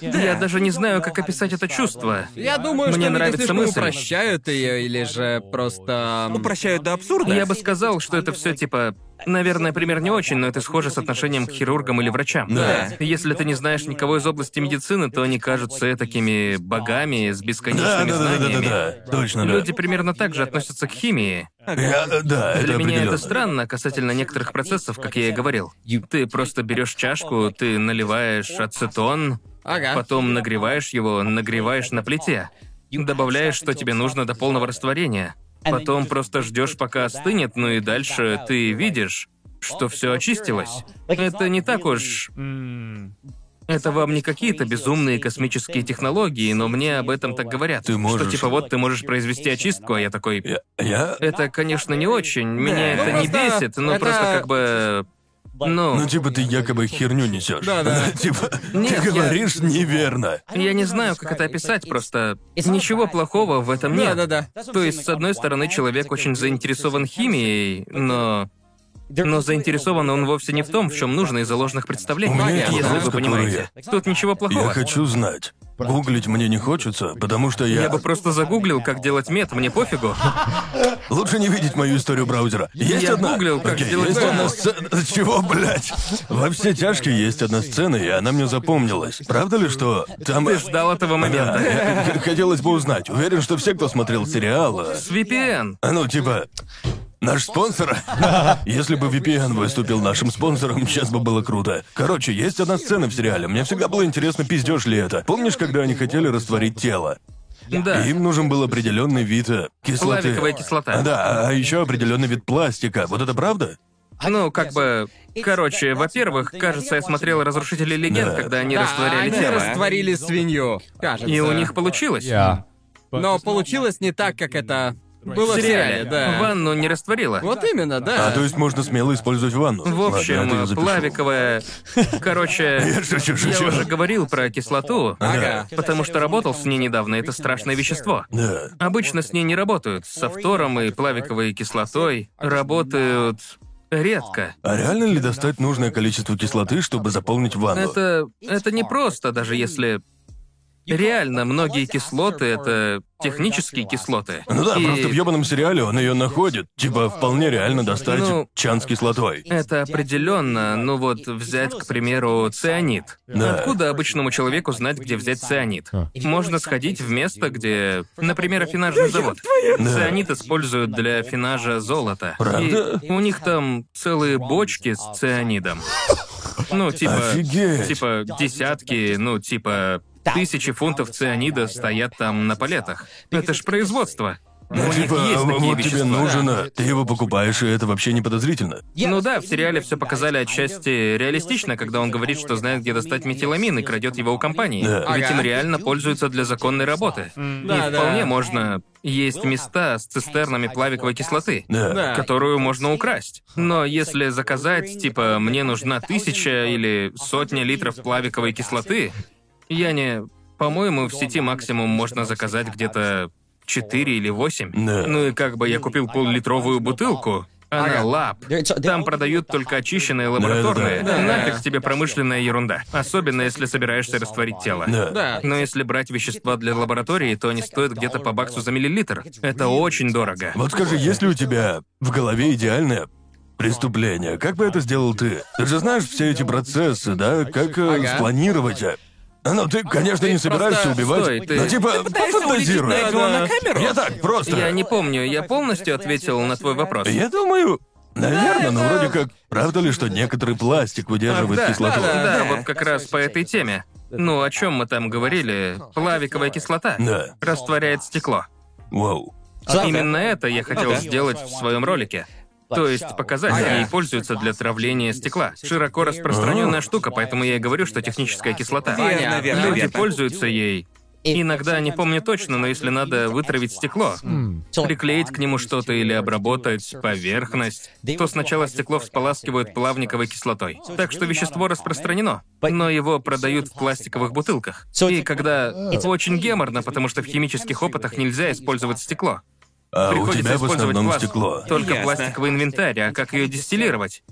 S1: Я даже не знаю, как описать это чувство.
S4: Я думаю,
S1: Мне
S4: что люди
S1: нравится
S4: слишком
S1: мысль.
S4: упрощают ее, или же просто...
S3: Упрощают до абсурда.
S1: Я бы сказал, что это все типа... Наверное, пример не очень, но это схоже с отношением к хирургам или врачам.
S2: Да.
S1: Если ты не знаешь никого из области медицины, то они кажутся такими богами с
S2: да, да,
S1: бесконечными
S2: да, да, да,
S1: знаниями.
S2: да, точно, да.
S1: Люди примерно так же относятся к химии.
S2: Я- э, да, это
S1: Для меня
S2: определенно.
S1: это странно касательно некоторых процессов, как я и говорил. Ты просто берешь чашку, ты наливаешь ацетон,
S4: Ага.
S1: потом нагреваешь его, нагреваешь на плите, добавляешь, что тебе нужно до полного растворения. Потом просто ждешь, пока остынет, ну и дальше ты видишь, что все очистилось. Это не так уж. Это вам не какие-то безумные космические технологии, но мне об этом так говорят.
S2: Ты
S1: Что
S2: можешь.
S1: типа вот ты можешь произвести очистку, а я такой.
S2: Я, я-
S1: Это, конечно, не очень. Меня
S4: Ну,
S1: это не
S4: просто
S1: бесит, но
S4: это-
S1: просто как бы. Ну,
S2: Ну, типа, ты якобы херню несешь.
S4: Да, да.
S2: [LAUGHS] Типа,
S1: Нет, я-
S2: ты говоришь неверно.
S1: я не знаю, как это описать, просто ничего плохого в этом нет.
S4: Да-да-да.
S1: То есть, с одной стороны, человек очень заинтересован химией, но Но заинтересован он вовсе не в том, в чем нужно из-за ложных
S2: У
S1: представлений.
S2: меня есть
S1: если
S2: вопрос,
S1: вы
S2: который
S1: понимаете. Тут ничего плохого.
S2: Я хочу знать. Гуглить мне не хочется, потому что я...
S1: Я бы просто загуглил, как делать мед, мне пофигу.
S2: Лучше не видеть мою историю браузера. Есть
S1: Я
S2: одна...
S1: гуглил, как
S2: Окей,
S1: сделать
S2: есть
S1: так.
S2: одна сцена... [LAUGHS] Чего, блядь? Во все тяжкие есть одна сцена, и она мне запомнилась. Правда ли, что там...
S1: Ты ждал этого
S2: Да,
S1: момента.
S2: я- х- хотелось бы узнать. Уверен, что все, кто смотрел сериал... э,
S1: С VPN.
S2: а Ну, типа... Наш спонсор? [LAUGHS] Если бы VPN выступил нашим спонсором, сейчас бы было круто. Короче, есть одна сцена в сериале. Мне всегда было интересно, пиздешь ли это. Помнишь, когда они хотели растворить тело?
S1: Да.
S2: И Им нужен был определенный вид э, кислоты.
S1: Лавиковая кислота.
S2: А, да, а еще определенный вид пластика. Вот это правда?
S1: Ну, как бы... Короче, во-первых, кажется, я смотрел «Разрушители легенд»,
S2: Да.
S1: когда они
S4: Да,
S1: растворяли
S4: они
S1: тело.
S4: растворили свинью, кажется.
S1: И у них получилось.
S5: Yeah.
S4: Но получилось не так, как это было в сериале, да.
S1: Ванну не растворила.
S4: Вот именно, да.
S2: А то есть можно смело использовать ванну.
S1: В общем,
S2: Ладно, это я запишу.
S1: плавиковая... Короче,
S2: [LAUGHS] Я шучу,
S1: я
S2: шучу.
S1: уже говорил про кислоту,
S4: Ага.
S1: потому что работал с ней недавно, это страшное вещество.
S2: Да.
S1: Обычно с ней не работают. Со фтором и плавиковой кислотой работают редко.
S2: А реально ли достать нужное количество кислоты, чтобы заполнить ванну?
S1: Это... это непросто, даже если... Реально, многие кислоты — это технические кислоты.
S2: Ну да,
S1: И
S2: просто в ёбаном сериале он ее находит. Типа, вполне реально достать
S1: Ну-
S2: чан с кислотой.
S1: Это определенно, ну вот взять, к примеру, цианид.
S2: Да.
S1: Откуда обычному человеку знать, где взять цианид? Можно сходить в место, где, например, афинажный завод.
S2: Да.
S1: Цианид используют для афинажа золота.
S2: Правда?
S1: И у них там целые бочки с цианидом. Ну, типа,
S2: Офигеть.
S1: типа десятки, ну, типа тысячи фунтов цианида стоят там на палетах. Это ж производство.
S2: Ну,
S1: у
S2: типа,
S1: них есть
S2: вот
S1: такие
S2: тебе
S1: вещества.
S2: нужен, а ты его покупаешь, и это вообще не подозрительно.
S1: Ну да, в сериале все показали отчасти реалистично, когда он говорит, что знает, где достать метиламин и крадет его у компании. А
S2: Да.
S1: Ведь им
S4: Ага.
S1: реально пользуются для законной работы.
S4: Да,
S1: и
S4: да.
S1: вполне можно есть места с цистернами плавиковой кислоты.
S2: Да.
S4: Да.
S1: которую можно украсть. Но если заказать, типа, мне нужна тысяча или сотня литров плавиковой кислоты, я не... По-моему, в сети максимум можно заказать где-то 4 или 8.
S2: Да.
S1: Ну и как бы я купил пол-литровую бутылку, она
S4: Ага.
S1: лап. Там продают только очищенные лабораторные.
S2: Да-да-да.
S1: Нафиг тебе промышленная ерунда. Особенно если собираешься растворить тело.
S2: Да.
S4: Да.
S1: Но если брать вещества для лаборатории, то они стоят где-то по баксу за миллилитр. Это очень дорого.
S2: Вот скажи, есть ли у тебя в голове идеальное преступление? Как бы это сделал ты? Ты же знаешь все эти процессы, да? Как э,
S4: Ага.
S2: спланировать? э? А, Ну, ты, конечно, не собираешься
S1: просто-
S2: убивать,
S1: стой, ты-
S2: но типа
S3: Пытаешься
S2: пофантазируй.
S3: уличить Найджела на камеру?
S2: Я так, просто.
S1: Я не помню, я полностью ответил на твой вопрос.
S2: Я думаю, наверное, но вроде как, правда ли, что некоторый пластик выдерживает
S1: да,
S2: кислоту?
S1: Да, да,
S3: Да.
S1: вот как раз по этой теме. Ну, о чем мы там говорили? Плавиковая кислота
S2: Да.
S1: растворяет стекло.
S2: Вау.
S1: Именно это я хотел
S3: Ага.
S1: сделать в своем ролике. То есть показать,
S3: Ага.
S1: ей пользуются для травления стекла. Широко распространенная
S2: А.
S1: штука, поэтому я и говорю, что техническая кислота.
S3: Верно, верно,
S1: Люди
S3: верно.
S1: пользуются ей. Иногда не помню точно, но если надо вытравить стекло, приклеить к нему что-то или обработать поверхность, то сначала стекло всполаскивают плавниковой кислотой. Так что вещество распространено, но его продают в пластиковых бутылках. И когда...
S2: Э,
S1: Очень геморно, потому что в химических опытах нельзя использовать стекло.
S2: А у
S1: Приходится
S2: тебя в
S1: использовать
S2: основном
S1: пласт-
S2: стекло.
S1: Только
S3: Ясно.
S1: пластиковый инвентарь, а как ее дистиллировать?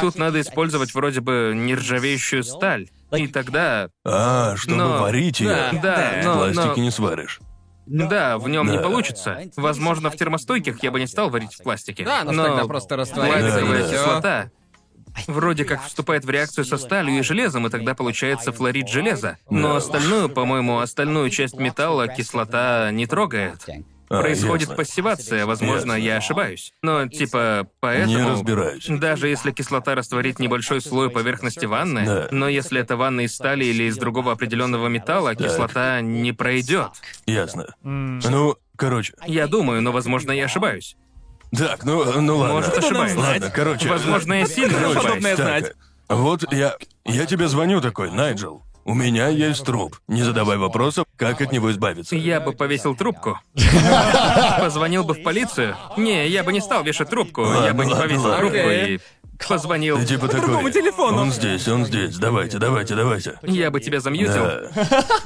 S1: Тут надо использовать вроде бы нержавеющую сталь. И тогда...
S2: А, чтобы
S1: Но-
S2: варить ее.
S1: Да, да,
S2: В
S1: но,
S2: пластике
S1: но-
S2: не сваришь.
S1: Да, в нем не
S2: Да.
S1: получится. Возможно, в термостойках я бы не стал варить в пластике.
S4: Да, но тогда просто растворится,
S1: пластиковая
S2: и всё.
S1: кислота [LAUGHS] вроде как вступает в реакцию со сталью и железом, и тогда получается флорид железа. Но
S2: Да.
S1: остальную, по-моему, остальную часть металла кислота не трогает.
S2: А,
S1: Происходит
S2: ясно.
S1: пассивация, возможно,
S2: Ясно.
S1: я ошибаюсь. Но типа поэтому.
S2: Не разбираюсь.
S1: Даже если кислота растворит небольшой слой поверхности ванны,
S2: Да.
S1: но если это ванна из стали или из другого определенного металла, кислота не пройдет.
S2: Ясно. Ну, короче.
S1: Я думаю, но возможно я ошибаюсь.
S2: Так, ну, ну ладно.
S1: Может, ошибаюсь.
S2: Ладно, короче.
S1: Возможно, я сильно
S2: Короче,
S1: ошибаюсь.
S3: подобное
S2: так,
S3: знать.
S2: Вот я... Я тебе звоню такой, Найджел. У меня есть труп. Не задавай вопросов, как от него избавиться.
S1: Я бы повесил трубку. Позвонил бы в полицию. Не, я бы не стал вешать трубку.
S2: Ладно,
S1: Я бы не
S2: ладно,
S1: повесил
S2: ладно.
S1: трубку и
S4: Окей.
S1: позвонил.
S2: Ты типа такой.
S3: телефону.
S2: Он здесь, он здесь. Давайте, давайте, давайте.
S1: Я бы тебя замьютил.
S2: Да.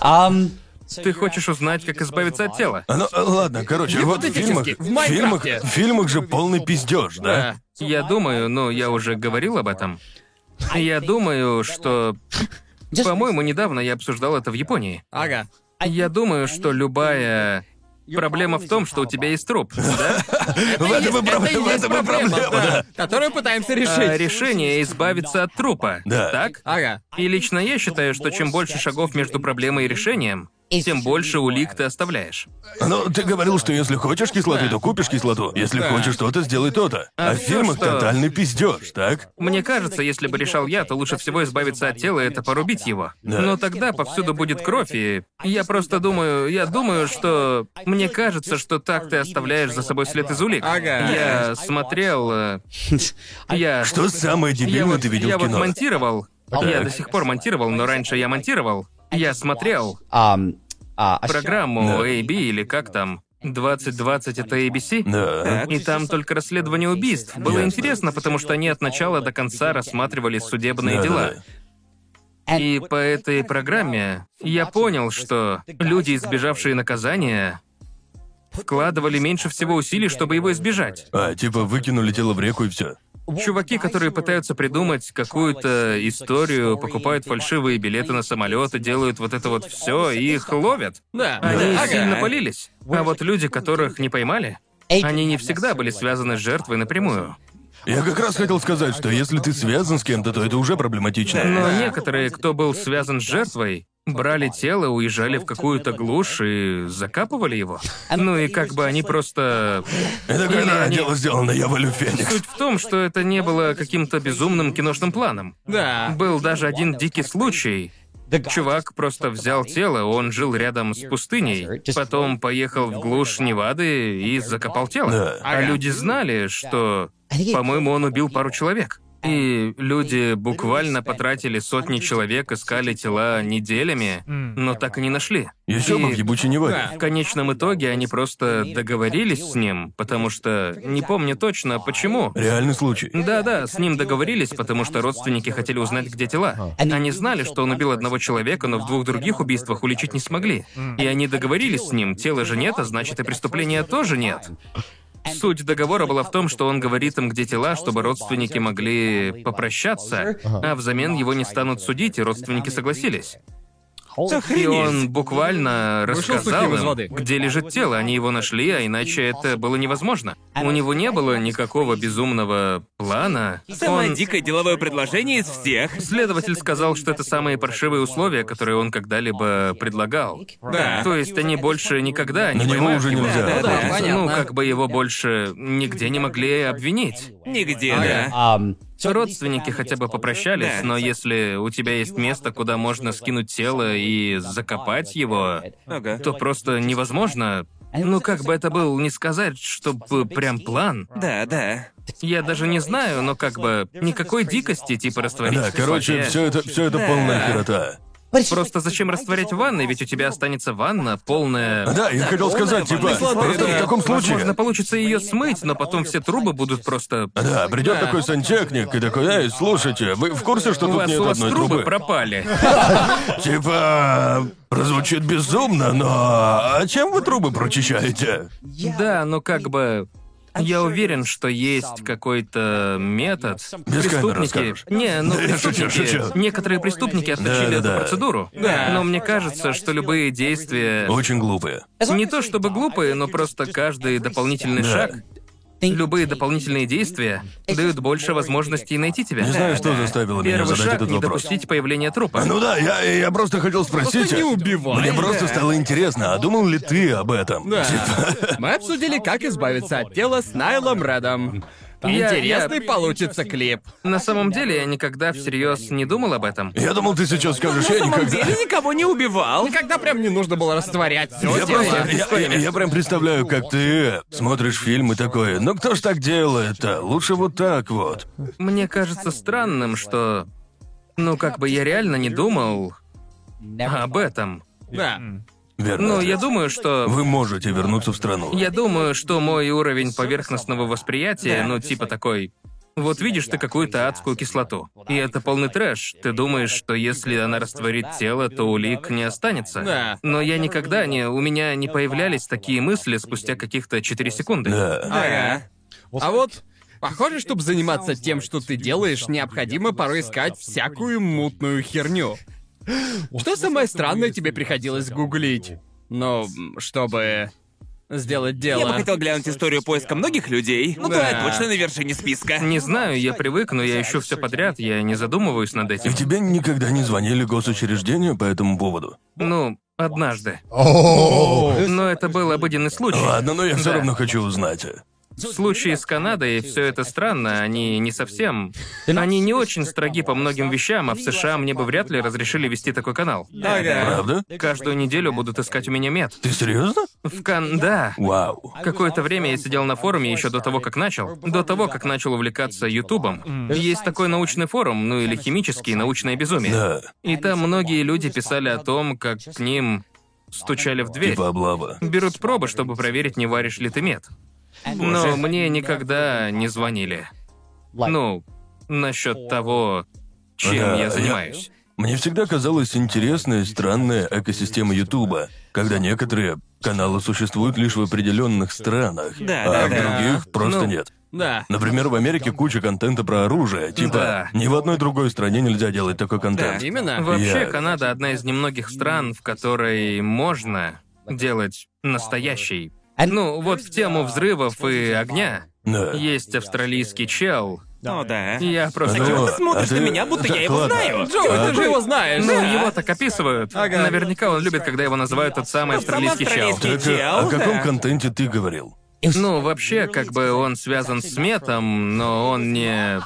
S5: Um,
S1: Ты хочешь узнать, как избавиться от тела?
S2: А ну, э, ладно, короче, вот в фильмах,
S4: Гипотетически, в
S2: в фильмах,
S4: Майнкрафте.
S2: в фильмах же полный пиздеж, да?
S1: Да. Я думаю, ну, я уже говорил об этом. Я думаю, что... По-моему, недавно я обсуждал это в Японии.
S4: Ага.
S1: Я думаю, что любая... Проблема в том, что у тебя есть труп, А да?
S2: В этом и
S4: Это и
S2: проблема, в
S4: есть
S2: этом и проблема, да.
S4: Которую пытаемся решить.
S1: А решение избавиться от трупа.
S2: Да.
S1: Так?
S4: Ага.
S1: И лично я считаю, что чем больше шагов между проблемой и решением, тем больше улик ты оставляешь.
S2: Ну, ты говорил, что если хочешь кислоты, то купишь кислоту. Если хочешь то-то, сделай то-то. А,
S1: А
S2: в
S1: всё,
S2: фильмах
S1: что-
S2: тотальный пиздеж, так?
S1: Мне кажется, если бы решал я, то лучше всего избавиться от тела — это порубить его.
S2: Да.
S1: Но тогда повсюду будет кровь, и я просто думаю, я думаю, что... Мне кажется, что так ты оставляешь за собой след из улик.
S4: Ага.
S1: Я смотрел... э, Я...
S2: А Что самое
S1: Я
S2: дебильное
S1: вот,
S2: ты видел
S1: я
S2: в
S1: вот
S2: кино?
S1: монтировал. Я
S2: Так.
S1: до сих пор монтировал, но раньше я монтировал. Я смотрел
S5: um, uh,
S1: а
S5: a
S1: программу
S2: Да.
S1: AB или как там. 2020 это ABC?
S2: Да.
S1: И там только расследование убийств. Было
S2: Ясно.
S1: интересно, потому что они от начала до конца рассматривали судебные
S2: Да,
S1: дела.
S2: да, да.
S5: and
S1: И по этой программе я понял, что люди, избежавшие наказания, вкладывали меньше всего усилий, чтобы его избежать.
S2: А, типа выкинули тело в реку и все.
S1: Чуваки, которые пытаются придумать какую-то историю, покупают фальшивые билеты на самолеты, делают вот это вот все, и их ловят.
S4: Да.
S1: Они
S4: Ага.
S1: сильно полились. А вот люди, которых не поймали, они не всегда были связаны с жертвой напрямую.
S2: Я как раз хотел сказать, что если ты связан с кем-то, то это уже проблематично.
S1: Но некоторые, кто был связан с жертвой, брали тело, уезжали в какую-то глушь и закапывали его. Ну и как бы они просто...
S2: Это когда
S1: они-
S2: дело сделано, я валю Феникс.
S1: Суть в том, что это не было каким-то безумным киношным планом.
S4: Да.
S1: Был даже один дикий случай. Чувак просто взял тело, он жил рядом с пустыней, потом поехал в глушь Невады и закопал тело.
S2: Да.
S1: А люди знали, что, по-моему, он убил пару человек. И люди буквально потратили сотни человек, искали тела неделями, но так и не нашли.
S2: Еще бы в
S1: И-
S2: ебучей Неваде.
S1: в конечном итоге они просто договорились с ним, потому что не помню точно почему.
S2: Реальный случай.
S1: Да-да, с ним договорились, потому что родственники хотели узнать, где
S2: А.
S1: тела. Они знали, что он убил одного человека, но в двух других убийствах уличить не смогли. И они договорились с ним, тела же нет, а значит и преступления тоже нет. Суть договора была в том, что он говорит им, где тела, чтобы родственники могли попрощаться, а взамен его не станут судить, и родственники согласились. И он буквально
S4: Вышел
S1: рассказал
S4: сухим
S1: им,
S4: из воды.
S1: где лежит тело. Они его нашли, а иначе это было невозможно. У него не было никакого безумного плана.
S3: Самое
S1: Он-
S3: дикое деловое предложение из всех.
S1: Следователь сказал, что это самые паршивые условия, которые он когда-либо предлагал.
S3: Да.
S1: То есть они больше никогда
S2: На
S1: не
S2: него
S1: поймают
S2: уже
S1: его.
S2: нельзя.
S3: Да, да, да,
S1: Ну,
S4: понятно.
S1: как бы его больше нигде не могли обвинить.
S3: Нигде,
S4: Ага.
S3: да.
S5: Um,
S1: Родственники хотя бы попрощались,
S3: Да.
S1: но если у тебя есть место, куда можно скинуть тело и закопать его,
S3: Ага.
S1: А то просто невозможно. Ну, как бы это был, не сказать, чтобы прям план.
S3: Да, да.
S1: Я даже не знаю, но как бы никакой дикости, типа растворить.
S2: Да,
S1: в
S2: короче,
S1: кислоте.
S2: все это, все это
S3: Да.
S2: полная херота.
S1: Просто зачем растворять в ванной, ведь у тебя останется ванна полная...
S2: Да, я хотел сказать, типа,
S3: кислоты,
S2: просто в
S3: да.
S2: таком
S1: Возможно,
S2: случае...
S1: получится ее смыть, но потом все трубы будут просто...
S2: Да, придет такой сантехник и такой, эй, слушайте, вы в курсе, что
S1: У
S2: тут
S1: вас,
S2: нет
S1: у вас
S2: одной
S1: трубы
S2: трубы?
S1: пропали.
S2: Типа, прозвучит безумно, но... А чем вы трубы прочищаете?
S1: Да, но как бы... Я уверен, что есть какой-то метод.
S2: Без
S1: Преступники...
S2: камеры расскажешь.
S1: Не, ну
S2: Да, я шучу, шучу.
S1: преступники... Некоторые преступники отточили
S2: Да, да,
S1: эту
S2: да.
S1: процедуру.
S4: Да.
S1: Но мне кажется, что любые действия...
S2: Очень глупые.
S1: Не то чтобы глупые, но просто каждый дополнительный
S2: Да.
S1: шаг, любые дополнительные действия дают больше возможностей найти тебя.
S2: Не знаю, что заставило меня
S1: Первый
S2: задать
S1: шаг
S2: этот
S1: не
S2: вопрос.
S1: допустить появления трупа.
S2: Ну да, я, я просто хотел спросить.
S4: Просто не убивай.
S2: Мне просто стало интересно, а думал ли ты об этом?
S4: Да.
S2: Типа,
S4: Мы обсудили, как избавиться от тела с Найлом Редом.
S1: Я-
S4: Интересный
S1: я-
S4: получится клип.
S1: На самом деле я никогда всерьез не думал об этом.
S2: я думал, ты сейчас скажешь, я
S3: На самом
S2: никогда...
S3: деле никого не убивал.
S4: Никогда прям не нужно было растворять все
S2: Я, просто, я, я- я прям представляю, как ты смотришь фильм и такой, ну кто ж так делает-то? Лучше вот так вот.
S1: Мне кажется странным, что... Ну, как бы я реально не думал об этом.
S4: Да.
S2: Верно.
S1: Ну, я думаю, что...
S2: Вы можете вернуться в страну.
S1: Я думаю, что мой уровень поверхностного восприятия, ну, типа такой... Вот видишь ты какую-то адскую кислоту. И это полный трэш. Ты думаешь, что если она растворит тело, то улик не останется.
S4: Да.
S1: Но я никогда не... У меня не появлялись такие мысли спустя каких-то 4 секунды.
S2: Да.
S4: Ага. А вот, похоже, чтобы заниматься тем, что ты делаешь, необходимо порой искать всякую мутную херню. Что самое странное тебе приходилось гуглить? Ну, м, чтобы сделать дело.
S3: Я бы хотел глянуть историю поиска многих людей, но
S4: Да.
S3: твоя точно на вершине списка.
S1: Не знаю, я привык, но я ищу все подряд, я не задумываюсь над
S2: И
S1: этим.
S2: тебе никогда не звонили госучреждения по этому поводу?
S1: Ну, однажды.
S6: О,
S1: Но это был обыденный случай.
S2: Ладно, но я все
S1: Да.
S2: равно хочу узнать.
S1: В случае с Канадой все это странно, они не совсем... Они не очень строги по многим вещам, а в США мне бы вряд ли разрешили вести такой канал.
S3: Ага.
S2: Правда?
S1: Каждую неделю будут искать у меня мед.
S2: Ты серьезно?
S1: В Кан... Да.
S2: Вау.
S1: Какое-то время я сидел на форуме еще до того, как начал. До того, как начал увлекаться Ютубом. Есть такой научный форум, ну или химический, научное безумие.
S2: Да,
S1: И там многие люди писали о том, как к ним стучали в дверь.
S2: типа облава.
S1: Берут пробы, чтобы проверить, не варишь ли ты мед.
S5: and
S1: Но мне никогда не звонили.
S5: like
S1: Ну, насчет того, чем
S2: Ага, я-
S1: я занимаюсь.
S2: Мне всегда казалась интересная и странная экосистема Ютуба, когда некоторые каналы существуют лишь в определенных странах,
S3: Да,
S2: а
S3: да,
S2: в
S3: да.
S2: других просто
S1: Ну,
S2: нет.
S4: Да.
S2: Например, в Америке куча контента про оружие, типа
S1: Да.
S2: ни в одной другой стране нельзя делать такой контент.
S4: Именно.
S1: Вообще,
S2: Я-
S1: Канада одна из немногих стран, в которой можно делать настоящий. Ну, вот в тему взрывов и огня
S2: Да.
S1: есть австралийский чел.
S3: Ну да.
S1: Я просто...
S2: Ну,
S3: Ты смотришь
S2: а ты-
S3: на меня, будто
S2: так,
S3: я его
S2: ладно.
S3: знаю.
S4: Джоуи,
S2: А,
S4: ты же его знаешь.
S1: Ну,
S4: да?
S1: его так описывают.
S4: Ага.
S1: Наверняка он любит, когда его называют тот самый
S3: Тот самый
S1: австралийский чел.
S3: австралийский.
S2: Так, а о
S3: Идеал,
S2: каком
S3: да.
S2: контенте ты говорил?
S1: Ну, вообще, как бы он связан с метом, но он не...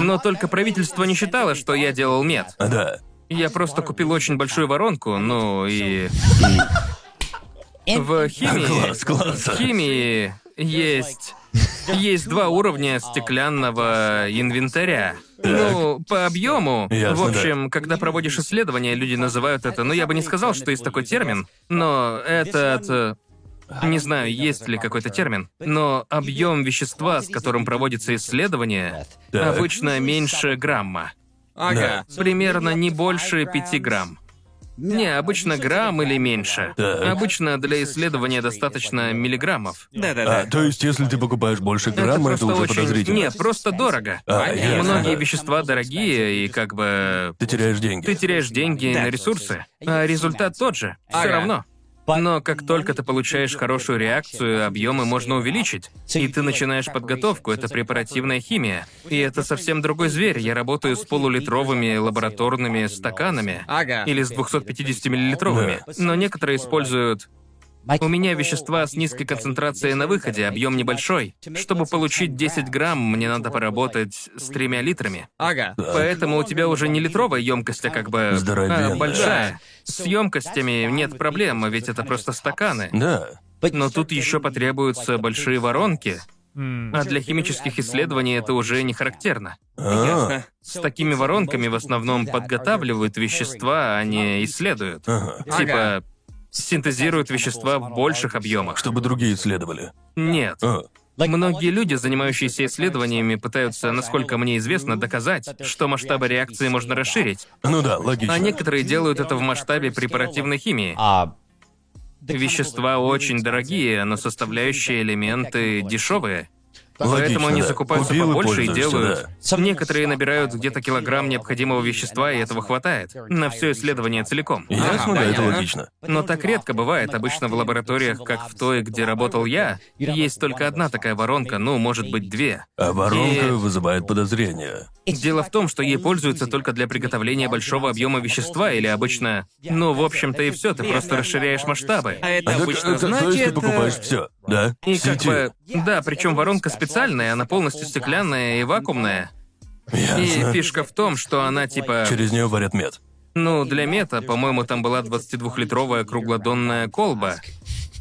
S1: Но только правительство не считало, что я делал мед.
S2: А, да.
S1: Я просто купил очень большую воронку, ну и... В химии...
S2: Класс, класс.
S1: В химии есть... Есть два уровня стеклянного инвентаря. Ну, по объему.
S2: Ясно,
S1: в общем, когда проводишь исследования, люди называют это. Ну, я бы не сказал, что есть такой термин, но этот. э, Не знаю, есть ли какой-то термин, но объем вещества, с которым проводится исследование,
S2: Так.
S1: обычно меньше грамма.
S4: Ага.
S1: Примерно не больше 5 грамм. Не, обычно грамм или меньше.
S2: Так.
S1: Обычно для исследования достаточно миллиграммов.
S2: А,
S3: Да-да-да.
S2: то есть, если ты покупаешь больше грамма,
S1: Ну, просто
S2: это, уже
S1: очень...
S2: подозрительно.
S1: Нет, просто дорого.
S2: А,
S1: Понятно.
S2: ясно,
S1: Многие
S2: да.
S1: вещества дорогие, и как бы...
S2: Ты теряешь деньги.
S1: Ты теряешь деньги
S3: Да.
S1: на ресурсы, а результат тот же. Все
S4: Ага.
S1: равно. Но как только ты получаешь хорошую реакцию, объемы можно увеличить. И ты начинаешь подготовку, это препаративная химия. И это совсем другой зверь. Я работаю с полулитровыми лабораторными стаканами.
S4: Ага.
S1: Или с 250-миллилитровыми. Но некоторые используют... У меня вещества с низкой концентрацией на выходе, объем небольшой. Чтобы получить 10 грамм, мне надо поработать с тремя литрами.
S4: Ага.
S1: Поэтому у тебя уже не литровая емкость, а как бы
S2: Здоровенная.
S1: а, большая. С емкостями нет проблем, ведь это просто стаканы.
S2: Да.
S1: Но тут еще потребуются большие воронки, а для химических исследований это уже не характерно.
S2: А,
S3: Ясно.
S1: С такими воронками в основном подготавливают вещества, а не исследуют.
S2: ага.
S1: Типа синтезируют вещества в больших объемах.
S2: Чтобы другие исследовали.
S1: Нет.
S2: А,
S1: Многие люди, занимающиеся исследованиями, пытаются, насколько мне известно, доказать, что масштабы реакции можно расширить.
S2: ну да, логично.
S1: А некоторые делают это в масштабе препаративной химии.
S5: uh,
S1: Вещества очень дорогие, но составляющие элементы дешевые. Поэтому
S2: Логично,
S1: они
S2: да.
S1: закупаются
S2: Купил и
S1: побольше и
S2: пользуешься,
S1: делают.
S5: да.
S1: Некоторые набирают где-то килограмм необходимого вещества, и этого хватает. На все исследование целиком.
S2: Ясно, да, это
S4: понятно.
S2: логично.
S1: Но так редко бывает. Обычно в лабораториях, как в той, где работал я, есть только одна такая воронка, ну, может быть, две.
S2: А воронка
S1: И-
S2: вызывает подозрения.
S1: Дело в том, что ей пользуются только для приготовления большого
S3: а
S1: объема вещества или обычно... Ну, в общем-то и все, ты просто расширяешь масштабы.
S3: А это
S2: А так-
S3: обычно
S2: это- то есть ты
S3: значит...
S2: покупаешь
S3: э,
S2: все, да?
S1: И
S2: в
S1: как
S2: сети.
S1: бы... Да, причем воронка специальная, она полностью стеклянная и вакуумная. И
S2: Ясно.
S1: фишка в том, что она типа...
S2: А, Через нее варят мед.
S1: Ну, для мета, по-моему, там была 22-литровая круглодонная колба.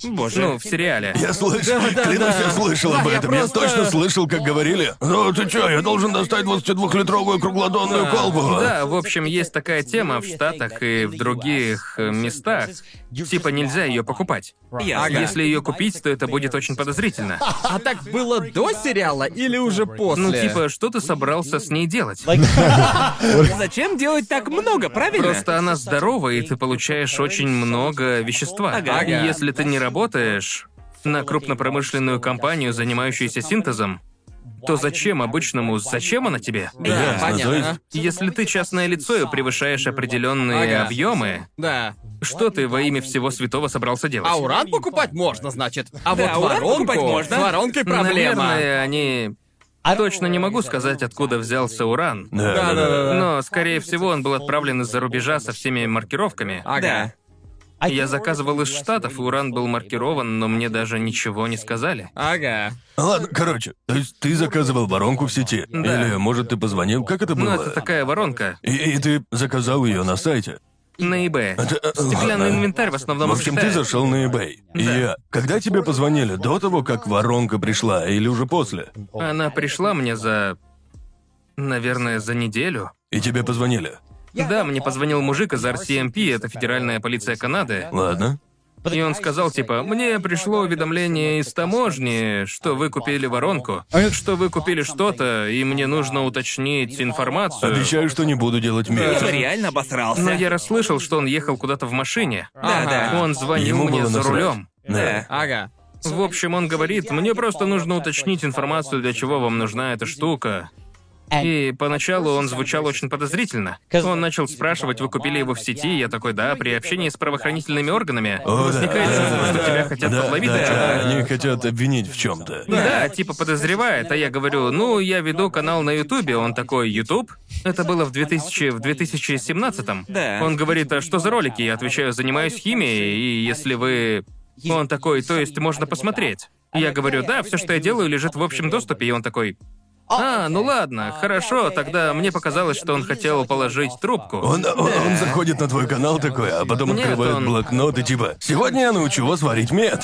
S3: Боже.
S1: Ну, в сериале.
S2: Я слышал, [LAUGHS] клянусь, я слышал об этом. Я точно слышал, как говорили. Ну ты чё, я должен достать 22-литровую
S1: А,
S2: круглодонную колбу.
S1: Да, в общем, есть такая тема в Штатах и в других э, местах, Типа нельзя ее покупать. А
S3: Ага.
S1: Если ее купить, то это будет очень подозрительно.
S4: А так было до сериала или уже после?
S1: Ну, типа, что ты собрался с ней делать?
S3: Зачем делать так много, правильно?
S1: Просто она здорова, и ты получаешь очень много вещества.
S3: Ага.
S1: И если ты не работаешь на крупнопромышленную компанию, занимающуюся синтезом, то зачем обычному, зачем она тебе?
S4: Да,
S2: Ясно, то есть-
S4: понятно.
S1: Если ты частное лицо и превышаешь определенные
S4: Ага.
S1: объемы,
S4: Да.
S1: что ты во имя всего святого собрался делать?
S4: А уран покупать можно, значит. А
S3: Да,
S4: вот
S3: уран
S4: воронку...
S3: покупать можно.
S4: С воронкой проблема.
S1: Наверное, они... Точно не могу сказать, откуда взялся уран.
S2: Да,
S4: Да, да, да.
S1: Но, скорее всего, он был отправлен из-за рубежа со всеми маркировками.
S3: Да.
S1: А Я заказывал из Штатов, и уран был маркирован, но мне даже ничего не сказали.
S4: Ага.
S2: Ладно, короче, то есть ты заказывал воронку в сети?
S1: Да.
S2: Или, может, ты позвонил? Как это
S1: Ну,
S2: было?
S1: это такая воронка.
S2: И, и ты заказал ее на сайте.
S1: На eBay.
S2: Это, э,
S1: Стеклянный
S2: ладно.
S1: инвентарь в основном
S2: В общем, ты
S1: считает.
S2: зашел на eBay. И э, когда тебе позвонили, до того, как воронка пришла, или уже после?
S1: Она пришла мне за... Наверное, за неделю.
S2: И тебе позвонили.
S1: Да, мне позвонил мужик из RCMP, это Федеральная полиция Канады.
S2: Ладно.
S1: И он сказал, типа, мне пришло уведомление из таможни, что вы купили воронку, что вы купили что-то, и мне нужно уточнить информацию.
S2: Обещаю, что не буду делать
S3: Я бы
S2: месяц.
S3: реально обосрался.
S1: Но Ну, я расслышал, что он ехал куда-то в машине.
S3: Да, да.
S1: Он звонил
S2: Ему
S1: мне
S2: было
S1: за
S2: насрать.
S1: рулем.
S2: Да.
S4: Ага.
S1: В общем, он говорит, мне просто нужно уточнить информацию, для чего вам нужна эта штука. И поначалу он звучал очень подозрительно. Он начал спрашивать, вы купили его в сети, я такой, да, при общении с правоохранительными органами
S2: О, да.
S1: возникает чувство, что тебя хотят
S2: Да,
S1: подловить.
S2: да,
S1: за
S2: да,
S1: что-то.
S2: они хотят обвинить в чем-то.
S1: Да, типа подозревает, а я говорю, ну, я веду канал на Ютубе, он такой, Ютуб? Это было в 2000, в 2017-м.
S3: Да.
S1: Он говорит, а что за ролики? Я отвечаю, занимаюсь химией, и если вы... Он такой, то есть можно посмотреть. Я говорю, да, все, что я делаю, лежит в общем доступе, и он такой, а, ну ладно, хорошо, тогда мне показалось, что он хотел положить трубку.
S2: Он, он- он заходит на твой канал такой, а потом
S1: Нет,
S2: открывает
S1: он-
S2: блокнот и типа «Сегодня я научу вас
S1: [LAUGHS]
S2: варить мед».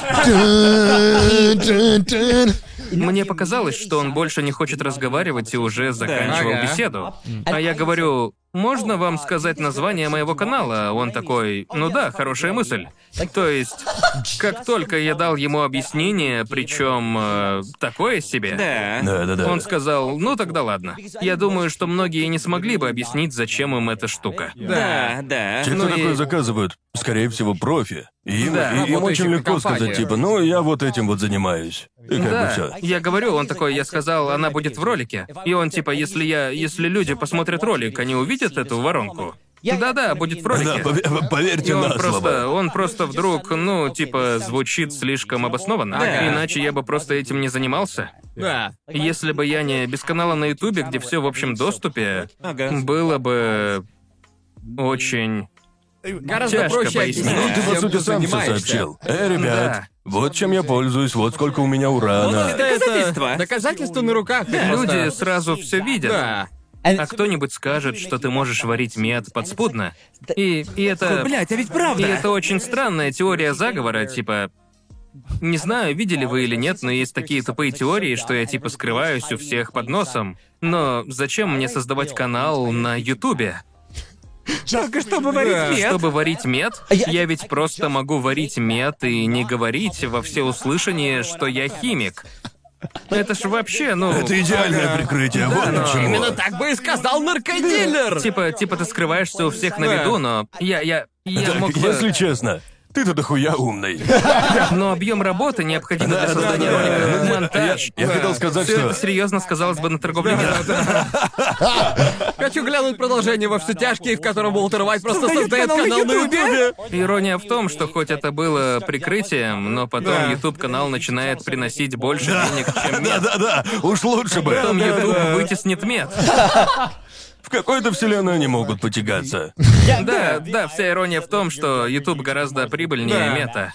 S1: Мне показалось, что он больше не хочет разговаривать и уже заканчивал
S4: Ага.
S1: беседу. А я говорю, можно вам сказать название моего канала? Он такой, ну да, хорошая мысль. То есть, как только я дал ему объяснение, причем такое себе,
S3: Да.
S2: Да-да-да.
S1: он сказал, ну тогда ладно. Я думаю, что многие не смогли бы объяснить, зачем им эта штука.
S3: Да, да.
S2: Те, кто
S1: ну и-
S2: такое заказывают, скорее всего, профи. И им,
S1: Да,
S2: и- им
S4: работающие
S2: очень
S4: в
S2: легко
S4: компании.
S2: сказать, типа, ну, я вот этим вот занимаюсь. И как бы
S1: Да,
S2: все.
S1: я говорю, он такой, я сказал, она будет в ролике. И он типа, если я, если люди посмотрят ролик, они увидят эту воронку. Да-да, будет в
S2: Да,
S1: ролике.
S2: пове-
S1: И
S2: поверьте
S1: он
S2: на
S1: просто,
S2: слово.
S1: он просто вдруг, ну, типа, звучит слишком обоснованно.
S3: Да.
S1: Иначе я бы просто этим не занимался.
S4: Да.
S1: Если бы я не без канала на Ютубе, где все в общем доступе,
S3: Ага.
S1: было бы очень.
S4: Гораздо
S1: Тяжко
S4: проще
S1: пояснить.
S2: Ну,
S4: объяснить,
S2: ты, по
S4: чем
S2: сути, сам все
S4: занимаешься.
S2: сообщил. Э, ребят,
S1: Ну Да.
S2: вот чем я пользуюсь, вот сколько у меня урана.
S3: Вот
S4: Да, это
S3: Доказательства.
S4: Доказательства на руках. это просто-
S1: Люди сразу все видят.
S4: Да.
S1: А кто-нибудь скажет, что ты можешь варить мед подспудно. И, и это.
S3: Блять, а ведь
S1: И
S3: правда.
S1: э, это очень странная теория заговора, типа... Не знаю, видели вы или нет, но есть такие тупые теории, что я типа скрываюсь у всех под носом. Но зачем мне создавать канал на Ютубе?
S3: Только чтобы варить мед.
S1: Чтобы варить мед?
S4: А
S1: Я ведь просто могу варить мед и не говорить во всеуслышание, что я химик. Это ж вообще, ну...
S2: Это идеальное прикрытие, вот почему.
S4: Именно Ну, так бы и сказал наркодилер.
S1: Типа, типа ты скрываешься у всех на виду, но я, я, я
S2: Так,
S1: мог бы...
S2: если честно, ты-то дохуя умный.
S1: Но объем работы, необходимый для
S2: Да, да,
S1: создания
S2: да. Ну,
S1: ролика,
S2: Я-
S1: монтаж.
S2: я хотел сказать,
S1: Все
S2: что-
S1: это серьезно сказалось бы на торговле. миром.
S4: [LAUGHS] Хочу глянуть продолжение во все тяжкие, в котором Уолтер Уайт просто
S3: Создает
S4: создает
S3: канал на
S4: канал на
S3: Ютубе.
S4: Ютубе.
S1: Ирония в том, что хоть это было прикрытием, но потом YouTube канал начинает приносить больше денег,
S2: [LAUGHS]
S1: чем мед.
S2: Да-да-да, уж лучше бы.
S1: Потом YouTube вытеснит мед.
S2: В какой-то вселенной они могут потягаться.
S1: Да, да, вся ирония в том, что YouTube гораздо прибыльнее мета.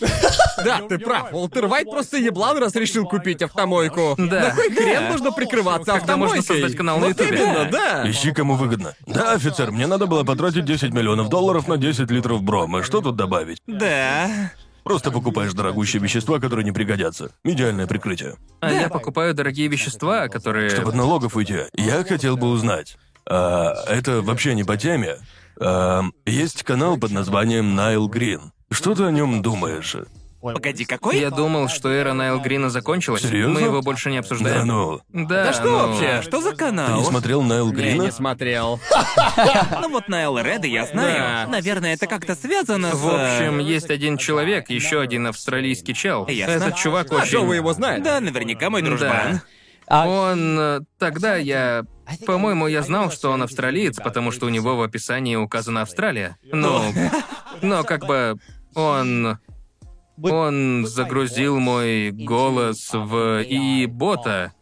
S4: Да, ты прав. Уолтер Уайт просто еблан, раз решил купить автомойку.
S1: Да.
S4: На хуй Ну, хрен нужно прикрываться
S1: Когда можно
S4: автомойкой?
S1: создать канал на
S4: Вот
S1: Ютубе.
S4: именно, да.
S2: Ищи, кому выгодно. Да, офицер, мне надо было потратить 10 миллионов долларов на 10 литров бромы. Что тут добавить?
S3: Да.
S2: Просто покупаешь дорогущие вещества, которые не пригодятся. Идеальное прикрытие.
S1: А я покупаю дорогие вещества, которые...
S2: Чтобы от налогов уйти, я хотел бы узнать. а, это вообще не по теме. А, есть канал под названием Найл Грин. Что ты о нем думаешь?
S3: Погоди, какой?
S1: Я думал, что эра Найл Грина закончилась. Мы
S2: Серьезно?
S1: его больше не
S2: Да
S1: обсуждаем.
S2: ну.
S1: Да,
S3: Да что
S1: ну,
S3: вообще? Что
S2: Ты
S3: за
S2: не
S3: канал?
S2: смотрел Найл
S4: Я
S2: Грина?
S4: не смотрел.
S3: Ну вот на Элреда я знаю.
S1: Да.
S3: Наверное, это как-то связано с... э,
S1: В общем, есть один человек, еще один австралийский чел.
S3: Ясно.
S1: Этот чувак
S4: А что вы
S1: очень...
S4: его знаете?
S3: Да, А наверняка мой дружбан.
S1: Он... э, Тогда я... По-моему, я знал, что он австралиец, потому что у него в описании указана
S3: [LAUGHS]
S1: Австралия. Но... Но как бы... Он... Он загрузил мой голос в ИИ-бота.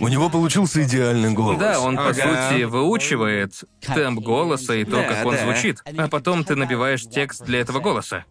S2: У него получился идеальный голос.
S1: Да, он, по
S3: Ага.
S1: сути, выучивает темп голоса и то,
S3: Да,
S1: как он
S3: да.
S1: звучит. А потом ты набиваешь текст для этого
S3: [LAUGHS]
S1: голоса.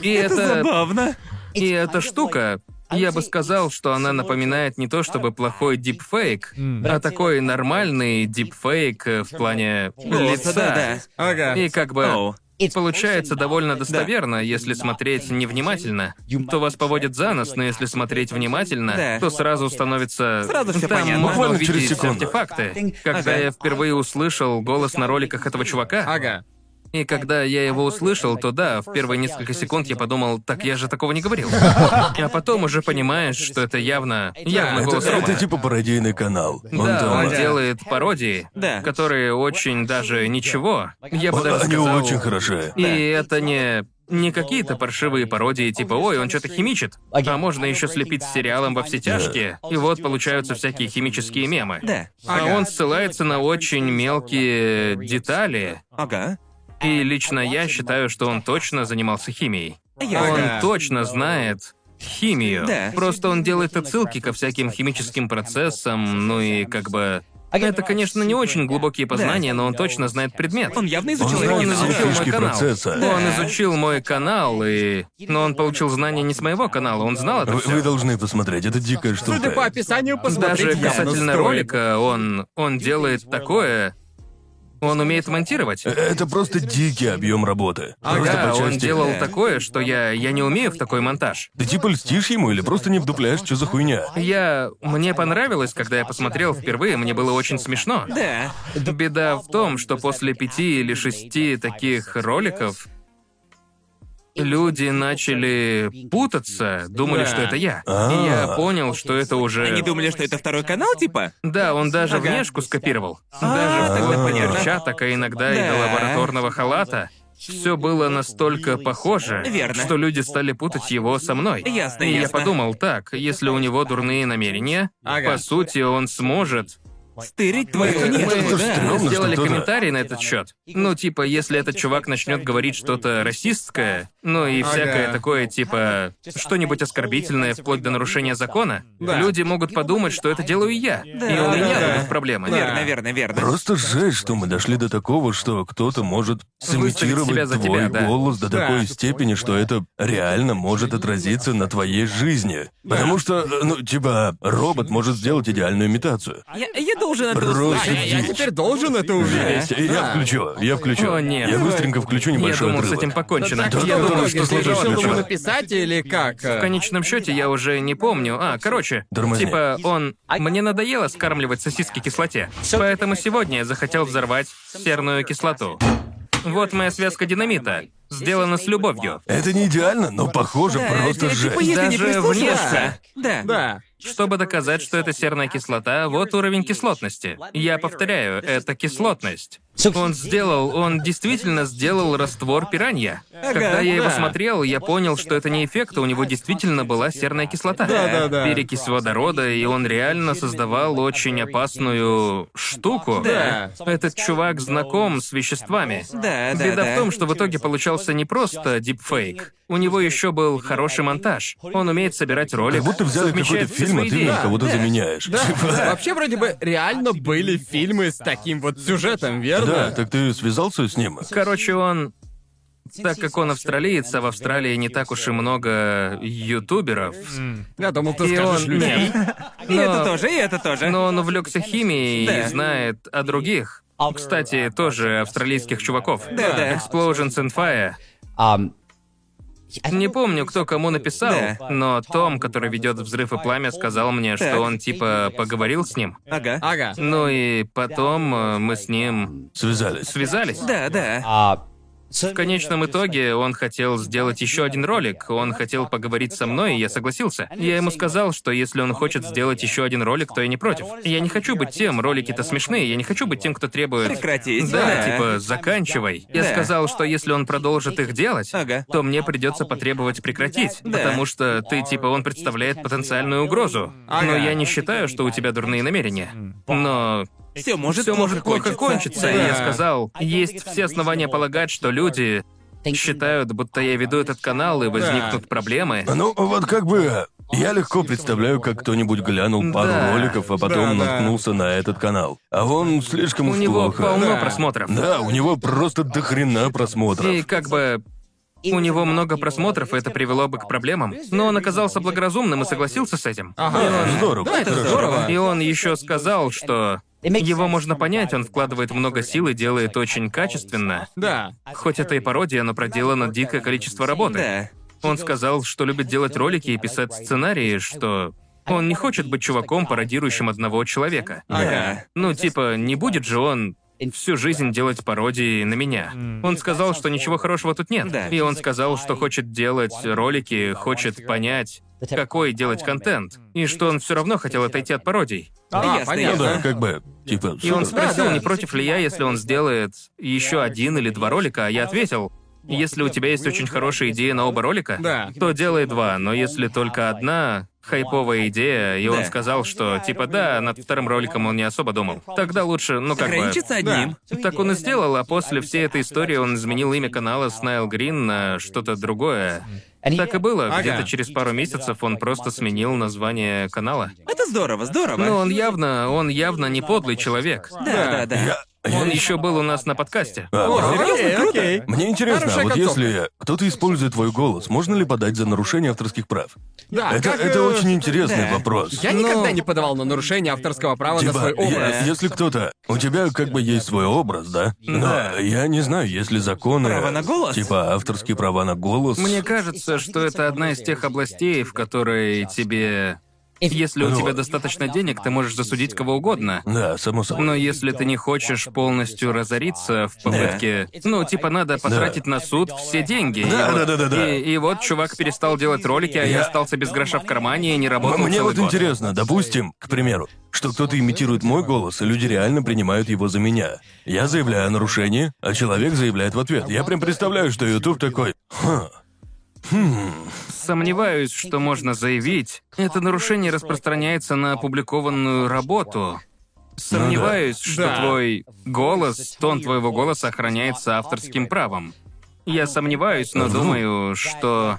S1: И это...
S3: Забавно.
S1: И эта штука, я бы сказал, что она напоминает не то чтобы плохой дипфейк, а такой нормальный дипфейк э, в плане
S3: Лица,
S1: лица.
S3: да, да. Oh.
S4: Ага.
S1: И как бы
S3: Оу.
S1: получается довольно достоверно, если смотреть невнимательно, то вас поводят за нос, но если смотреть внимательно,
S3: Да.
S1: то сразу становится...
S3: Сразу всё
S1: Там
S3: понятно.
S1: можно
S2: Буквально через
S1: увидеть
S2: секунду.
S1: артефакты. Когда я впервые услышал голос на роликах этого чувака,
S4: Ага.
S1: и когда я его услышал, то да, в первые несколько секунд я подумал, так я же такого не говорил. А потом уже понимаешь, что это явно, явно
S4: Да,
S2: Это,
S1: голос Рома.
S2: это типа пародийный канал. Он
S1: Да,
S2: там,
S1: он
S2: а,
S1: делает пародии,
S3: Да.
S1: которые очень даже ничего. Я бы
S2: он-
S1: даже
S2: Они
S1: сказал...
S2: очень хороши.
S1: И это не... Не какие-то паршивые пародии, типа «Ой, он что-то химичит». А можно еще слепить с сериалом «Во все тяжкие». И вот получаются всякие химические мемы.
S3: Да.
S1: А он ссылается на очень мелкие детали,
S3: Ага.
S1: и лично я считаю, что он точно занимался химией.
S3: Ага.
S1: Он точно знает химию.
S3: Да.
S1: Просто он делает отсылки ко всяким химическим процессам, ну и как бы... Это, конечно, не очень глубокие познания, но он точно знает предмет.
S3: Он явно
S2: Он
S3: изучил его
S1: он
S2: знает
S1: изучил
S2: все
S1: мой
S2: фишки
S1: канал.
S2: процесса.
S1: Он изучил мой канал, и... Но он получил знания не с моего канала, он знал это
S2: Вы,
S1: всё.
S2: вы должны посмотреть, это дикая штука.
S4: Судя по описанию, посмотреть
S1: Даже
S4: явно
S1: касательно
S4: стоит.
S1: ролика, он... Он делает такое... Он умеет монтировать.
S2: Э, Это просто дикий объем работы. просто
S1: Ага,
S2: по
S1: он
S2: части-
S1: делал такое, что я... Я не умею в такой монтаж.
S2: Ты типа льстишь ему или просто не вдупляешь, что за хуйня?
S1: Я... Мне понравилось, когда я посмотрел впервые, мне было очень смешно.
S3: Да.
S1: Беда в том, что после пяти или шести таких роликов люди начали путаться, думали,
S4: Да.
S1: что это я.
S2: А.
S1: И я понял, что это уже...
S3: Они думали, что это второй канал, типа?
S1: Да, он даже
S3: Ага.
S1: внешку скопировал. Даже в
S2: А.
S1: ТВП перчаток, а иногда и
S3: Да.
S1: до лабораторного халата. Все было настолько похоже,
S3: Верно.
S1: что люди стали путать его со мной.
S3: Ясно,
S1: и я
S3: ясно.
S1: подумал, так, если у него дурные намерения,
S4: Ага.
S1: по сути, он сможет
S3: Стырить твою
S2: Это
S3: нету,
S2: ж
S3: да.
S2: стрёмно,
S1: сделали
S2: что-то.
S1: комментарий на этот счет. Ну, типа, если этот чувак начнет говорить что-то расистское, ну и
S4: Ага.
S1: всякое такое, типа, что-нибудь оскорбительное вплоть до нарушения закона,
S4: Да.
S1: люди могут подумать, что это делаю я. и у
S3: да,
S1: меня
S4: да.
S1: будут проблемы.
S3: Верно, верно, верно.
S2: Просто жесть, что мы дошли до такого, что кто-то может
S1: Выставить себя
S2: сымитировать
S1: за
S2: твой
S1: тебя, да.
S2: голос до
S4: Да.
S2: такой степени, что это реально может отразиться на твоей жизни. Потому что, э, ну, типа, робот может сделать идеальную имитацию.
S3: Я, я должен это
S2: Брось.
S4: А,
S3: узнать.
S4: я, я
S2: Дичь.
S4: теперь должен это увидеть.
S2: Жесть. Я включу, я включу.
S1: Ну, А. О, нет.
S2: Я быстренько включу
S1: Я
S2: небольшой
S1: думал, с
S2: отрывок.
S1: этим покончено.
S4: Так,
S2: Да,
S4: я
S2: да,
S4: думал,
S2: да,
S4: что
S2: что
S4: ты
S2: сложилось
S4: решил ему
S2: сначала.
S4: написать или как?
S1: В конечном счете я уже не помню. А, короче,
S2: Тормозни.
S1: типа он... Мне надоело скармливать сосиски кислоте, поэтому сегодня я захотел взорвать серную кислоту. Вот моя связка динамита. Сделана с любовью.
S2: Это не идеально, но похоже,
S3: Да,
S2: просто
S3: я,
S2: жесть.
S3: типа, если не
S1: Даже
S3: прислушиваться. Да.
S4: Да.
S1: Чтобы доказать, что это серная кислота, вот уровень кислотности. Я повторяю, это кислотность. Он сделал, он действительно сделал раствор пиранья. Когда я его
S4: да.
S1: смотрел, я понял, что это не эффект, а у него действительно была серная кислота.
S4: Да, да, да.
S1: Перекись водорода, и он реально создавал очень опасную штуку.
S4: Да.
S1: Этот чувак знаком с веществами.
S3: Да, да,
S1: Беда
S3: да.
S1: в том, что в итоге получался не просто дипфейк. У него еще был хороший монтаж. Он умеет собирать ролик.
S2: Как будто взяли какой-то
S1: совмещает все
S2: фильм, а
S1: свои
S2: ты в
S1: идеи.
S2: нем кого-то заменяешь.
S4: Да.
S2: Типа,
S4: Вообще, вроде бы, реально были фильмы с таким вот сюжетом,
S2: [LAUGHS] Да,
S4: верно?
S2: так ты связался с ним?
S1: Короче, он... Так как он австралиец, а в Австралии не так уж и много ютуберов.
S4: Я думал, ты
S1: И
S4: скажешь
S1: он-
S4: людей.
S3: [LAUGHS] И это
S1: Но-
S3: тоже, и это тоже.
S1: Но он увлекся химией
S3: Да.
S1: и знает о других. Кстати, тоже австралийских чуваков.
S3: Да, да.
S1: Explosions and Fire. Не помню, кто кому написал,
S3: Да.
S1: но Том, который ведет взрыв и пламя, сказал мне,
S3: Так.
S1: что он типа поговорил с ним.
S3: Ага.
S4: Ага.
S1: Ну и потом э, мы с ним
S2: Связались.
S1: связались.
S3: Да, да.
S1: А В конечном итоге он хотел сделать еще один ролик. Он хотел поговорить со мной, и я согласился. Я ему сказал, что если он хочет сделать еще один ролик, то я не против. Я не хочу быть тем, ролики-то смешные, я не хочу быть тем, кто требует...
S3: Прекрати,
S1: Да,
S3: да.
S1: типа, заканчивай. Я
S3: Да.
S1: сказал, что если он продолжит их делать,
S3: Ага.
S1: то мне придется потребовать прекратить,
S3: Да.
S1: потому что ты, типа, он представляет потенциальную угрозу. Но
S3: Ага.
S1: я не считаю, что у тебя дурные намерения. Но
S3: Все может,
S1: все может плохо кончиться. И Я
S3: Да.
S1: сказал, есть все основания полагать, что люди считают, будто я веду этот канал и возникнут проблемы.
S2: Ну, вот как бы... Я легко представляю, как кто-нибудь глянул пару
S1: Да.
S2: роликов, а потом
S6: Да, да.
S2: наткнулся на этот канал. А он слишком
S1: У
S2: уж
S1: него
S2: плохо.
S1: полно
S6: Да.
S1: просмотров.
S2: Да, у него просто дохрена просмотров.
S1: И как бы у него много просмотров, и это привело бы к проблемам. Но он оказался благоразумным и согласился с этим.
S2: А, здорово.
S1: Это
S2: хорошо.
S1: здорово. И он еще сказал, что его можно понять, он вкладывает много сил и делает очень качественно.
S6: Да.
S1: Хоть это и пародия, но проделано дикое количество работы.
S3: Да.
S1: Он сказал, что любит делать ролики и писать сценарии, что он не хочет быть чуваком, пародирующим одного человека.
S3: Ага.
S1: Ну, типа, не будет же он всю жизнь делать пародии на меня. Он сказал, что ничего хорошего тут нет.
S3: Да.
S1: И он сказал, что хочет делать ролики, хочет понять, какой делать контент. И что он все равно хотел отойти от пародий.
S6: А,
S3: Ясно,
S2: Ну
S6: понятно.
S2: да, как бы, типа...
S1: И он
S2: супер.
S1: спросил,
S6: да.
S1: не против ли я, если он сделает еще один или два ролика, а я ответил, если у тебя есть очень хорошая идея на оба ролика,
S6: Да.
S1: то делай два, но если только одна хайповая идея, и он
S3: Да.
S1: сказал, что типа да, над вторым роликом он не особо думал. Тогда лучше, ну как бы...
S3: Ограничиться одним.
S1: Так он и сделал, а после всей этой истории он изменил имя канала с Найл Грин на что-то другое. Так и было,
S6: Ага.
S1: где-то через пару месяцев он просто сменил название канала.
S3: Это здорово, здорово.
S1: Но ну, он явно, он явно не подлый человек.
S3: Да, да, да.
S1: Он еще был у нас на подкасте.
S2: А,
S6: О,
S2: правда?
S6: серьезно, круто.
S2: Мне интересно,
S6: Хорошая
S2: а вот
S6: концовка.
S2: если кто-то использует твой голос, можно ли подать за нарушение авторских прав?
S6: Да,
S2: Ну это,
S6: как,
S2: это
S6: э,
S2: очень интересный
S3: да.
S2: вопрос.
S4: Я никогда не подавал на нарушение авторского права А на
S2: Типа,
S4: свой
S2: е-
S4: образ.
S2: если кто-то... У тебя как бы есть свой образ, да? Но я не знаю, если законы...
S3: Права на голос?
S2: Типа авторские права на голос...
S1: Мне кажется, что это одна из тех областей, в которой тебе... Если у
S2: Ну.
S1: тебя достаточно денег, ты можешь засудить кого угодно.
S2: Да, само собой.
S1: Но если ты не хочешь полностью разориться в попытке... Ну, типа, надо потратить на суд все деньги.
S2: Да,
S1: и вот-
S2: да, да, да, да.
S1: И, и вот чувак перестал делать ролики, а я,
S2: Я-
S1: остался без гроша в кармане и не
S2: Но
S1: работал
S2: мне
S1: целый
S2: вот
S1: год.
S2: интересно, допустим, к примеру, что кто-то имитирует мой голос, и люди реально принимают его за меня. Я заявляю о нарушении, а человек заявляет в ответ. Я прям представляю, что YouTube такой... «Ха,
S1: Сомневаюсь, что можно заявить. Это нарушение распространяется на опубликованную работу. Сомневаюсь, что
S6: Да.
S1: твой голос, тон твоего голоса охраняется авторским правом. Я сомневаюсь,
S2: Ну.
S1: но думаю, что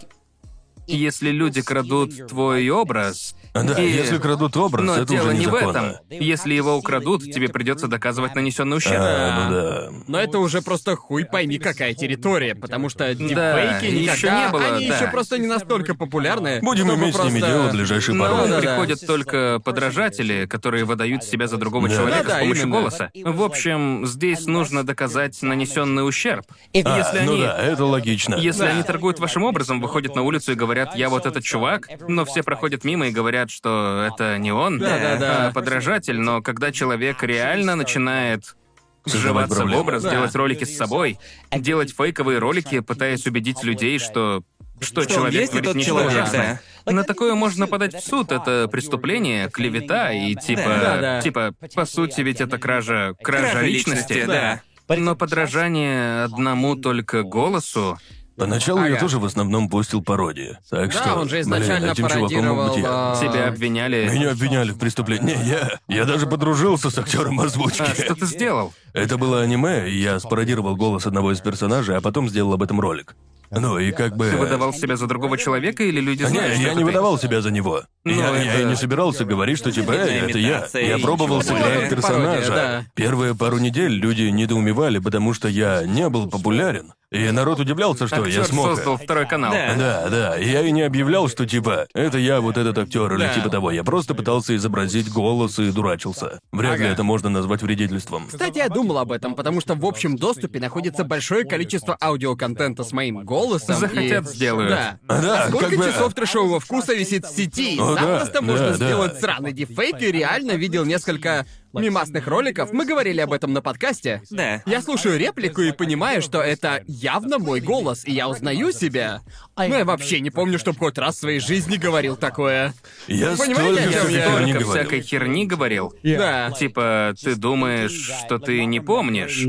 S1: если люди крадут твой образ,
S2: Да,
S1: И-
S2: если крадут образ,
S1: но
S2: это
S1: дело
S2: уже
S1: не в
S2: незаконно.
S1: этом. Если его украдут, тебе придется доказывать нанесенный ущерб.
S2: А, ну да.
S4: Но это уже просто хуй пойми какая территория, потому что дипфейки никогда...
S1: ещё не было,
S4: Они
S1: да.
S4: еще просто не настолько популярны,
S2: Будем
S4: чтобы
S2: иметь с ними
S4: просто-
S2: дело в ближайшие пару
S1: Но
S2: лет.
S4: да, да.
S1: приходят только подражатели, которые выдают себя за другого
S2: Да.
S1: человека
S4: Да-да,
S1: с помощью
S4: именно.
S1: голоса. В общем, здесь нужно доказать нанесенный ущерб.
S2: А,
S1: если
S2: ну
S1: они-
S2: да, это логично.
S1: Если они торгуют вашим образом, выходят на улицу и говорят, я вот этот чувак, но все проходят мимо и говорят, что это не он,
S4: Да-да-да.
S1: а подражатель, но когда человек реально начинает
S2: Создавать
S1: вживаться в
S2: проблемы.
S1: образ, делать ролики с собой, делать фейковые ролики, пытаясь убедить людей, что что,
S3: Что он
S1: человек
S3: есть, и
S1: творит
S3: тот
S1: ничего
S3: человек,
S1: ужасного. На такое можно подать в суд, это преступление, клевета и типа,
S4: Да-да.
S1: типа, по сути ведь это кража, кража,
S3: Кража
S1: личности,
S3: личности, да.
S1: Но подражание одному только голосу,
S2: Поначалу я тоже в основном постил пародии. Так
S4: Да,
S2: что,
S4: он же
S2: блин,
S4: изначально
S2: этим чуваком мог быть я.
S4: пародировал,
S1: тебя обвиняли.
S2: А, Меня обвиняли в преступлении. Не, я... Я даже подружился с актером озвучки.
S1: А, что ты сделал?
S2: Это было аниме, и я спародировал голос одного из персонажей, а потом сделал об этом ролик. Ну и как бы... А
S1: Ты выдавал себя за другого человека или люди
S2: Не,
S1: знают, что
S2: я
S1: это
S2: не
S1: ты?
S2: выдавал себя за него.
S1: Ну,
S2: я, я и
S1: это-
S2: не собирался говорить, что типа, «Эй, это я.
S3: Имитация
S2: Я
S3: и
S2: пробовал
S3: ничего
S2: сыграть
S3: более.
S2: персонажа.
S4: Пародия, да.
S2: Первые пару недель люди недоумевали, потому что я не был популярен. И народ удивлялся, что я
S1: Актер
S2: смог.
S1: создал второй канал.
S3: Да.
S2: Да, да. и Я и не объявлял, что типа, это я вот этот актер или
S6: Да.
S2: типа того. Я просто пытался изобразить голос и дурачился. Вряд ли
S6: Ага.
S2: это можно назвать вредительством.
S4: Кстати, я думал об этом, потому что в общем доступе находится большое количество аудиоконтента с моим голосом. и-
S1: Захотят, сделают.
S4: Да.
S2: А, да,
S4: А сколько
S2: как бы-
S4: часов трешового вкуса висит в сети?
S2: О, да,
S4: Запросто
S2: да,
S4: можно
S2: да.
S4: сделать сраный дефейк, и реально видел несколько мимасных роликов, мы говорили об этом на подкасте.
S3: Да.
S4: Я слушаю реплику и понимаю, что это явно мой голос, и я узнаю себя. Но я вообще не помню, чтобы хоть раз в своей жизни говорил такое.
S2: Я
S4: Понимаете,
S2: столько
S4: о чем
S2: всякой
S4: я?
S2: херни
S1: Только
S2: говорил.
S1: всякой херни говорил.
S4: Да.
S1: Типа, ты думаешь, что ты не помнишь,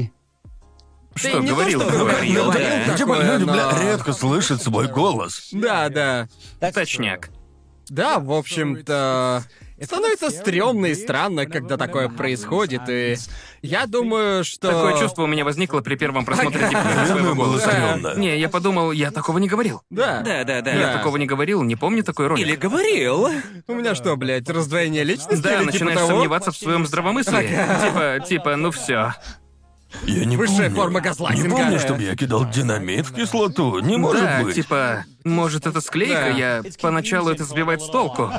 S1: что
S4: не то,
S1: говорил,
S4: что
S1: говорил.
S4: говорил,
S1: да.
S2: Ну, типа,
S4: такое,
S2: люди, бля,
S4: но-
S2: редко слышат свой
S4: [LAUGHS]
S2: голос.
S4: Да, да.
S1: Точняк.
S4: Да, в общем-то... Становится стрёмно и странно, когда такое происходит, и... Я думаю, что...
S2: А.
S1: Такое чувство у меня возникло при первом просмотре диктора своего
S2: Наверное, было
S1: голоса.
S2: стрёмно.
S1: Не, я подумал, я такого не говорил.
S4: Да.
S3: Да, да, да.
S4: Я
S1: Такого не говорил, не помню такой ролик.
S3: Или говорил.
S4: У меня что, блядь, раздвоение личности
S1: Да,
S4: или
S1: начинаешь
S4: типа того?
S1: сомневаться в своем здравомыслии. Типа, типа, ну все.
S2: Я не
S4: Высшая
S2: помню.
S4: форма газлайтинга.
S2: Не помню, чтобы я кидал динамит в кислоту. Не может
S1: Да,
S2: быть.
S1: типа, может, это склейка,
S4: Да.
S1: я поначалу это сбивает с толку.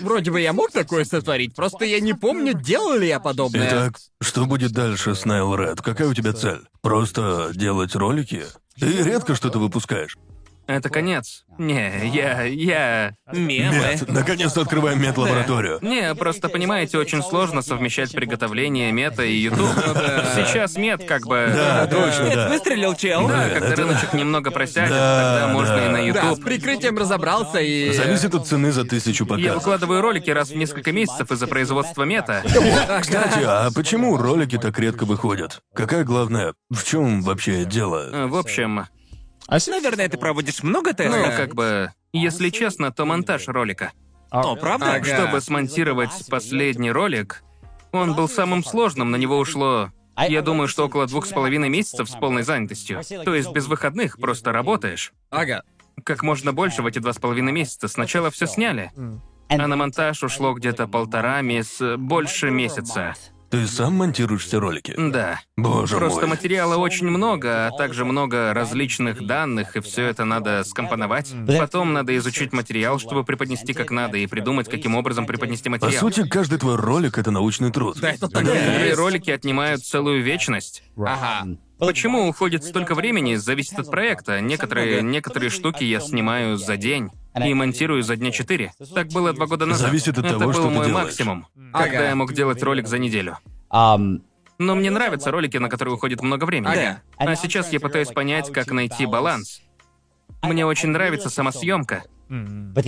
S4: Вроде бы я мог такое сотворить, просто я не помню, делал ли я подобное.
S2: Итак, что будет дальше с Найл Ред? Какая у тебя цель? Просто делать ролики? Ты редко что-то выпускаешь.
S1: Это конец. Не, я, я...
S3: Мемы.
S2: Нет, наконец-то открываем мед-лабораторию.
S1: Не, просто понимаете, очень сложно совмещать приготовление мета и ютуб. Сейчас мет как бы...
S2: Ну Да, точно,
S3: Нет,
S2: да.
S3: выстрелил чел.
S1: Да,
S2: Блин,
S1: когда
S2: это-
S1: рыночек немного просядет,
S2: Да,
S1: тогда можно
S2: да.
S1: и на
S4: Да, с
S1: YouTube.
S4: прикрытием разобрался и...
S2: Зависит от цены за тысячу
S1: Я
S2: показов.
S1: выкладываю ролики раз в несколько месяцев из-за производства мета.
S2: Кстати, а почему ролики так редко выходят? Какая главная? В чем вообще дело?
S1: Э, В общем,
S3: Наверное, ты проводишь много
S1: ну,
S3: тестов.
S1: как бы, если честно, то монтаж ролика.
S3: О, правда?
S1: Так, чтобы смонтировать последний ролик, он был самым сложным, на него ушло... Я думаю, что около двух с половиной месяцев с полной занятостью. То есть без выходных, просто работаешь.
S4: Ага.
S1: Как можно больше в эти два с половиной месяца. Сначала все сняли, а на монтаж ушло где-то полтора мес... больше месяца.
S2: Ты сам монтируешь все ролики?
S1: Да.
S2: Боже
S1: Просто
S2: мой.
S1: материала очень много, а также много различных данных, и все это надо скомпоновать. Потом надо изучить материал, чтобы преподнести как надо, и придумать, каким образом преподнести
S2: По
S1: материал.
S2: сути, каждый твой ролик — это научный труд.
S4: Да, это так.
S1: Некоторые ролики отнимают целую вечность.
S4: Ага.
S1: Почему уходит столько времени, зависит от проекта. Некоторые, некоторые штуки я снимаю за день и монтирую за дня четыре. Так было два года назад.
S2: Зависит от
S1: Это
S2: того,
S1: был
S2: что ты
S1: мой
S2: делаешь.
S1: максимум,
S4: Ага.
S1: когда я мог делать ролик за неделю.
S5: Um,
S1: Но мне нравятся ролики, на которые уходит много времени.
S3: Ага.
S1: А сейчас я пытаюсь понять, как найти баланс. Мне очень нравится сама съемка.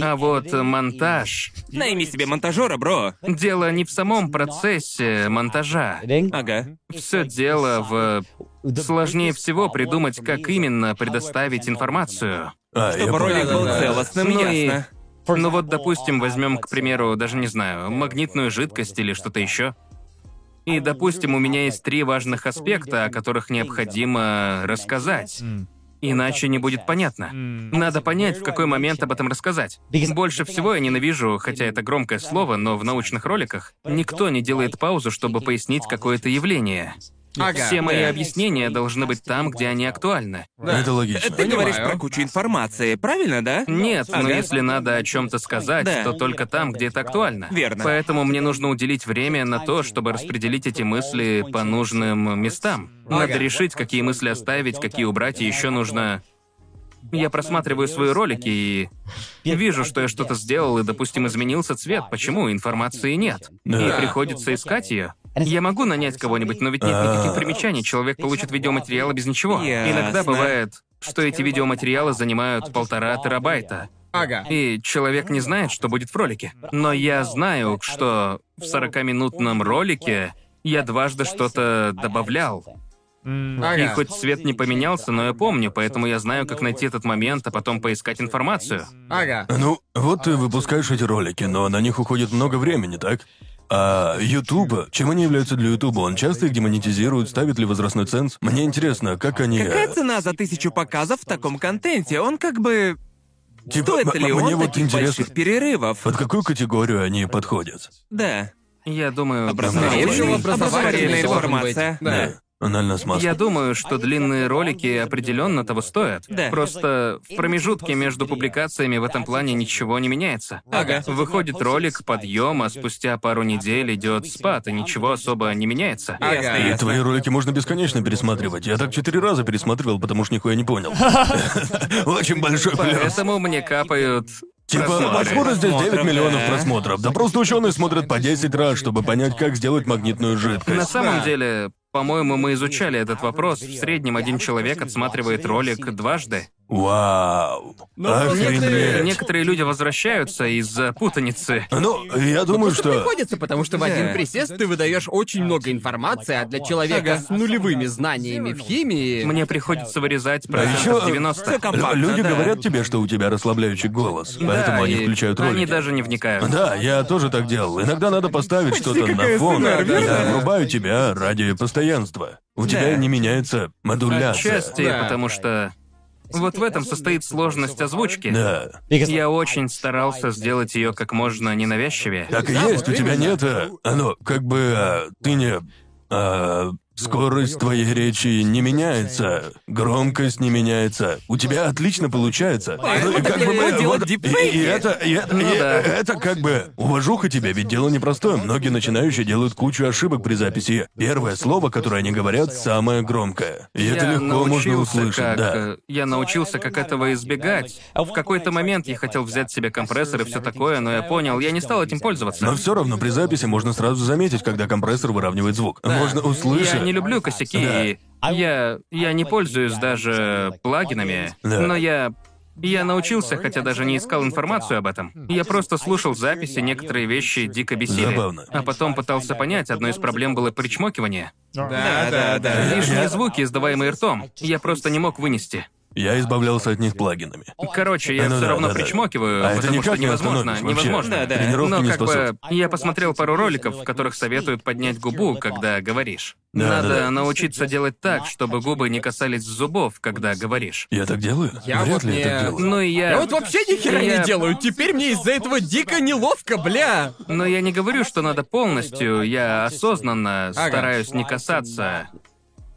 S1: А вот э, монтаж.
S3: Найми себе монтажера, бро.
S1: Дело не в самом процессе монтажа.
S3: Ага.
S1: Все дело в... э, Сложнее всего придумать, как именно предоставить информацию.
S2: А, я
S3: Чтобы ролик
S2: понял.
S3: был
S4: Да-да-да.
S3: целостным,
S1: Ну и-
S3: ясно.
S1: Ну вот, допустим, возьмем, к примеру, даже не знаю, магнитную жидкость или что-то еще. И, допустим, у меня есть три важных аспекта, о которых необходимо э, рассказать. Иначе не будет понятно. Надо понять, в какой момент об этом рассказать. Больше всего я ненавижу, хотя это громкое слово, но в научных роликах никто не делает паузу, чтобы пояснить какое-то явление.
S4: Ага.
S1: Все мои объяснения должны быть там, где они актуальны.
S2: Это логично.
S3: Ты говоришь про кучу информации, правильно, да?
S1: Нет, но
S3: Ага.
S1: если надо о чем-то сказать,
S3: Да.
S1: то только там, где это актуально.
S3: Верно.
S1: Поэтому мне нужно уделить время на то, чтобы распределить эти мысли по нужным местам. Надо
S4: Ага.
S1: решить, какие мысли оставить, какие убрать, и еще нужно. Я просматриваю свои ролики и вижу, что я что-то сделал, и, допустим, изменился цвет. Почему? Информации нет.
S2: Да.
S1: И приходится искать ее. Я могу нанять кого-нибудь, но ведь нет никаких
S2: А.
S1: примечаний. Человек получит видеоматериалы без ничего.
S3: Ясно.
S1: Иногда бывает, что эти видеоматериалы занимают полтора терабайта.
S4: Ага.
S1: И человек не знает, что будет в ролике. Но я знаю, что в 40-минутном ролике я дважды что-то добавлял. И
S4: Ага.
S1: хоть цвет не поменялся, но я помню, поэтому я знаю, как найти этот момент, а потом поискать информацию.
S4: Ага.
S2: Ну, вот ты выпускаешь эти ролики, но на них уходит много времени, так? А Ютуба, чем они являются для Ютуба? Он часто их демонетизирует, ставит ли возрастной ценз? Мне интересно, как они... э,
S3: Какая цена за тысячу показов в таком контенте? Он как бы...
S2: типа,
S3: Стоит
S2: м-
S3: ли
S2: Мне
S3: он
S2: вот
S3: таких
S2: интересно,
S3: больших перерывов?
S2: под какую категорию они подходят?
S3: Да.
S1: Я думаю,
S4: Образовательный.
S3: Образовательная
S4: Образовательный
S3: образовательная
S4: должен быть.
S3: информация.
S4: Да.
S2: Анально-смазка.
S1: Я думаю, что длинные ролики определенно того стоят.
S3: Да.
S1: Просто в промежутке между публикациями в этом плане ничего не меняется.
S3: Ага.
S1: Выходит ролик подъем, а спустя пару недель идет спад, и ничего особо не меняется.
S3: Ясно,
S2: И
S3: ясно.
S2: твои ролики можно бесконечно пересматривать. Я так четыре
S1: [LAUGHS]
S2: раза пересматривал, потому что нихуя не понял. Очень большой плюс.
S1: Поэтому мне капают
S2: Типа,
S1: Типа, Просмотры.
S2: откуда здесь 9
S1: Просмотров,
S2: миллионов
S1: да.
S2: просмотров? Да просто ученые смотрят по 10 раз, чтобы понять, как сделать магнитную
S1: На
S2: жидкость.
S1: самом деле, по-моему, мы изучали этот вопрос. В среднем один человек отсматривает ролик дважды.
S2: Вау.
S1: Ну, Некоторые,
S2: Охренеть.
S1: некоторые люди возвращаются из-за путаницы.
S2: Ну, я думаю, что...
S4: Приходится, потому что в
S3: Да.
S4: один присест ты выдаешь очень много информации, а для человека с нулевыми знаниями в химии...
S1: Мне приходится вырезать
S2: А
S1: процентов
S2: еще
S1: 90.
S3: компактно,
S2: люди
S3: да.
S2: говорят тебе, что у тебя расслабляющий голос, поэтому
S1: Да,
S2: они
S1: и
S2: включают ролики.
S1: Они даже не вникают.
S2: Да, я тоже так делал. Иногда надо поставить что-то
S4: как
S2: на фон.
S4: ASMR,
S2: Я
S4: верно?
S2: врубаю тебя ради постоянства. У тебя не меняется модуляция.
S1: Отчасти,
S4: Да.
S1: потому что... Вот в этом состоит сложность озвучки.
S2: Да.
S5: Because
S1: Я очень старался сделать ее как можно ненавязчивее.
S2: Так и
S4: Да,
S2: есть, у
S4: вот
S2: тебя
S4: именно.
S2: нет... э, Оно, как бы... э, Ты не... э, Скорость твоей речи не меняется, громкость не меняется. У тебя отлично получается. Ну,
S3: Поэтому так легко делать
S2: и,
S3: дипфейки.
S2: и это, и это,
S1: Ну
S2: и
S1: да.
S2: это как бы уважуха тебе, ведь дело непростое. Многие начинающие делают кучу ошибок при записи. Первое слово, которое они говорят, самое громкое. И это
S1: Я
S2: легко можно
S1: научился,
S2: услышать,
S1: как,
S2: да.
S1: э, Я научился, как этого избегать. В какой-то момент я хотел взять себе компрессор и все такое, но я понял, я не стал этим пользоваться.
S2: Но все равно при записи можно сразу заметить, когда компрессор выравнивает звук. Можно услышать.
S1: Я не люблю косяки,
S2: Да.
S1: и я, я не пользуюсь даже плагинами,
S2: Да.
S1: но я... Я научился, хотя даже не искал информацию об этом. Я просто слушал записи, некоторые вещи дико бесили.
S2: Забавно.
S1: А потом пытался понять, одной из проблем было причмокивание.
S3: Да, да,
S2: Э,
S3: да.
S1: Лишние звуки, издаваемые ртом, я просто не мог вынести.
S2: Я избавлялся от них плагинами.
S1: Короче, я
S2: Ну
S1: все
S2: да,
S1: равно
S2: да, да.
S1: причмокиваю,
S2: А это
S1: потому что
S2: никак не
S1: невозможно,
S2: остановишь вообще.
S1: невозможно.
S3: Да, да.
S2: Тренировки
S1: Но
S2: не
S1: как бы
S2: способствуют.
S1: я посмотрел пару роликов, в которых советуют поднять губу, когда говоришь.
S2: Да,
S1: Надо
S2: да, да.
S1: научиться делать так, чтобы губы не касались зубов, когда говоришь.
S2: Я так делаю?
S4: Я
S2: Вряд
S4: вот
S2: ли я так
S4: не-
S2: делаю.
S1: Ну и я.
S4: Я вот вообще ни хера
S1: Я-
S4: не делаю, теперь мне из-за этого дико неловко, бля!
S1: Но я не говорю, что надо полностью, я осознанно стараюсь не касаться.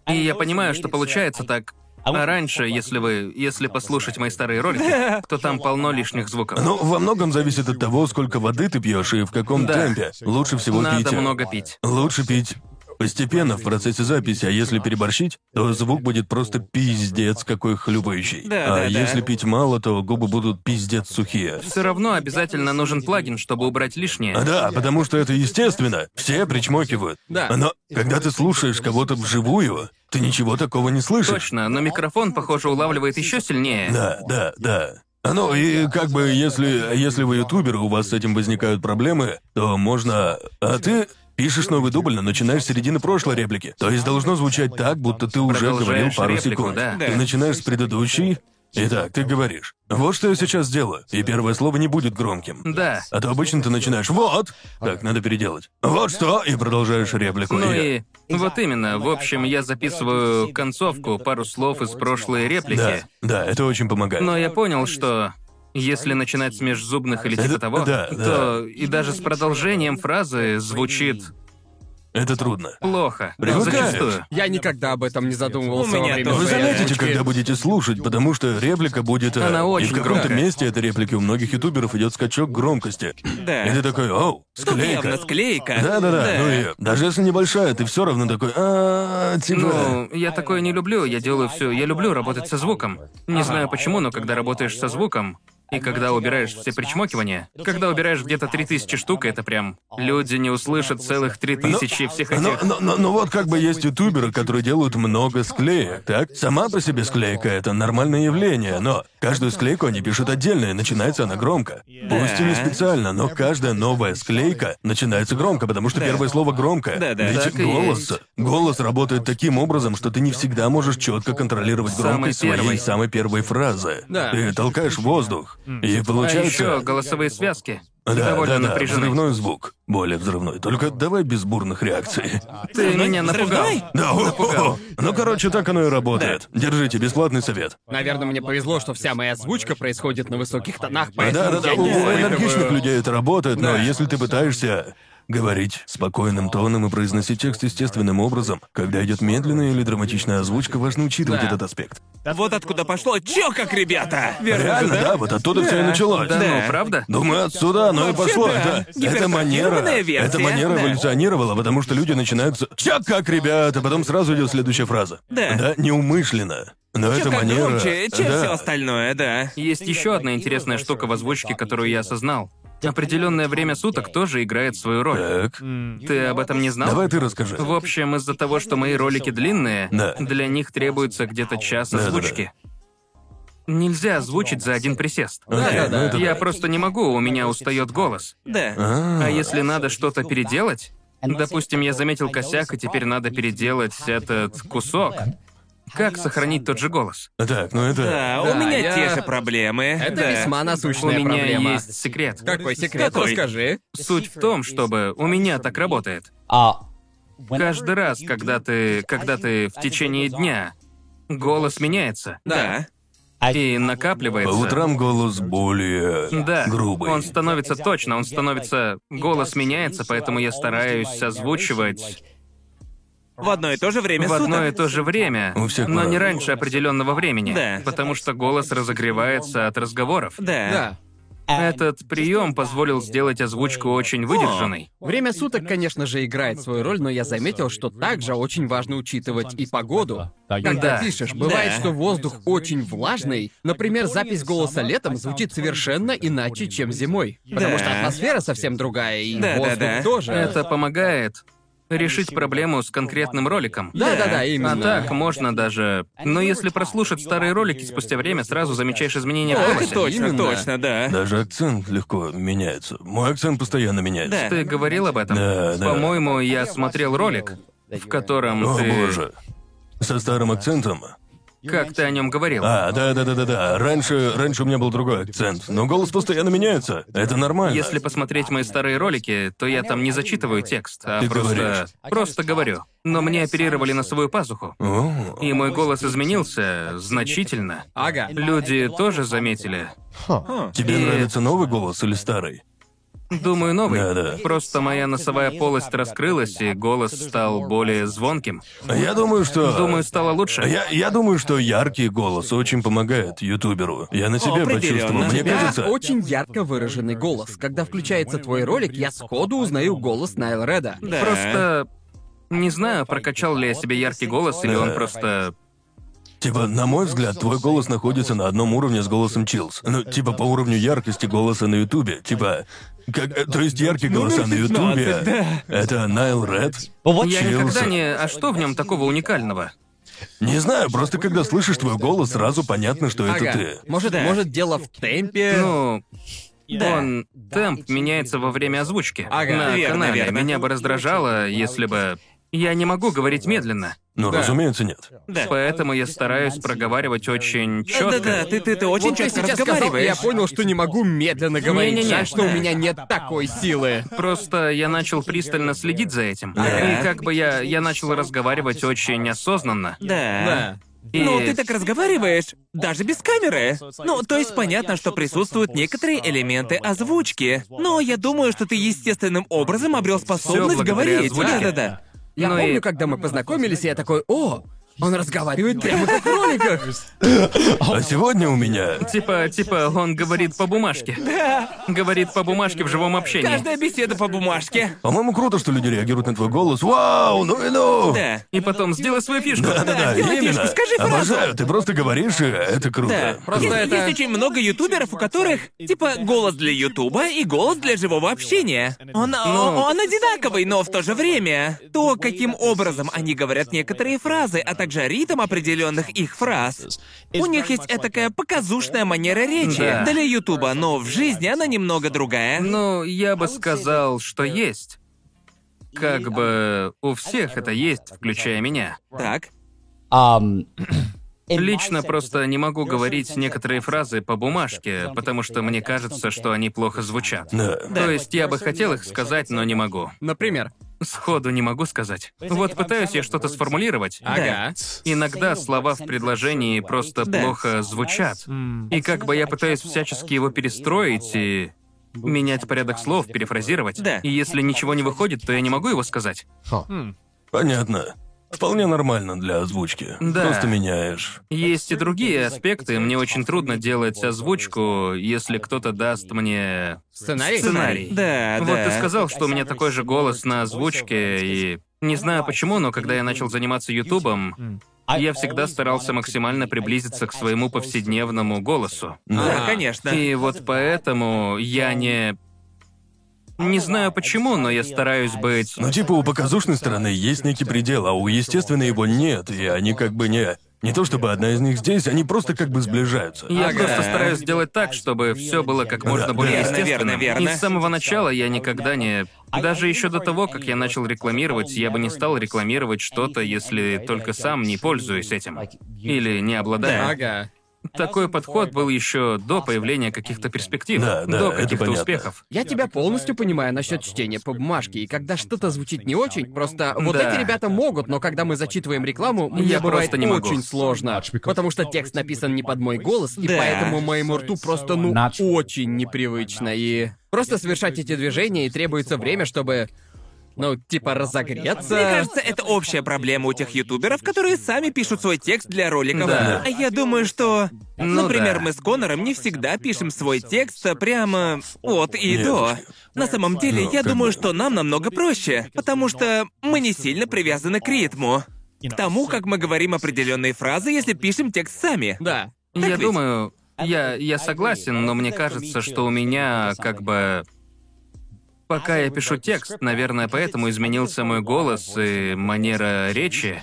S1: И я понимаю, что получается так. А раньше, если вы, если послушать мои старые ролики, то там полно лишних звуков.
S2: Ну, во многом зависит от того, сколько воды ты пьешь и в каком
S1: Да.
S2: темпе. Лучше всего пить. э,
S1: Надо много пить.
S2: Лучше пить постепенно в процессе записи, а если переборщить, то звук будет просто пиздец какой хлюпающий.
S3: Да,
S2: а
S3: да, да.
S2: если пить мало, то губы будут пиздец сухие.
S1: Все равно обязательно нужен плагин, чтобы убрать лишнее.
S2: А Да, потому что это естественно. Все причмокивают.
S4: Да.
S2: Но когда ты слушаешь кого-то вживую, ты ничего такого не слышишь.
S1: Точно, но микрофон, похоже, улавливает еще сильнее.
S2: Да, да, да. А Ну и как бы если если вы ютуберы, у вас с этим возникают проблемы, то можно. А ты пишешь новый дубль, но начинаешь с середины прошлой реплики. То есть должно звучать так, будто ты уже говорил
S1: Продолжаешь
S2: пару
S1: реплику,
S2: секунд.
S1: да.
S2: Ты начинаешь с предыдущей. Итак, ты говоришь. Вот что я сейчас делаю. И первое слово не будет громким.
S1: Да.
S2: А то обычно ты начинаешь вот. Так, надо переделать. Вот что! И продолжаешь реплику.
S1: Ну
S2: И-
S1: и вот именно. В общем, я записываю концовку, пару слов из прошлой
S2: Да,
S1: реплики. Ну
S2: да, это очень помогает.
S1: Но я понял, что если начинать с межзубных или типа
S2: Это-
S1: того,
S2: да,
S1: то и даже с продолжением фразы звучит
S2: Это трудно.
S1: плохо.
S2: Привыкаешь.
S1: Зачастую.
S4: Я никогда об этом не задумывался
S3: У
S4: во
S3: меня
S4: время
S3: тоже.
S2: Вы
S4: своей
S2: заметите,
S4: озвучки.
S2: когда будете слушать, потому что реплика будет... э,
S1: Она
S2: И в
S1: очень
S2: каком-то
S1: громкая.
S2: месте этой реплики у многих ютуберов идет скачок громкости.
S3: Да.
S2: И ты такой, оу,
S3: Тут
S2: склейка.
S3: явно склейка.
S2: Да-да-да, ну и даже если небольшая, ты все равно такой, а типа...
S1: Ну, я такое не люблю, я делаю все. Я люблю работать со звуком. Не знаю почему, но когда работаешь со звуком, и когда убираешь все причмокивания, когда убираешь где-то 3000 штук, это прям... Люди не услышат целых 3000 всех
S2: Ну,
S1: этих...
S2: ну- ну- ну вот как бы есть ютуберы, которые делают много склеек, так? Сама по себе склейка — это нормальное явление, но каждую склейку они пишут отдельно, и начинается она громко. Пусть и не специально, но каждая новая склейка начинается громко, потому что первое слово громкое.
S3: Да, да.
S2: Ведь
S1: Так и
S2: голос, голос работает таким образом, что ты не всегда можешь четко контролировать
S1: Самой
S2: громкость своей
S1: первой.
S2: самой первой фразы.
S4: Да.
S2: Ты толкаешь воздух, и
S1: А
S2: получается...
S1: еще голосовые связки.
S2: Да,
S1: довольно
S2: да, да,
S1: напряжены.
S2: взрывной звук. Более взрывной. Только давай без бурных реакций.
S1: Ты
S3: Ну,
S2: ну,
S1: меня напугал.
S3: Взрывной?
S2: Да, о, о, о. ну короче, так оно и работает. Держите, бесплатный совет.
S4: Наверное, мне повезло, что вся моя озвучка происходит на высоких тонах,
S2: Да,
S4: поэтому
S2: да, да,
S4: я
S2: у
S4: не
S2: у
S4: испытываю-
S2: энергичных людей это работает, но если ты пытаешься говорить спокойным тоном и произносить текст естественным образом. Когда идет медленная или драматичная озвучка, важно учитывать
S1: Да.
S2: этот аспект.
S3: Вот откуда пошло «Чё как, ребята!»
S2: Реально, да? вот оттуда все и началось.
S1: Да,
S3: Да.
S1: ну, правда?
S2: Думаю, отсюда оно и
S3: Вообще,
S2: пошло.
S3: да.
S2: Это, это манера.
S3: Гипертрофированная версия,
S2: эта манера
S3: да.
S2: эволюционировала, потому что люди начинают с «Чё как, ребята!» Потом сразу идет следующая фраза.
S3: Да.
S2: Да, неумышленно. Но
S3: «Чё
S2: это
S3: как
S2: манера...
S3: громче, чем
S2: да.
S3: все остальное, да.
S1: Есть еще одна интересная штука в озвучке, которую я осознал. Определенное время суток тоже играет свою роль.
S2: Так,
S1: Ты об этом не знал?
S2: давай ты расскажи.
S1: В общем, из-за того, что мои ролики длинные,
S2: Да.
S1: для них требуется где-то час
S2: Да-да-да.
S1: озвучки. Нельзя озвучить за один присест.
S2: Окей,
S4: Да-да-да.
S2: ну это
S1: Я
S2: да.
S1: просто не могу, у меня устает голос.
S3: Да.
S2: А,
S1: А если надо что-то переделать, допустим, я заметил косяк, и теперь надо переделать этот кусок, как сохранить тот же голос?
S2: Так, ну это...
S3: Да, у
S4: Да,
S3: меня
S4: я-
S3: те же проблемы.
S4: Это
S3: да.
S4: весьма
S1: У
S4: насущная
S1: меня
S4: проблема.
S1: есть секрет.
S4: Какой секрет?
S3: Какой?
S4: Расскажи.
S1: Суть в том, чтобы у меня так работает. Каждый раз, когда ты, когда ты в течение дня, голос меняется
S3: Да.
S1: и накапливается.
S2: По утрам голос более
S1: Да.
S2: грубый.
S1: Он становится точно, он становится... Голос меняется, поэтому я стараюсь озвучивать
S3: В одно и то же время
S1: в одно и
S3: суток.
S1: то же время,
S2: У всех
S1: но не
S2: по-разному.
S1: раньше определенного времени,
S3: Да.
S1: потому что голос разогревается от разговоров.
S3: Да.
S4: Да.
S1: Этот прием позволил сделать озвучку очень выдержанной.
S4: Время суток, конечно же, играет свою роль, но я заметил, что также очень важно учитывать и погоду.
S5: Ну
S4: Когда
S1: Да.
S4: пишешь, бывает,
S3: Да.
S4: что воздух очень влажный. Например, запись голоса летом звучит совершенно иначе, чем зимой. Потому
S3: Да.
S4: что атмосфера совсем другая, и
S3: Да, да,
S4: воздух
S3: да.
S4: тоже.
S1: Это помогает решить проблему с конкретным роликом.
S4: Да,
S3: Да.
S4: да, да, именно.
S1: А так можно даже... Но если прослушать старые ролики спустя время, сразу замечаешь изменения в
S3: О,
S1: голосе.
S3: это точно,
S4: Именно.
S3: точно, да.
S2: Даже акцент легко меняется. Мой акцент постоянно меняется.
S3: Да.
S1: Ты говорил об этом?
S2: Да, да.
S1: По-моему, я смотрел ролик, в котором
S2: О
S1: ты...
S2: боже. Со старым акцентом.
S1: Как ты о нем говорил?
S2: А, да, да, да, да, да. Раньше, раньше у меня был другой акцент, но голос постоянно меняется. Это нормально.
S1: Если посмотреть мои старые ролики, то я там не зачитываю текст, а
S2: Ты
S1: просто...
S2: говоришь.
S1: Просто говорю. Но мне оперировали на свою пазуху.
S2: О,
S1: И мой голос изменился значительно.
S4: Ага.
S1: Люди тоже заметили.
S2: тебе
S1: и-
S2: нравится новый голос или старый?
S1: Думаю, новый.
S2: Да-да.
S1: Просто моя носовая полость раскрылась, и голос стал более звонким.
S2: Я думаю, что.
S1: Думаю, стало лучше.
S2: Я, я думаю, что яркий голос очень помогает ютуберу. Я на себе
S3: определенно.
S2: почувствовал. Мне
S3: У тебя
S2: кажется,
S4: очень ярко выраженный голос. Когда включается твой ролик, я сходу узнаю голос Найл Реда.
S3: Да.
S1: Просто... Не знаю, прокачал ли я себе яркий голос, или он
S2: Да.
S1: просто...
S2: Типа, на мой взгляд, твой голос находится на одном уровне с голосом Чилс. Ну, типа, по уровню яркости голоса на Ютубе. Типа, как, э, то есть яркие голоса на Ютубе. Это Найл Ред.
S1: Я
S2: Чилс.
S1: никогда не... А что в нем такого уникального?
S2: Не знаю, просто когда слышишь твой голос, сразу понятно, что это
S4: Ага.
S2: ты.
S4: Может,
S3: Да.
S4: может, дело в
S2: Э.
S4: темпе.
S1: Ну,
S3: Да.
S1: он... Темп меняется во время озвучки.
S4: Ага.
S1: на
S3: Верно,
S1: канале.
S3: верно.
S1: Меня бы раздражало, если бы... Я не могу говорить медленно,
S2: Ну, разумеется, нет.
S3: Да.
S1: поэтому я стараюсь проговаривать очень четко.
S3: Да-да, ты, ты, ты очень
S4: Вот ты
S3: четко
S4: сейчас сказал, и я
S3: разговариваешь.
S4: понял, что не могу медленно говорить.
S1: Не-не-не.
S4: Жаль, что у меня нет такой силы.
S1: Просто я начал пристально следить за этим.
S3: Ага.
S1: И как бы я, я начал разговаривать очень осознанно.
S3: Да.
S4: Да.
S1: И
S3: Ну, ты так разговариваешь, даже без камеры. Ну, то есть понятно, что присутствуют некоторые элементы озвучки. Но я думаю, что ты естественным образом обрел способность
S1: благодаря
S3: говорить.
S1: озвучке.
S3: Да-да-да.
S4: Я
S1: Ну и-
S4: помню, когда мы познакомились, и я такой, о, он разговаривает прямо как в роликах.
S2: А сегодня у меня...
S1: Типа, типа, он говорит по бумажке. Говорит по бумажке в живом общении.
S3: Каждая беседа по бумажке.
S2: По-моему, круто, что люди реагируют на твой голос. Вау, ну и ну!
S3: Да.
S1: И потом сделай свою фишку.
S2: Да-да-да,
S3: сделай
S2: именно.
S3: фишку, скажи фразу.
S2: Обожаю, ты просто говоришь, и это
S3: Да.
S2: круто.
S4: Просто
S3: есть,
S4: это-
S3: есть очень много ютуберов, у которых типа голос для ютуба и голос для живого общения. Он,
S1: Ну,
S3: он одинаковый, но в то же время то, каким образом они говорят некоторые фразы, а также ритм определенных их фраз. У них есть этакая показушная манера речи
S1: Да.
S3: для ютуба, но в жизни она немного другая.
S1: Ну, я бы сказал, что есть. Как бы у всех это есть, включая меня.
S3: Так.
S1: Лично просто не могу говорить некоторые фразы по бумажке, потому что мне кажется, что они плохо звучат.
S2: Да.
S1: То есть я бы хотел их сказать, но не могу.
S4: Например.
S1: Сходу не могу сказать. Вот пытаюсь я что-то сформулировать.
S4: Ага.
S1: Иногда слова в предложении просто
S3: Да.
S1: плохо звучат. И как бы я пытаюсь всячески его перестроить, и менять порядок слов, перефразировать.
S3: Да.
S1: И если ничего не выходит, то я не могу его сказать.
S2: Понятно. Вполне нормально для озвучки.
S1: Да.
S2: Просто меняешь.
S1: Есть и другие аспекты. Мне очень трудно делать озвучку, если кто-то даст мне
S4: Сценарий?
S1: сценарий.
S3: Да,
S1: Вот
S3: да.
S1: ты сказал, что у меня такой же голос на озвучке, и не знаю почему, но когда я начал заниматься Ютубом, я всегда старался максимально приблизиться к своему повседневному голосу.
S3: Да, конечно.
S1: И вот поэтому я не... Не знаю почему, но я стараюсь быть...
S2: Ну, типа, у показушной стороны есть некий предел, а у естественной его нет, и они как бы не... Не то чтобы одна из них здесь, они просто как бы сближаются.
S1: Я
S3: Ага.
S1: просто стараюсь сделать так, чтобы все было как можно
S2: Да,
S1: более
S2: да.
S1: естественно.
S3: Верно, верно, верно.
S1: И с самого начала я никогда не... Даже еще до того, как я начал рекламировать, я бы не стал рекламировать что-то, если только сам не пользуюсь этим. Или не обладаю.
S4: Ага.
S1: Такой подход был еще до появления каких-то перспектив,
S2: Да, да,
S1: до
S2: это
S1: каких-то
S2: понятно.
S1: успехов.
S4: Я тебя полностью понимаю насчет чтения по бумажке, и когда что-то звучит не очень, просто вот
S1: Да.
S4: эти ребята могут, но когда мы зачитываем рекламу, мне
S1: Я
S4: бывает
S1: просто не могу.
S4: очень сложно, потому что текст написан не под мой голос, и
S3: Да.
S4: поэтому моему рту просто, ну,
S6: Natural.
S4: очень непривычно, и просто совершать эти движения, и требуется время, чтобы, ну, типа, разогреться.
S3: Мне кажется, это общая проблема у тех ютуберов, которые сами пишут свой текст для роликов.
S1: Да.
S3: А я думаю, что...
S1: Ну
S3: Например,
S1: да.
S3: мы с Конором не всегда пишем свой текст э, прямо от и до. На самом деле,
S2: Ну,
S3: я
S2: как
S3: думаю,
S2: бы.
S3: что нам намного проще, потому что мы не сильно привязаны к ритму. К тому, как мы говорим определенные фразы, если пишем текст сами.
S4: Да.
S3: Так
S1: Я
S3: ведь?
S1: думаю, я, я согласен, но мне кажется, что у меня как бы... Пока я пишу текст,
S3: а
S1: наверное, поэтому изменился мой голос и манера речи.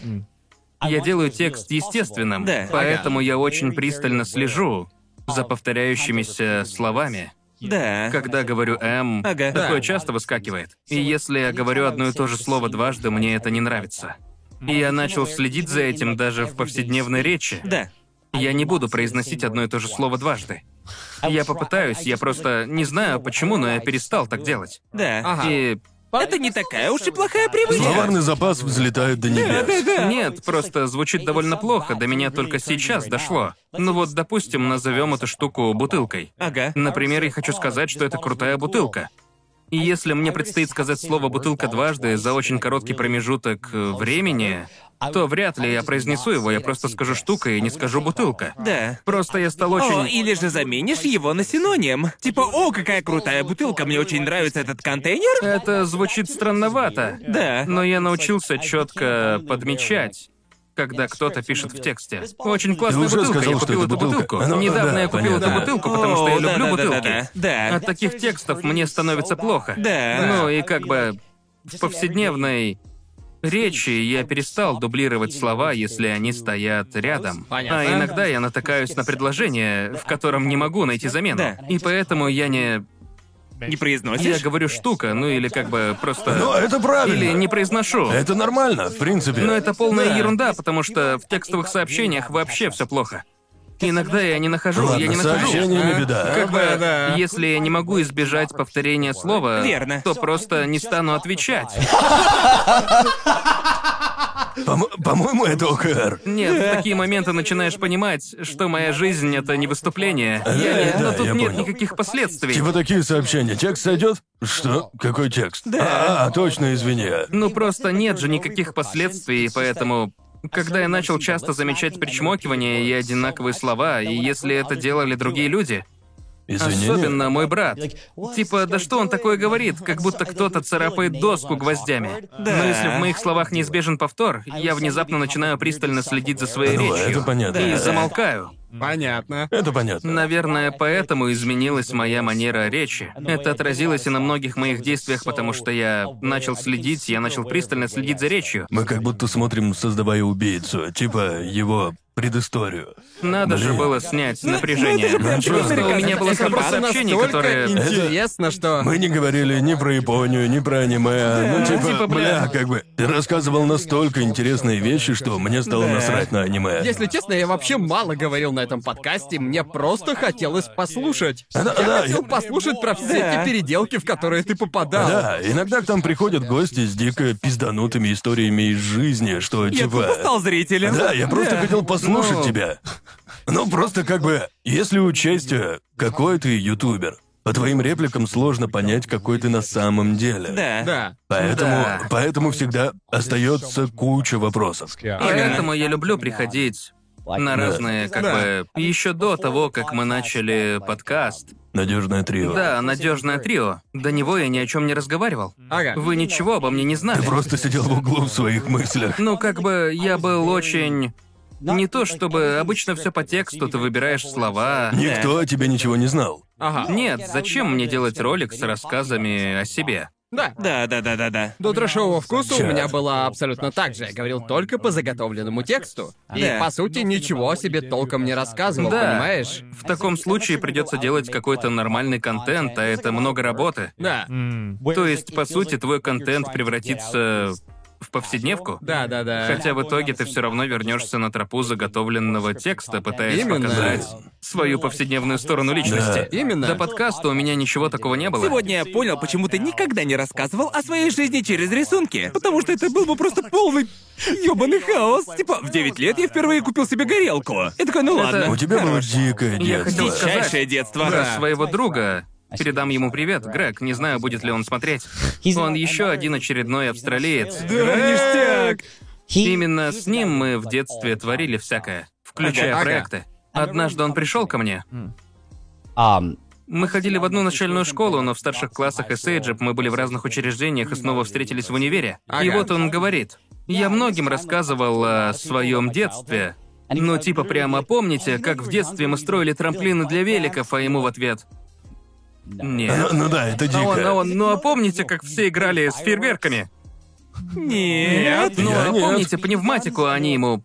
S1: Я делаю текст естественным,
S3: Да.
S1: поэтому я очень пристально слежу за повторяющимися словами.
S3: Да.
S1: Когда говорю «м»,
S3: Ага.
S1: такое
S3: Да.
S1: часто выскакивает. И если я говорю одно и то же слово дважды, мне это не нравится. И я начал следить за этим даже в повседневной речи.
S3: Да.
S1: Я не буду произносить одно и то же слово дважды. Я попытаюсь, я просто не знаю почему, но я перестал так делать.
S3: Да.
S4: Ага.
S1: И
S3: Это не такая уж и плохая привычка.
S2: Словарный запас взлетает до небес.
S1: нет, просто звучит довольно плохо, до меня только сейчас дошло. Ну вот, допустим, назовем эту штуку бутылкой.
S3: Ага.
S1: Например, я хочу сказать, что это крутая бутылка. И если мне предстоит сказать слово «бутылка» дважды за очень короткий промежуток э, времени, то вряд ли я произнесу его, я просто скажу «штука» и не скажу «бутылка».
S3: Да.
S1: Просто я стал
S3: О,
S1: очень...
S3: или же заменишь его на синоним. Типа, о, какая крутая бутылка, мне очень нравится этот контейнер.
S1: Это звучит странновато.
S3: Да.
S1: Но я научился четко подмечать когда кто-то пишет в тексте. Очень классная
S2: уже
S1: бутылка,
S2: сказал,
S1: я
S2: что
S1: купил
S2: это
S1: эту
S2: бутылка.
S1: бутылку.
S2: Ну,
S1: Недавно
S2: да,
S1: я купил
S2: понятно.
S1: эту бутылку, потому что я
S3: О, да,
S1: люблю
S3: да, да,
S1: бутылки.
S3: Да, да,
S1: От таких текстов мне становится плохо.
S3: Да.
S1: Ну и как бы в повседневной речи я перестал дублировать слова, если они стоят рядом.
S4: Понятно.
S1: А иногда я натыкаюсь на предложение, в котором не могу найти замену.
S3: Да.
S1: И поэтому я не...
S3: да. Не
S1: Я
S3: произносишь?
S1: говорю штука, ну или как бы просто...
S2: Но это Ну, а правильно. Э,
S1: Или не произношу.
S2: Это нормально, в принципе.
S1: Но это полная
S3: Да.
S1: ерунда, потому что в текстовых сообщениях вообще все плохо. Иногда я не нахожу,
S2: Ладно,
S1: я не нахожу.
S2: сообщениями
S1: А?
S2: беда.
S1: Как бы,
S4: Да, да.
S1: если я не могу избежать повторения слова,
S3: Верно.
S1: то просто не стану отвечать.
S2: Пом- По-моему, это ОКР.
S1: Нет, в такие моменты начинаешь понимать, что моя жизнь это не выступление. Я не-
S2: да,
S1: но тут
S2: я
S1: нет
S2: понял.
S1: никаких последствий.
S2: Типа такие сообщения. Текст сойдет? Что? Какой текст? Да. А, точно, извини.
S1: Ну просто нет же никаких последствий, и поэтому... Когда я начал часто замечать причмокивание и одинаковые слова, и если это делали другие люди,
S2: Извини.
S1: особенно мой брат, Типа, да что он такое говорит, как будто кто-то царапает доску гвоздями.
S3: Да.
S1: Но если в моих словах неизбежен повтор, я внезапно начинаю пристально следить за своей
S2: Ну,
S1: речью.
S2: это понятно.
S1: И
S2: Да.
S1: замолкаю.
S4: Понятно.
S2: Это понятно.
S1: Наверное, поэтому изменилась моя манера речи. Это отразилось и на многих моих действиях, потому что я
S4: Oh,
S1: начал следить, я начал пристально следить за речью.
S2: Мы как будто смотрим, создавая убийцу, типа его предысторию.
S1: Надо же
S2: Блин. Ну,
S1: было снять напряжение.
S2: прям
S1: Просто у меня было
S4: Это
S1: столько
S4: Ну, просто
S1: сообщений,
S4: настолько
S1: которые...
S4: интересно, что...
S2: Мы не говорили ни про Японию, ни про аниме. Ну, типа,
S1: Типа, бля.
S2: бля, как бы. Ты рассказывал настолько интересные вещи, что мне стало насрать на аниме.
S4: Если честно, я вообще мало говорил на этом подкасте, мне просто хотелось послушать.
S2: Да,
S4: я
S2: да,
S4: хотел
S2: я-
S4: послушать про все эти переделки, в которые ты попадал.
S2: Да, иногда к нам приходят гости с дико пизданутыми историями из жизни, что
S3: Я
S2: типа.
S3: тупо стал зрителем.
S2: Да, я просто хотел послушать
S1: Ну.
S2: тебя. Ну, просто как бы, если учесть, э, какой ты ютубер, По твоим репликам сложно понять, какой ты на самом деле.
S3: Да.
S4: Да.
S2: Поэтому,
S1: Да.
S2: поэтому всегда остается куча вопросов.
S1: Поэтому я люблю приходить на разные, как
S4: Да.
S1: бы, еще до того, как мы начали подкаст.
S2: Надежное трио.
S1: Да, надежное трио. До него я ни о чем не разговаривал.
S4: Ага.
S1: Вы ничего обо мне не
S2: Ты
S1: знали.
S2: просто сидел в углу в своих мыслях.
S1: Ну, как бы я был очень... Не то чтобы обычно все по тексту, ты выбираешь слова.
S2: Никто о тебе ничего не знал.
S4: Ага.
S1: Нет, зачем мне делать ролик с рассказами о себе?
S4: Да.
S3: Да, да, да, да, да.
S4: До трешового вкуса у
S2: Чёрт.
S4: меня было абсолютно так же. Я говорил только по заготовленному тексту. И,
S3: Да.
S4: по сути, ничего о себе толком не рассказывал,
S1: Да.
S4: Ну, понимаешь?
S1: В таком случае придется делать какой-то нормальный контент, а это много работы.
S4: Да.
S1: То есть, по сути, твой контент превратится в повседневку?
S4: Да, да, да.
S1: Хотя в итоге ты все равно вернешься на тропу заготовленного текста, пытаясь
S4: Именно.
S1: показать свою повседневную сторону личности.
S2: Да.
S4: Именно.
S1: До подкаста у меня ничего такого не было.
S3: Сегодня я понял, почему ты никогда не рассказывал о своей жизни через рисунки. Потому что это был бы просто полный ёбаный хаос. Типа, в 9 лет я впервые купил себе горелку. Я такой, ну
S1: Это-
S2: У
S3: ладно.
S2: тебя было дикое
S1: Я
S2: детство.
S1: хотел сказать
S3: Дичайшее детство.
S1: про своего друга. Передам ему привет, Грег. Не знаю, будет ли он смотреть. Он еще один очередной австралиец.
S3: Да, ништяк.
S1: Именно с ним мы в
S5: uh,
S1: детстве творили всякое, включая
S4: Ага.
S1: проекты. Однажды он пришел ко мне.
S5: Um,
S1: Мы ходили в одну начальную школу, но в старших классах и Сейджип мы были в разных учреждениях и снова встретились в универе. И
S4: Ага.
S1: вот он говорит, я многим рассказывал
S5: uh,
S1: о своем детстве, ну типа прямо помните, как в детстве мы строили трамплины для великов, а ему в ответ
S2: Ну,
S1: нет.
S2: ну да, это
S1: А он, а
S2: дико.
S1: он, ну а помните, как все играли с фейерверками?
S3: Нет.
S1: Ну,
S2: Я
S1: а
S2: нет.
S1: помните пневматику, а они ему...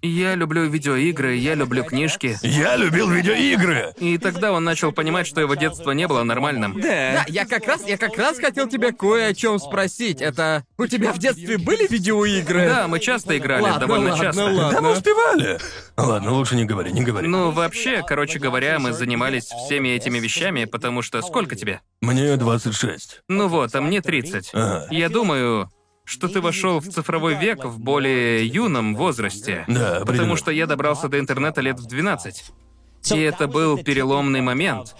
S1: Я люблю видеоигры, я люблю книжки.
S2: Я любил видеоигры.
S1: И тогда он начал понимать, что его детство не было нормальным.
S4: Да,
S3: Да.
S4: я как раз, я как раз хотел тебя кое о чем спросить. Это у тебя в детстве были видеоигры?
S1: Да, мы часто играли,
S4: Ладно,
S1: довольно
S4: ладно,
S1: часто.
S4: ладно.
S2: Да мы успевали. Ладно, лучше не говори, не говори.
S1: Ну, вообще, короче говоря, мы занимались всеми этими вещами, потому что сколько тебе?
S2: Мне 26.
S1: Ну вот, а мне 30.
S2: Ага.
S1: Я думаю, что ты вошел в цифровой век в более юном возрасте.
S2: Да,
S1: Потому
S2: определенно.
S1: что я добрался до интернета лет в 12. И это был переломный момент.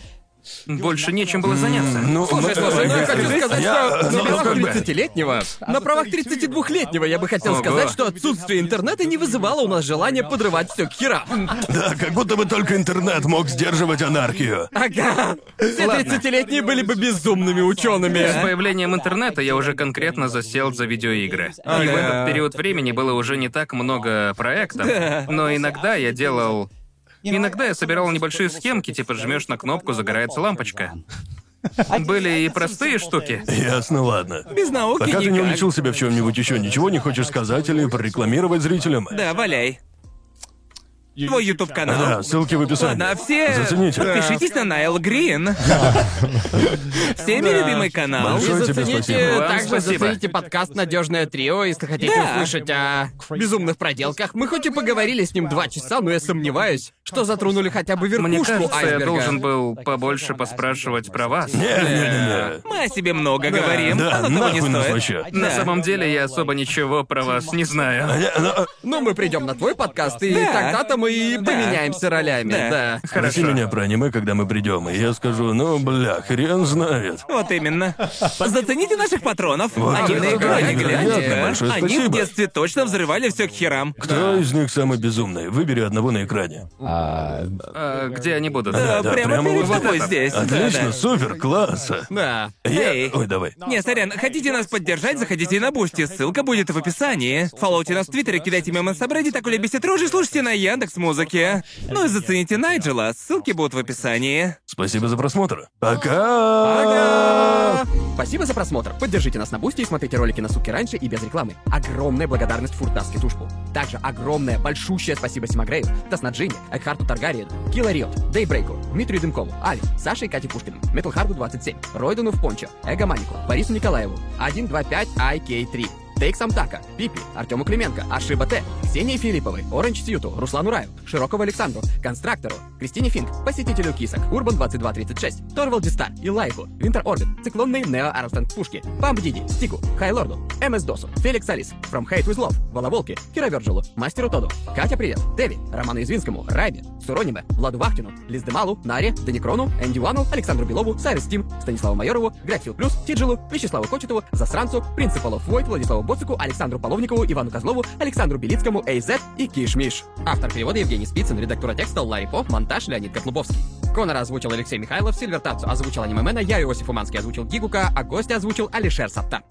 S1: Больше нечем было заняться.
S2: Ну,
S4: Слушай,
S2: мы-
S4: слушай, ну я хочу сказать,
S2: Я-
S4: что
S2: ну,
S4: на правах
S2: как бы-
S4: 30-летнего, на правах 32-летнего я бы хотел
S1: Ого.
S4: сказать, что отсутствие интернета не вызывало у нас желания подрывать все к херам.
S2: Да, как будто бы только интернет мог сдерживать анархию.
S4: Ага. Все 30-летние были бы безумными
S1: С
S4: учеными.
S1: появлением интернета я уже конкретно засел за видеоигры. И в
S4: Ага.
S1: этот период времени было уже не так много проектов, но иногда я делал... Иногда я собирал небольшие схемки, типа жмешь на кнопку, загорается лампочка.
S5: [LAUGHS]
S1: Были и простые штуки.
S2: Ясно, ладно.
S3: Без науки
S2: Пока а ты не
S3: никак.
S2: уличил себя в чем-нибудь еще, ничего не хочешь сказать или прорекламировать зрителям?
S3: Да, валяй. Твой YouTube
S2: Да,
S3: канал.
S2: ссылки в описании.
S3: Ладно, а все
S2: Зацените.
S3: подпишитесь на Найл Грин. Всеми любимый канал.
S2: Большое
S4: И
S2: тебе
S4: А зацените,
S2: спасибо.
S1: Вам
S4: также
S1: спасибо.
S4: зацените подкаст «Надежное трио», если хотите
S3: Да.
S4: услышать о безумных проделках. Мы хоть и поговорили с ним два часа, но я сомневаюсь, что затронули хотя бы верхушку
S1: Мне кажется, я
S4: айсберга.
S1: должен был побольше поспрашивать про вас.
S2: Не-не-не-не.
S3: Мы о себе много говорим,
S2: Да,
S3: оно того не
S2: нахуй нас
S3: стоит. А
S2: вообще.
S1: На
S3: Да.
S1: самом деле я особо ничего про вас не знаю.
S2: Они- ну,
S4: Но мы придем на твой подкаст, и
S3: Да.
S4: тогда-то мы и
S3: Да.
S4: поменяемся ролями.
S3: Да.
S4: Да.
S2: Спроси меня про аниме, когда мы придем, и я скажу, ну, бля, хрен знает.
S3: Вот именно. Зацените наших патронов.
S2: Вот
S3: Они
S2: это
S3: на экране,
S2: да,
S3: гляньте.
S2: невероятно, большое
S3: Они в
S2: спасибо.
S3: детстве точно взрывали все к херам.
S2: Кто из них самый безумный? Выбери одного на экране.
S5: Uh,
S1: А, где они будут?
S3: Да,
S2: да,
S3: прямо
S2: прямо
S3: перед
S2: вот
S3: тобой
S2: это.
S3: здесь. Да,
S2: Отлично,
S3: да.
S2: супер, класса.
S4: Да.
S2: Я-
S3: Эй.
S2: Ой, давай.
S3: Не, сорян, хотите нас поддержать, заходите на Бусти, ссылка будет в описании. Фоллоуте нас в Твиттере, кидайте мемы с Абредди, так улюбите рожи, слушайте на Яндекс Музыке. Ну и зацените Найджела, ссылки будут в описании.
S2: Спасибо за просмотр. Пока! Э,
S4: Пока! Спасибо за просмотр. Поддержите нас на бусте и смотрите ролики на сутки раньше и без рекламы. Огромная благодарность Фуртаске Тушку. Также огромное, большущее спасибо Симагрею, Таснаджине, Экхарту Таргариену, Киллариот, Дейбрейку, Дмитрию Дымкову, Али, Саше и Кате Пушкину, Металхарду 27, Ройдену в Пончо, Эго Манику, Борису Николаеву, 125IK3, Тейк Самтака, Пипи, Артему Клименко, Ашиба Т, Ксении Филипповой, Оранж Сьюту, Руслану Раю, Широкого Александру, Констрактору, Кристине Финк, Посетителю Кисок, Урбан 2236, Торвал Дистар, Илайку, Винтер Орбит, Циклонные Нео Армстон Пушки, Памп Диди, Стику, Хайлорду, МС Досу, Феликс Алис, From Hate With Love, Воловолке, Кира Вёрджелу, Мастеру Тоду, Катя Привет, Дэви, Роману Извинскому, Райбе, Сурониме, Владу Вахтину, Лиздемалу, Наре, Даникрону, Энди Вану, Александру Белову, Сайрис Тим, Станиславу Майорову, Грегфилд Плюс, Тиджилу, Вячеславу Кочетову, Засранцу, Принцу Полов Войт, Владиславу Боцику, Александру Половникову, Ивану Козлову, Александру Белицкому, Эйзет и Кишмиш. Автор перевода Евгений Спицын, редактора текста Ларри Поп, монтаж Леонид Котлубовский. Конора озвучил Алексей Михайлов, Сильвертацу озвучил Анимемена, я Иосиф Уманский озвучил Гигука, а гостя озвучил Алишер Саттар.